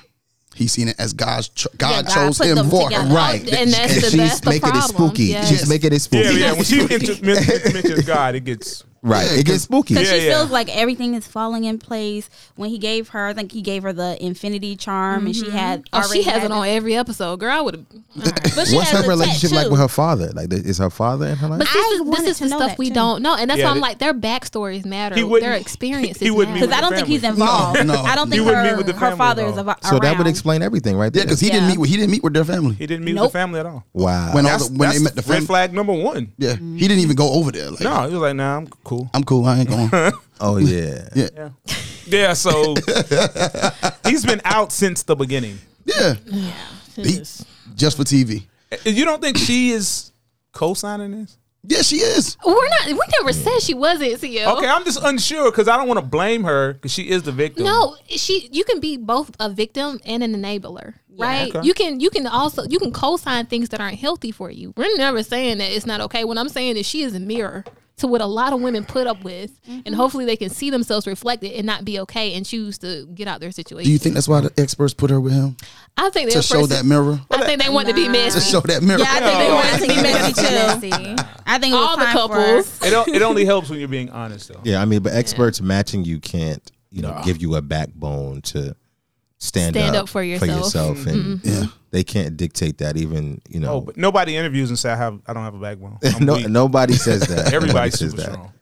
Speaker 4: He's seeing it as God's cho- God
Speaker 1: God
Speaker 4: chose
Speaker 1: put
Speaker 4: him
Speaker 1: them
Speaker 4: for her.
Speaker 1: together.
Speaker 4: Right.
Speaker 3: And that's
Speaker 5: and
Speaker 3: the, that's
Speaker 5: she's
Speaker 3: the
Speaker 5: making
Speaker 3: problem.
Speaker 5: it spooky.
Speaker 3: Yes.
Speaker 5: She's making it spooky.
Speaker 2: Yeah, yeah. When she mentions, mentions, mentions God, it gets.
Speaker 5: Right. It gets spooky.
Speaker 1: Because
Speaker 2: Yeah,
Speaker 1: she
Speaker 2: yeah.
Speaker 1: feels like everything is falling in place. When he gave her, I think he gave her the infinity charm, and she had.
Speaker 3: Oh,
Speaker 1: already
Speaker 3: she has
Speaker 1: had
Speaker 3: it on every episode, girl. I would have.
Speaker 1: But she
Speaker 5: What's
Speaker 1: has
Speaker 5: her
Speaker 1: a
Speaker 5: relationship
Speaker 1: tattoo.
Speaker 5: like with her father? Like th- is her father in her life?
Speaker 3: But
Speaker 1: I
Speaker 3: this, is-
Speaker 1: wanted
Speaker 3: this is
Speaker 1: to
Speaker 3: the
Speaker 1: know
Speaker 3: stuff
Speaker 1: that
Speaker 3: we
Speaker 1: too.
Speaker 3: don't know, and that's
Speaker 2: Yeah,
Speaker 3: why I'm
Speaker 2: that-
Speaker 3: like their backstories matter.
Speaker 2: He
Speaker 3: Their
Speaker 2: wouldn't-
Speaker 3: experiences.
Speaker 2: he wouldn't be
Speaker 1: Because
Speaker 3: matter.
Speaker 1: I don't
Speaker 2: the
Speaker 1: think he's
Speaker 2: family.
Speaker 1: involved.
Speaker 4: No.
Speaker 1: I don't
Speaker 2: He
Speaker 1: think
Speaker 2: wouldn't
Speaker 1: her,
Speaker 2: meet with the
Speaker 1: her
Speaker 2: family
Speaker 1: father
Speaker 2: at
Speaker 1: is
Speaker 2: all.
Speaker 1: about
Speaker 5: so that would
Speaker 1: around.
Speaker 5: explain everything right
Speaker 4: Yeah,
Speaker 5: there.
Speaker 4: because he didn't
Speaker 1: Yeah.
Speaker 4: meet. With, he didn't meet with their family.
Speaker 2: He didn't meet with
Speaker 1: Nope.
Speaker 2: the family at all.
Speaker 5: wow.
Speaker 4: When all
Speaker 2: That's,
Speaker 4: the, when they
Speaker 2: that's
Speaker 4: met the
Speaker 2: red
Speaker 4: family.
Speaker 2: flag number one.
Speaker 4: Yeah, he didn't even go over there. Like,
Speaker 2: No, he was like, nah, I'm cool.
Speaker 4: I'm cool. I ain't going.
Speaker 5: oh yeah.
Speaker 4: Yeah.
Speaker 2: Yeah. Yeah, so he's been out since the beginning.
Speaker 4: yeah, He- just for TV.
Speaker 2: Eh, You don't think she is co signing this?
Speaker 4: Yeah, she is.
Speaker 3: We're not. We never said she wasn't. E CL.
Speaker 2: Okay, I'm just unsure because I don't want to blame her because she is the victim.
Speaker 3: No, she. You can be both a victim and an enabler, right?
Speaker 2: Okay.
Speaker 3: You can. You can also. You can co-sign things that aren't healthy for you. We're never saying that it's not okay. What I'm saying is she is a mirror to what a lot of women put up with,
Speaker 4: Mm-hmm.
Speaker 3: and hopefully they can see themselves reflected and not be okay and choose to get out their situation.
Speaker 4: Do you think that's why the experts put her with him
Speaker 3: I think
Speaker 4: to
Speaker 3: they're
Speaker 4: show
Speaker 3: first-
Speaker 4: that mirror?
Speaker 3: I think they want to be
Speaker 4: To
Speaker 3: messy.
Speaker 4: show that mirror.
Speaker 1: Yeah, I think they
Speaker 2: No.
Speaker 1: wanted to be messy too.
Speaker 6: Messy.
Speaker 1: I think it was
Speaker 3: All the
Speaker 1: time for-
Speaker 3: couples.
Speaker 2: It, don't- it only helps when you're being honest, though.
Speaker 5: Yeah, I mean, but experts matching you can't, you know, give you a backbone to stand,
Speaker 3: Stand
Speaker 5: up,
Speaker 3: up for yourself.
Speaker 5: and
Speaker 4: Yeah.
Speaker 5: they can't dictate that. Even you know,
Speaker 2: Oh, but nobody interviews and say I have I don't have a backbone. I'm
Speaker 5: no,
Speaker 2: weak.
Speaker 5: nobody says that. Nobody
Speaker 2: everybody's
Speaker 5: says
Speaker 2: super strong.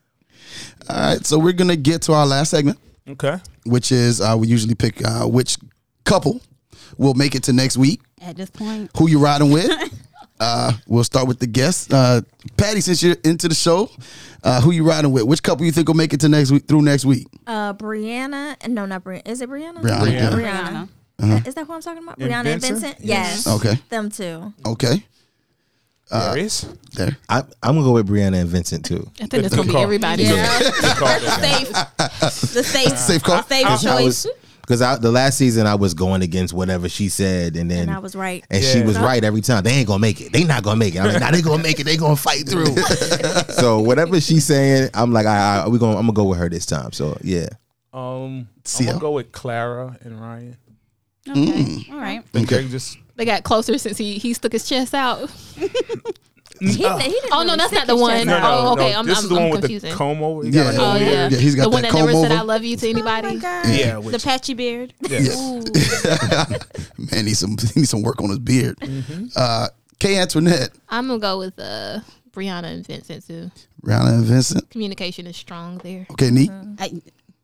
Speaker 4: All right, so we're gonna get to our last segment,
Speaker 2: Okay,
Speaker 4: which is uh, we usually pick uh, which couple will make it to next week.
Speaker 1: At this point,
Speaker 4: Who you riding with? uh, we'll start with the guests. Uh, Patty, since you're into the show, uh, who you riding with? Which couple you think will make it to next week through next week?
Speaker 6: Uh, Brianna, no, not Brianna. Is it Brianna?
Speaker 4: Brianna, Brianna.
Speaker 6: Brianna. Is that who I'm talking about?
Speaker 2: And
Speaker 6: Brianna and
Speaker 2: Vincent?
Speaker 6: Vincent? Yes.
Speaker 4: Okay.
Speaker 6: Them too.
Speaker 4: Okay.
Speaker 2: there is.
Speaker 4: There.
Speaker 5: I, I'm gonna go with Brianna and Vincent too.
Speaker 3: I think that's
Speaker 2: Good
Speaker 3: gonna be
Speaker 2: call.
Speaker 3: everybody.
Speaker 1: safe, the safe,
Speaker 4: Safe call.
Speaker 1: safe
Speaker 5: Because I
Speaker 1: choice.
Speaker 5: was because I, the last season I was going against whatever she said, and then
Speaker 6: And I was right.
Speaker 5: and she was right every time. They ain't gonna make it. They not gonna make it. I'm like, nah, they gonna make it. They gonna fight through. so whatever she's saying, I'm like, I, we going. to I'm gonna go with her this time. So yeah,
Speaker 2: Um, I'm
Speaker 4: See ya.
Speaker 2: gonna go with Clara and Ryan.
Speaker 1: Okay. All right.
Speaker 2: Okay,
Speaker 4: Okay.
Speaker 2: just
Speaker 3: They got closer since he he stuck his chest out.
Speaker 6: He, he didn't
Speaker 3: Oh, no,
Speaker 6: really
Speaker 3: that's
Speaker 6: stick
Speaker 3: not the
Speaker 6: his
Speaker 3: one.
Speaker 6: chest
Speaker 2: no,
Speaker 6: out.
Speaker 2: no,
Speaker 3: Oh, okay,
Speaker 2: no.
Speaker 3: I'm-
Speaker 2: this
Speaker 3: I'm-
Speaker 2: is the
Speaker 3: I'm
Speaker 2: one with
Speaker 3: confusing.
Speaker 2: the comb over. You
Speaker 4: Yeah.
Speaker 2: gotta go
Speaker 3: Oh
Speaker 2: over
Speaker 3: yeah,
Speaker 2: here.
Speaker 4: Yeah, he's got
Speaker 3: the one
Speaker 4: that
Speaker 3: that never
Speaker 4: comb
Speaker 3: said
Speaker 4: over.
Speaker 3: "I love you" to anybody.
Speaker 6: Oh God.
Speaker 2: yeah,
Speaker 1: The
Speaker 2: which,
Speaker 1: patchy beard.
Speaker 2: yes.
Speaker 3: Ooh.
Speaker 4: Man, needs some he needs some work on his beard.
Speaker 5: Mm-hmm.
Speaker 4: Uh, K. Antoinette,
Speaker 3: I'm gonna go with uh, Brianna and Vincent too.
Speaker 4: Rihanna, and Vincent.
Speaker 3: Communication is strong there.
Speaker 4: Okay, Neat.
Speaker 1: I,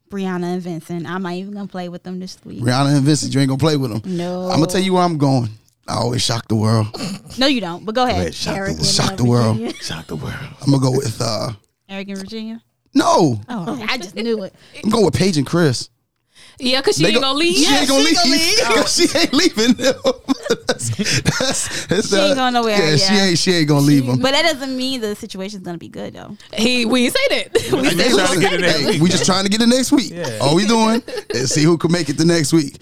Speaker 1: Brianna and Vincent. I'm not even gonna play with them this week.
Speaker 4: Rihanna and Vincent. You ain't gonna play with them.
Speaker 1: No.
Speaker 4: I'm gonna tell you where I'm going. I always shock the world.
Speaker 1: No, you don't. But go ahead.
Speaker 5: shock
Speaker 6: Eric
Speaker 5: the world.
Speaker 4: Shock the world.
Speaker 5: Shock the world.
Speaker 4: I'm gonna go with uh
Speaker 1: Eric and Virginia.
Speaker 4: no.
Speaker 1: Oh, I just knew it.
Speaker 4: I'm going with Paige and Chris.
Speaker 3: Yeah, cause she ain't gonna leave.
Speaker 4: She ain't gonna
Speaker 1: she
Speaker 4: leave.
Speaker 1: gonna
Speaker 4: she ain't leaving. that's, that's, that's,
Speaker 1: She ain't going nowhere,
Speaker 4: Yeah, she
Speaker 1: yeah.
Speaker 4: ain't. She ain't gonna leave them.
Speaker 1: But that doesn't mean the situation's gonna be good though.
Speaker 3: He we ain't say that. We
Speaker 2: just trying to get it next week,
Speaker 4: we just trying to get it next week. All we doing is see who can make it the next week.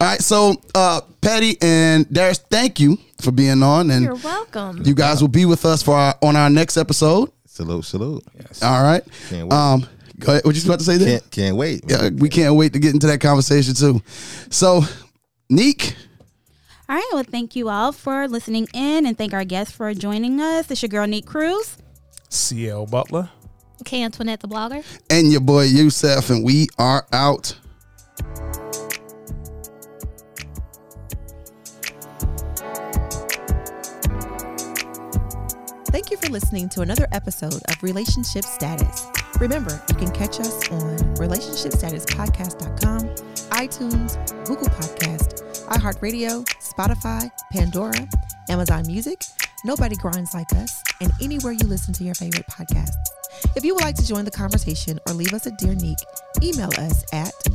Speaker 4: All right. So, uh, Patty and Darius, thank you for being on, and
Speaker 6: You're welcome.
Speaker 4: you guys will be with us for our, on our next episode.
Speaker 5: Salute, salute.
Speaker 4: All right.
Speaker 5: Can't wait.
Speaker 4: Um, go ahead. What you about to say there?
Speaker 5: Can't can't wait.
Speaker 4: yeah, we can't wait to get into that conversation too. So, Neek,
Speaker 1: All right, well, thank you all for listening in and thank our guests for joining us. It's your girl, Neat Cruz.
Speaker 2: CL Butler.
Speaker 3: Okay, Antoinette the blogger.
Speaker 4: and your boy Youssef, and we are out.
Speaker 7: Thank you for listening to another episode of Relationship Status. Remember, you can catch us on relationshipstatuspodcast.com, iTunes, Google Podcast, iHeartRadio, Spotify, Pandora, Amazon Music, Nobody Grinds Like Us, and anywhere you listen to your favorite podcasts. If you would like to join the conversation or leave us a dear nick, email us at E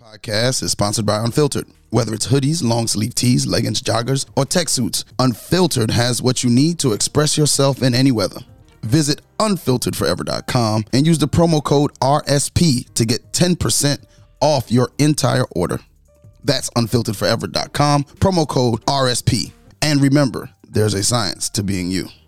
Speaker 4: podcast is sponsored by Unfiltered. Whether it's hoodies, long sleeve tees, leggings, joggers, or tech suits, Unfiltered has what you need to express yourself in any weather. Visit unfilteredforever.com and use the promo code RSP to get 10% off your entire order. That's unfilteredforever.com, promo code RSP. And remember, there's a science to being you.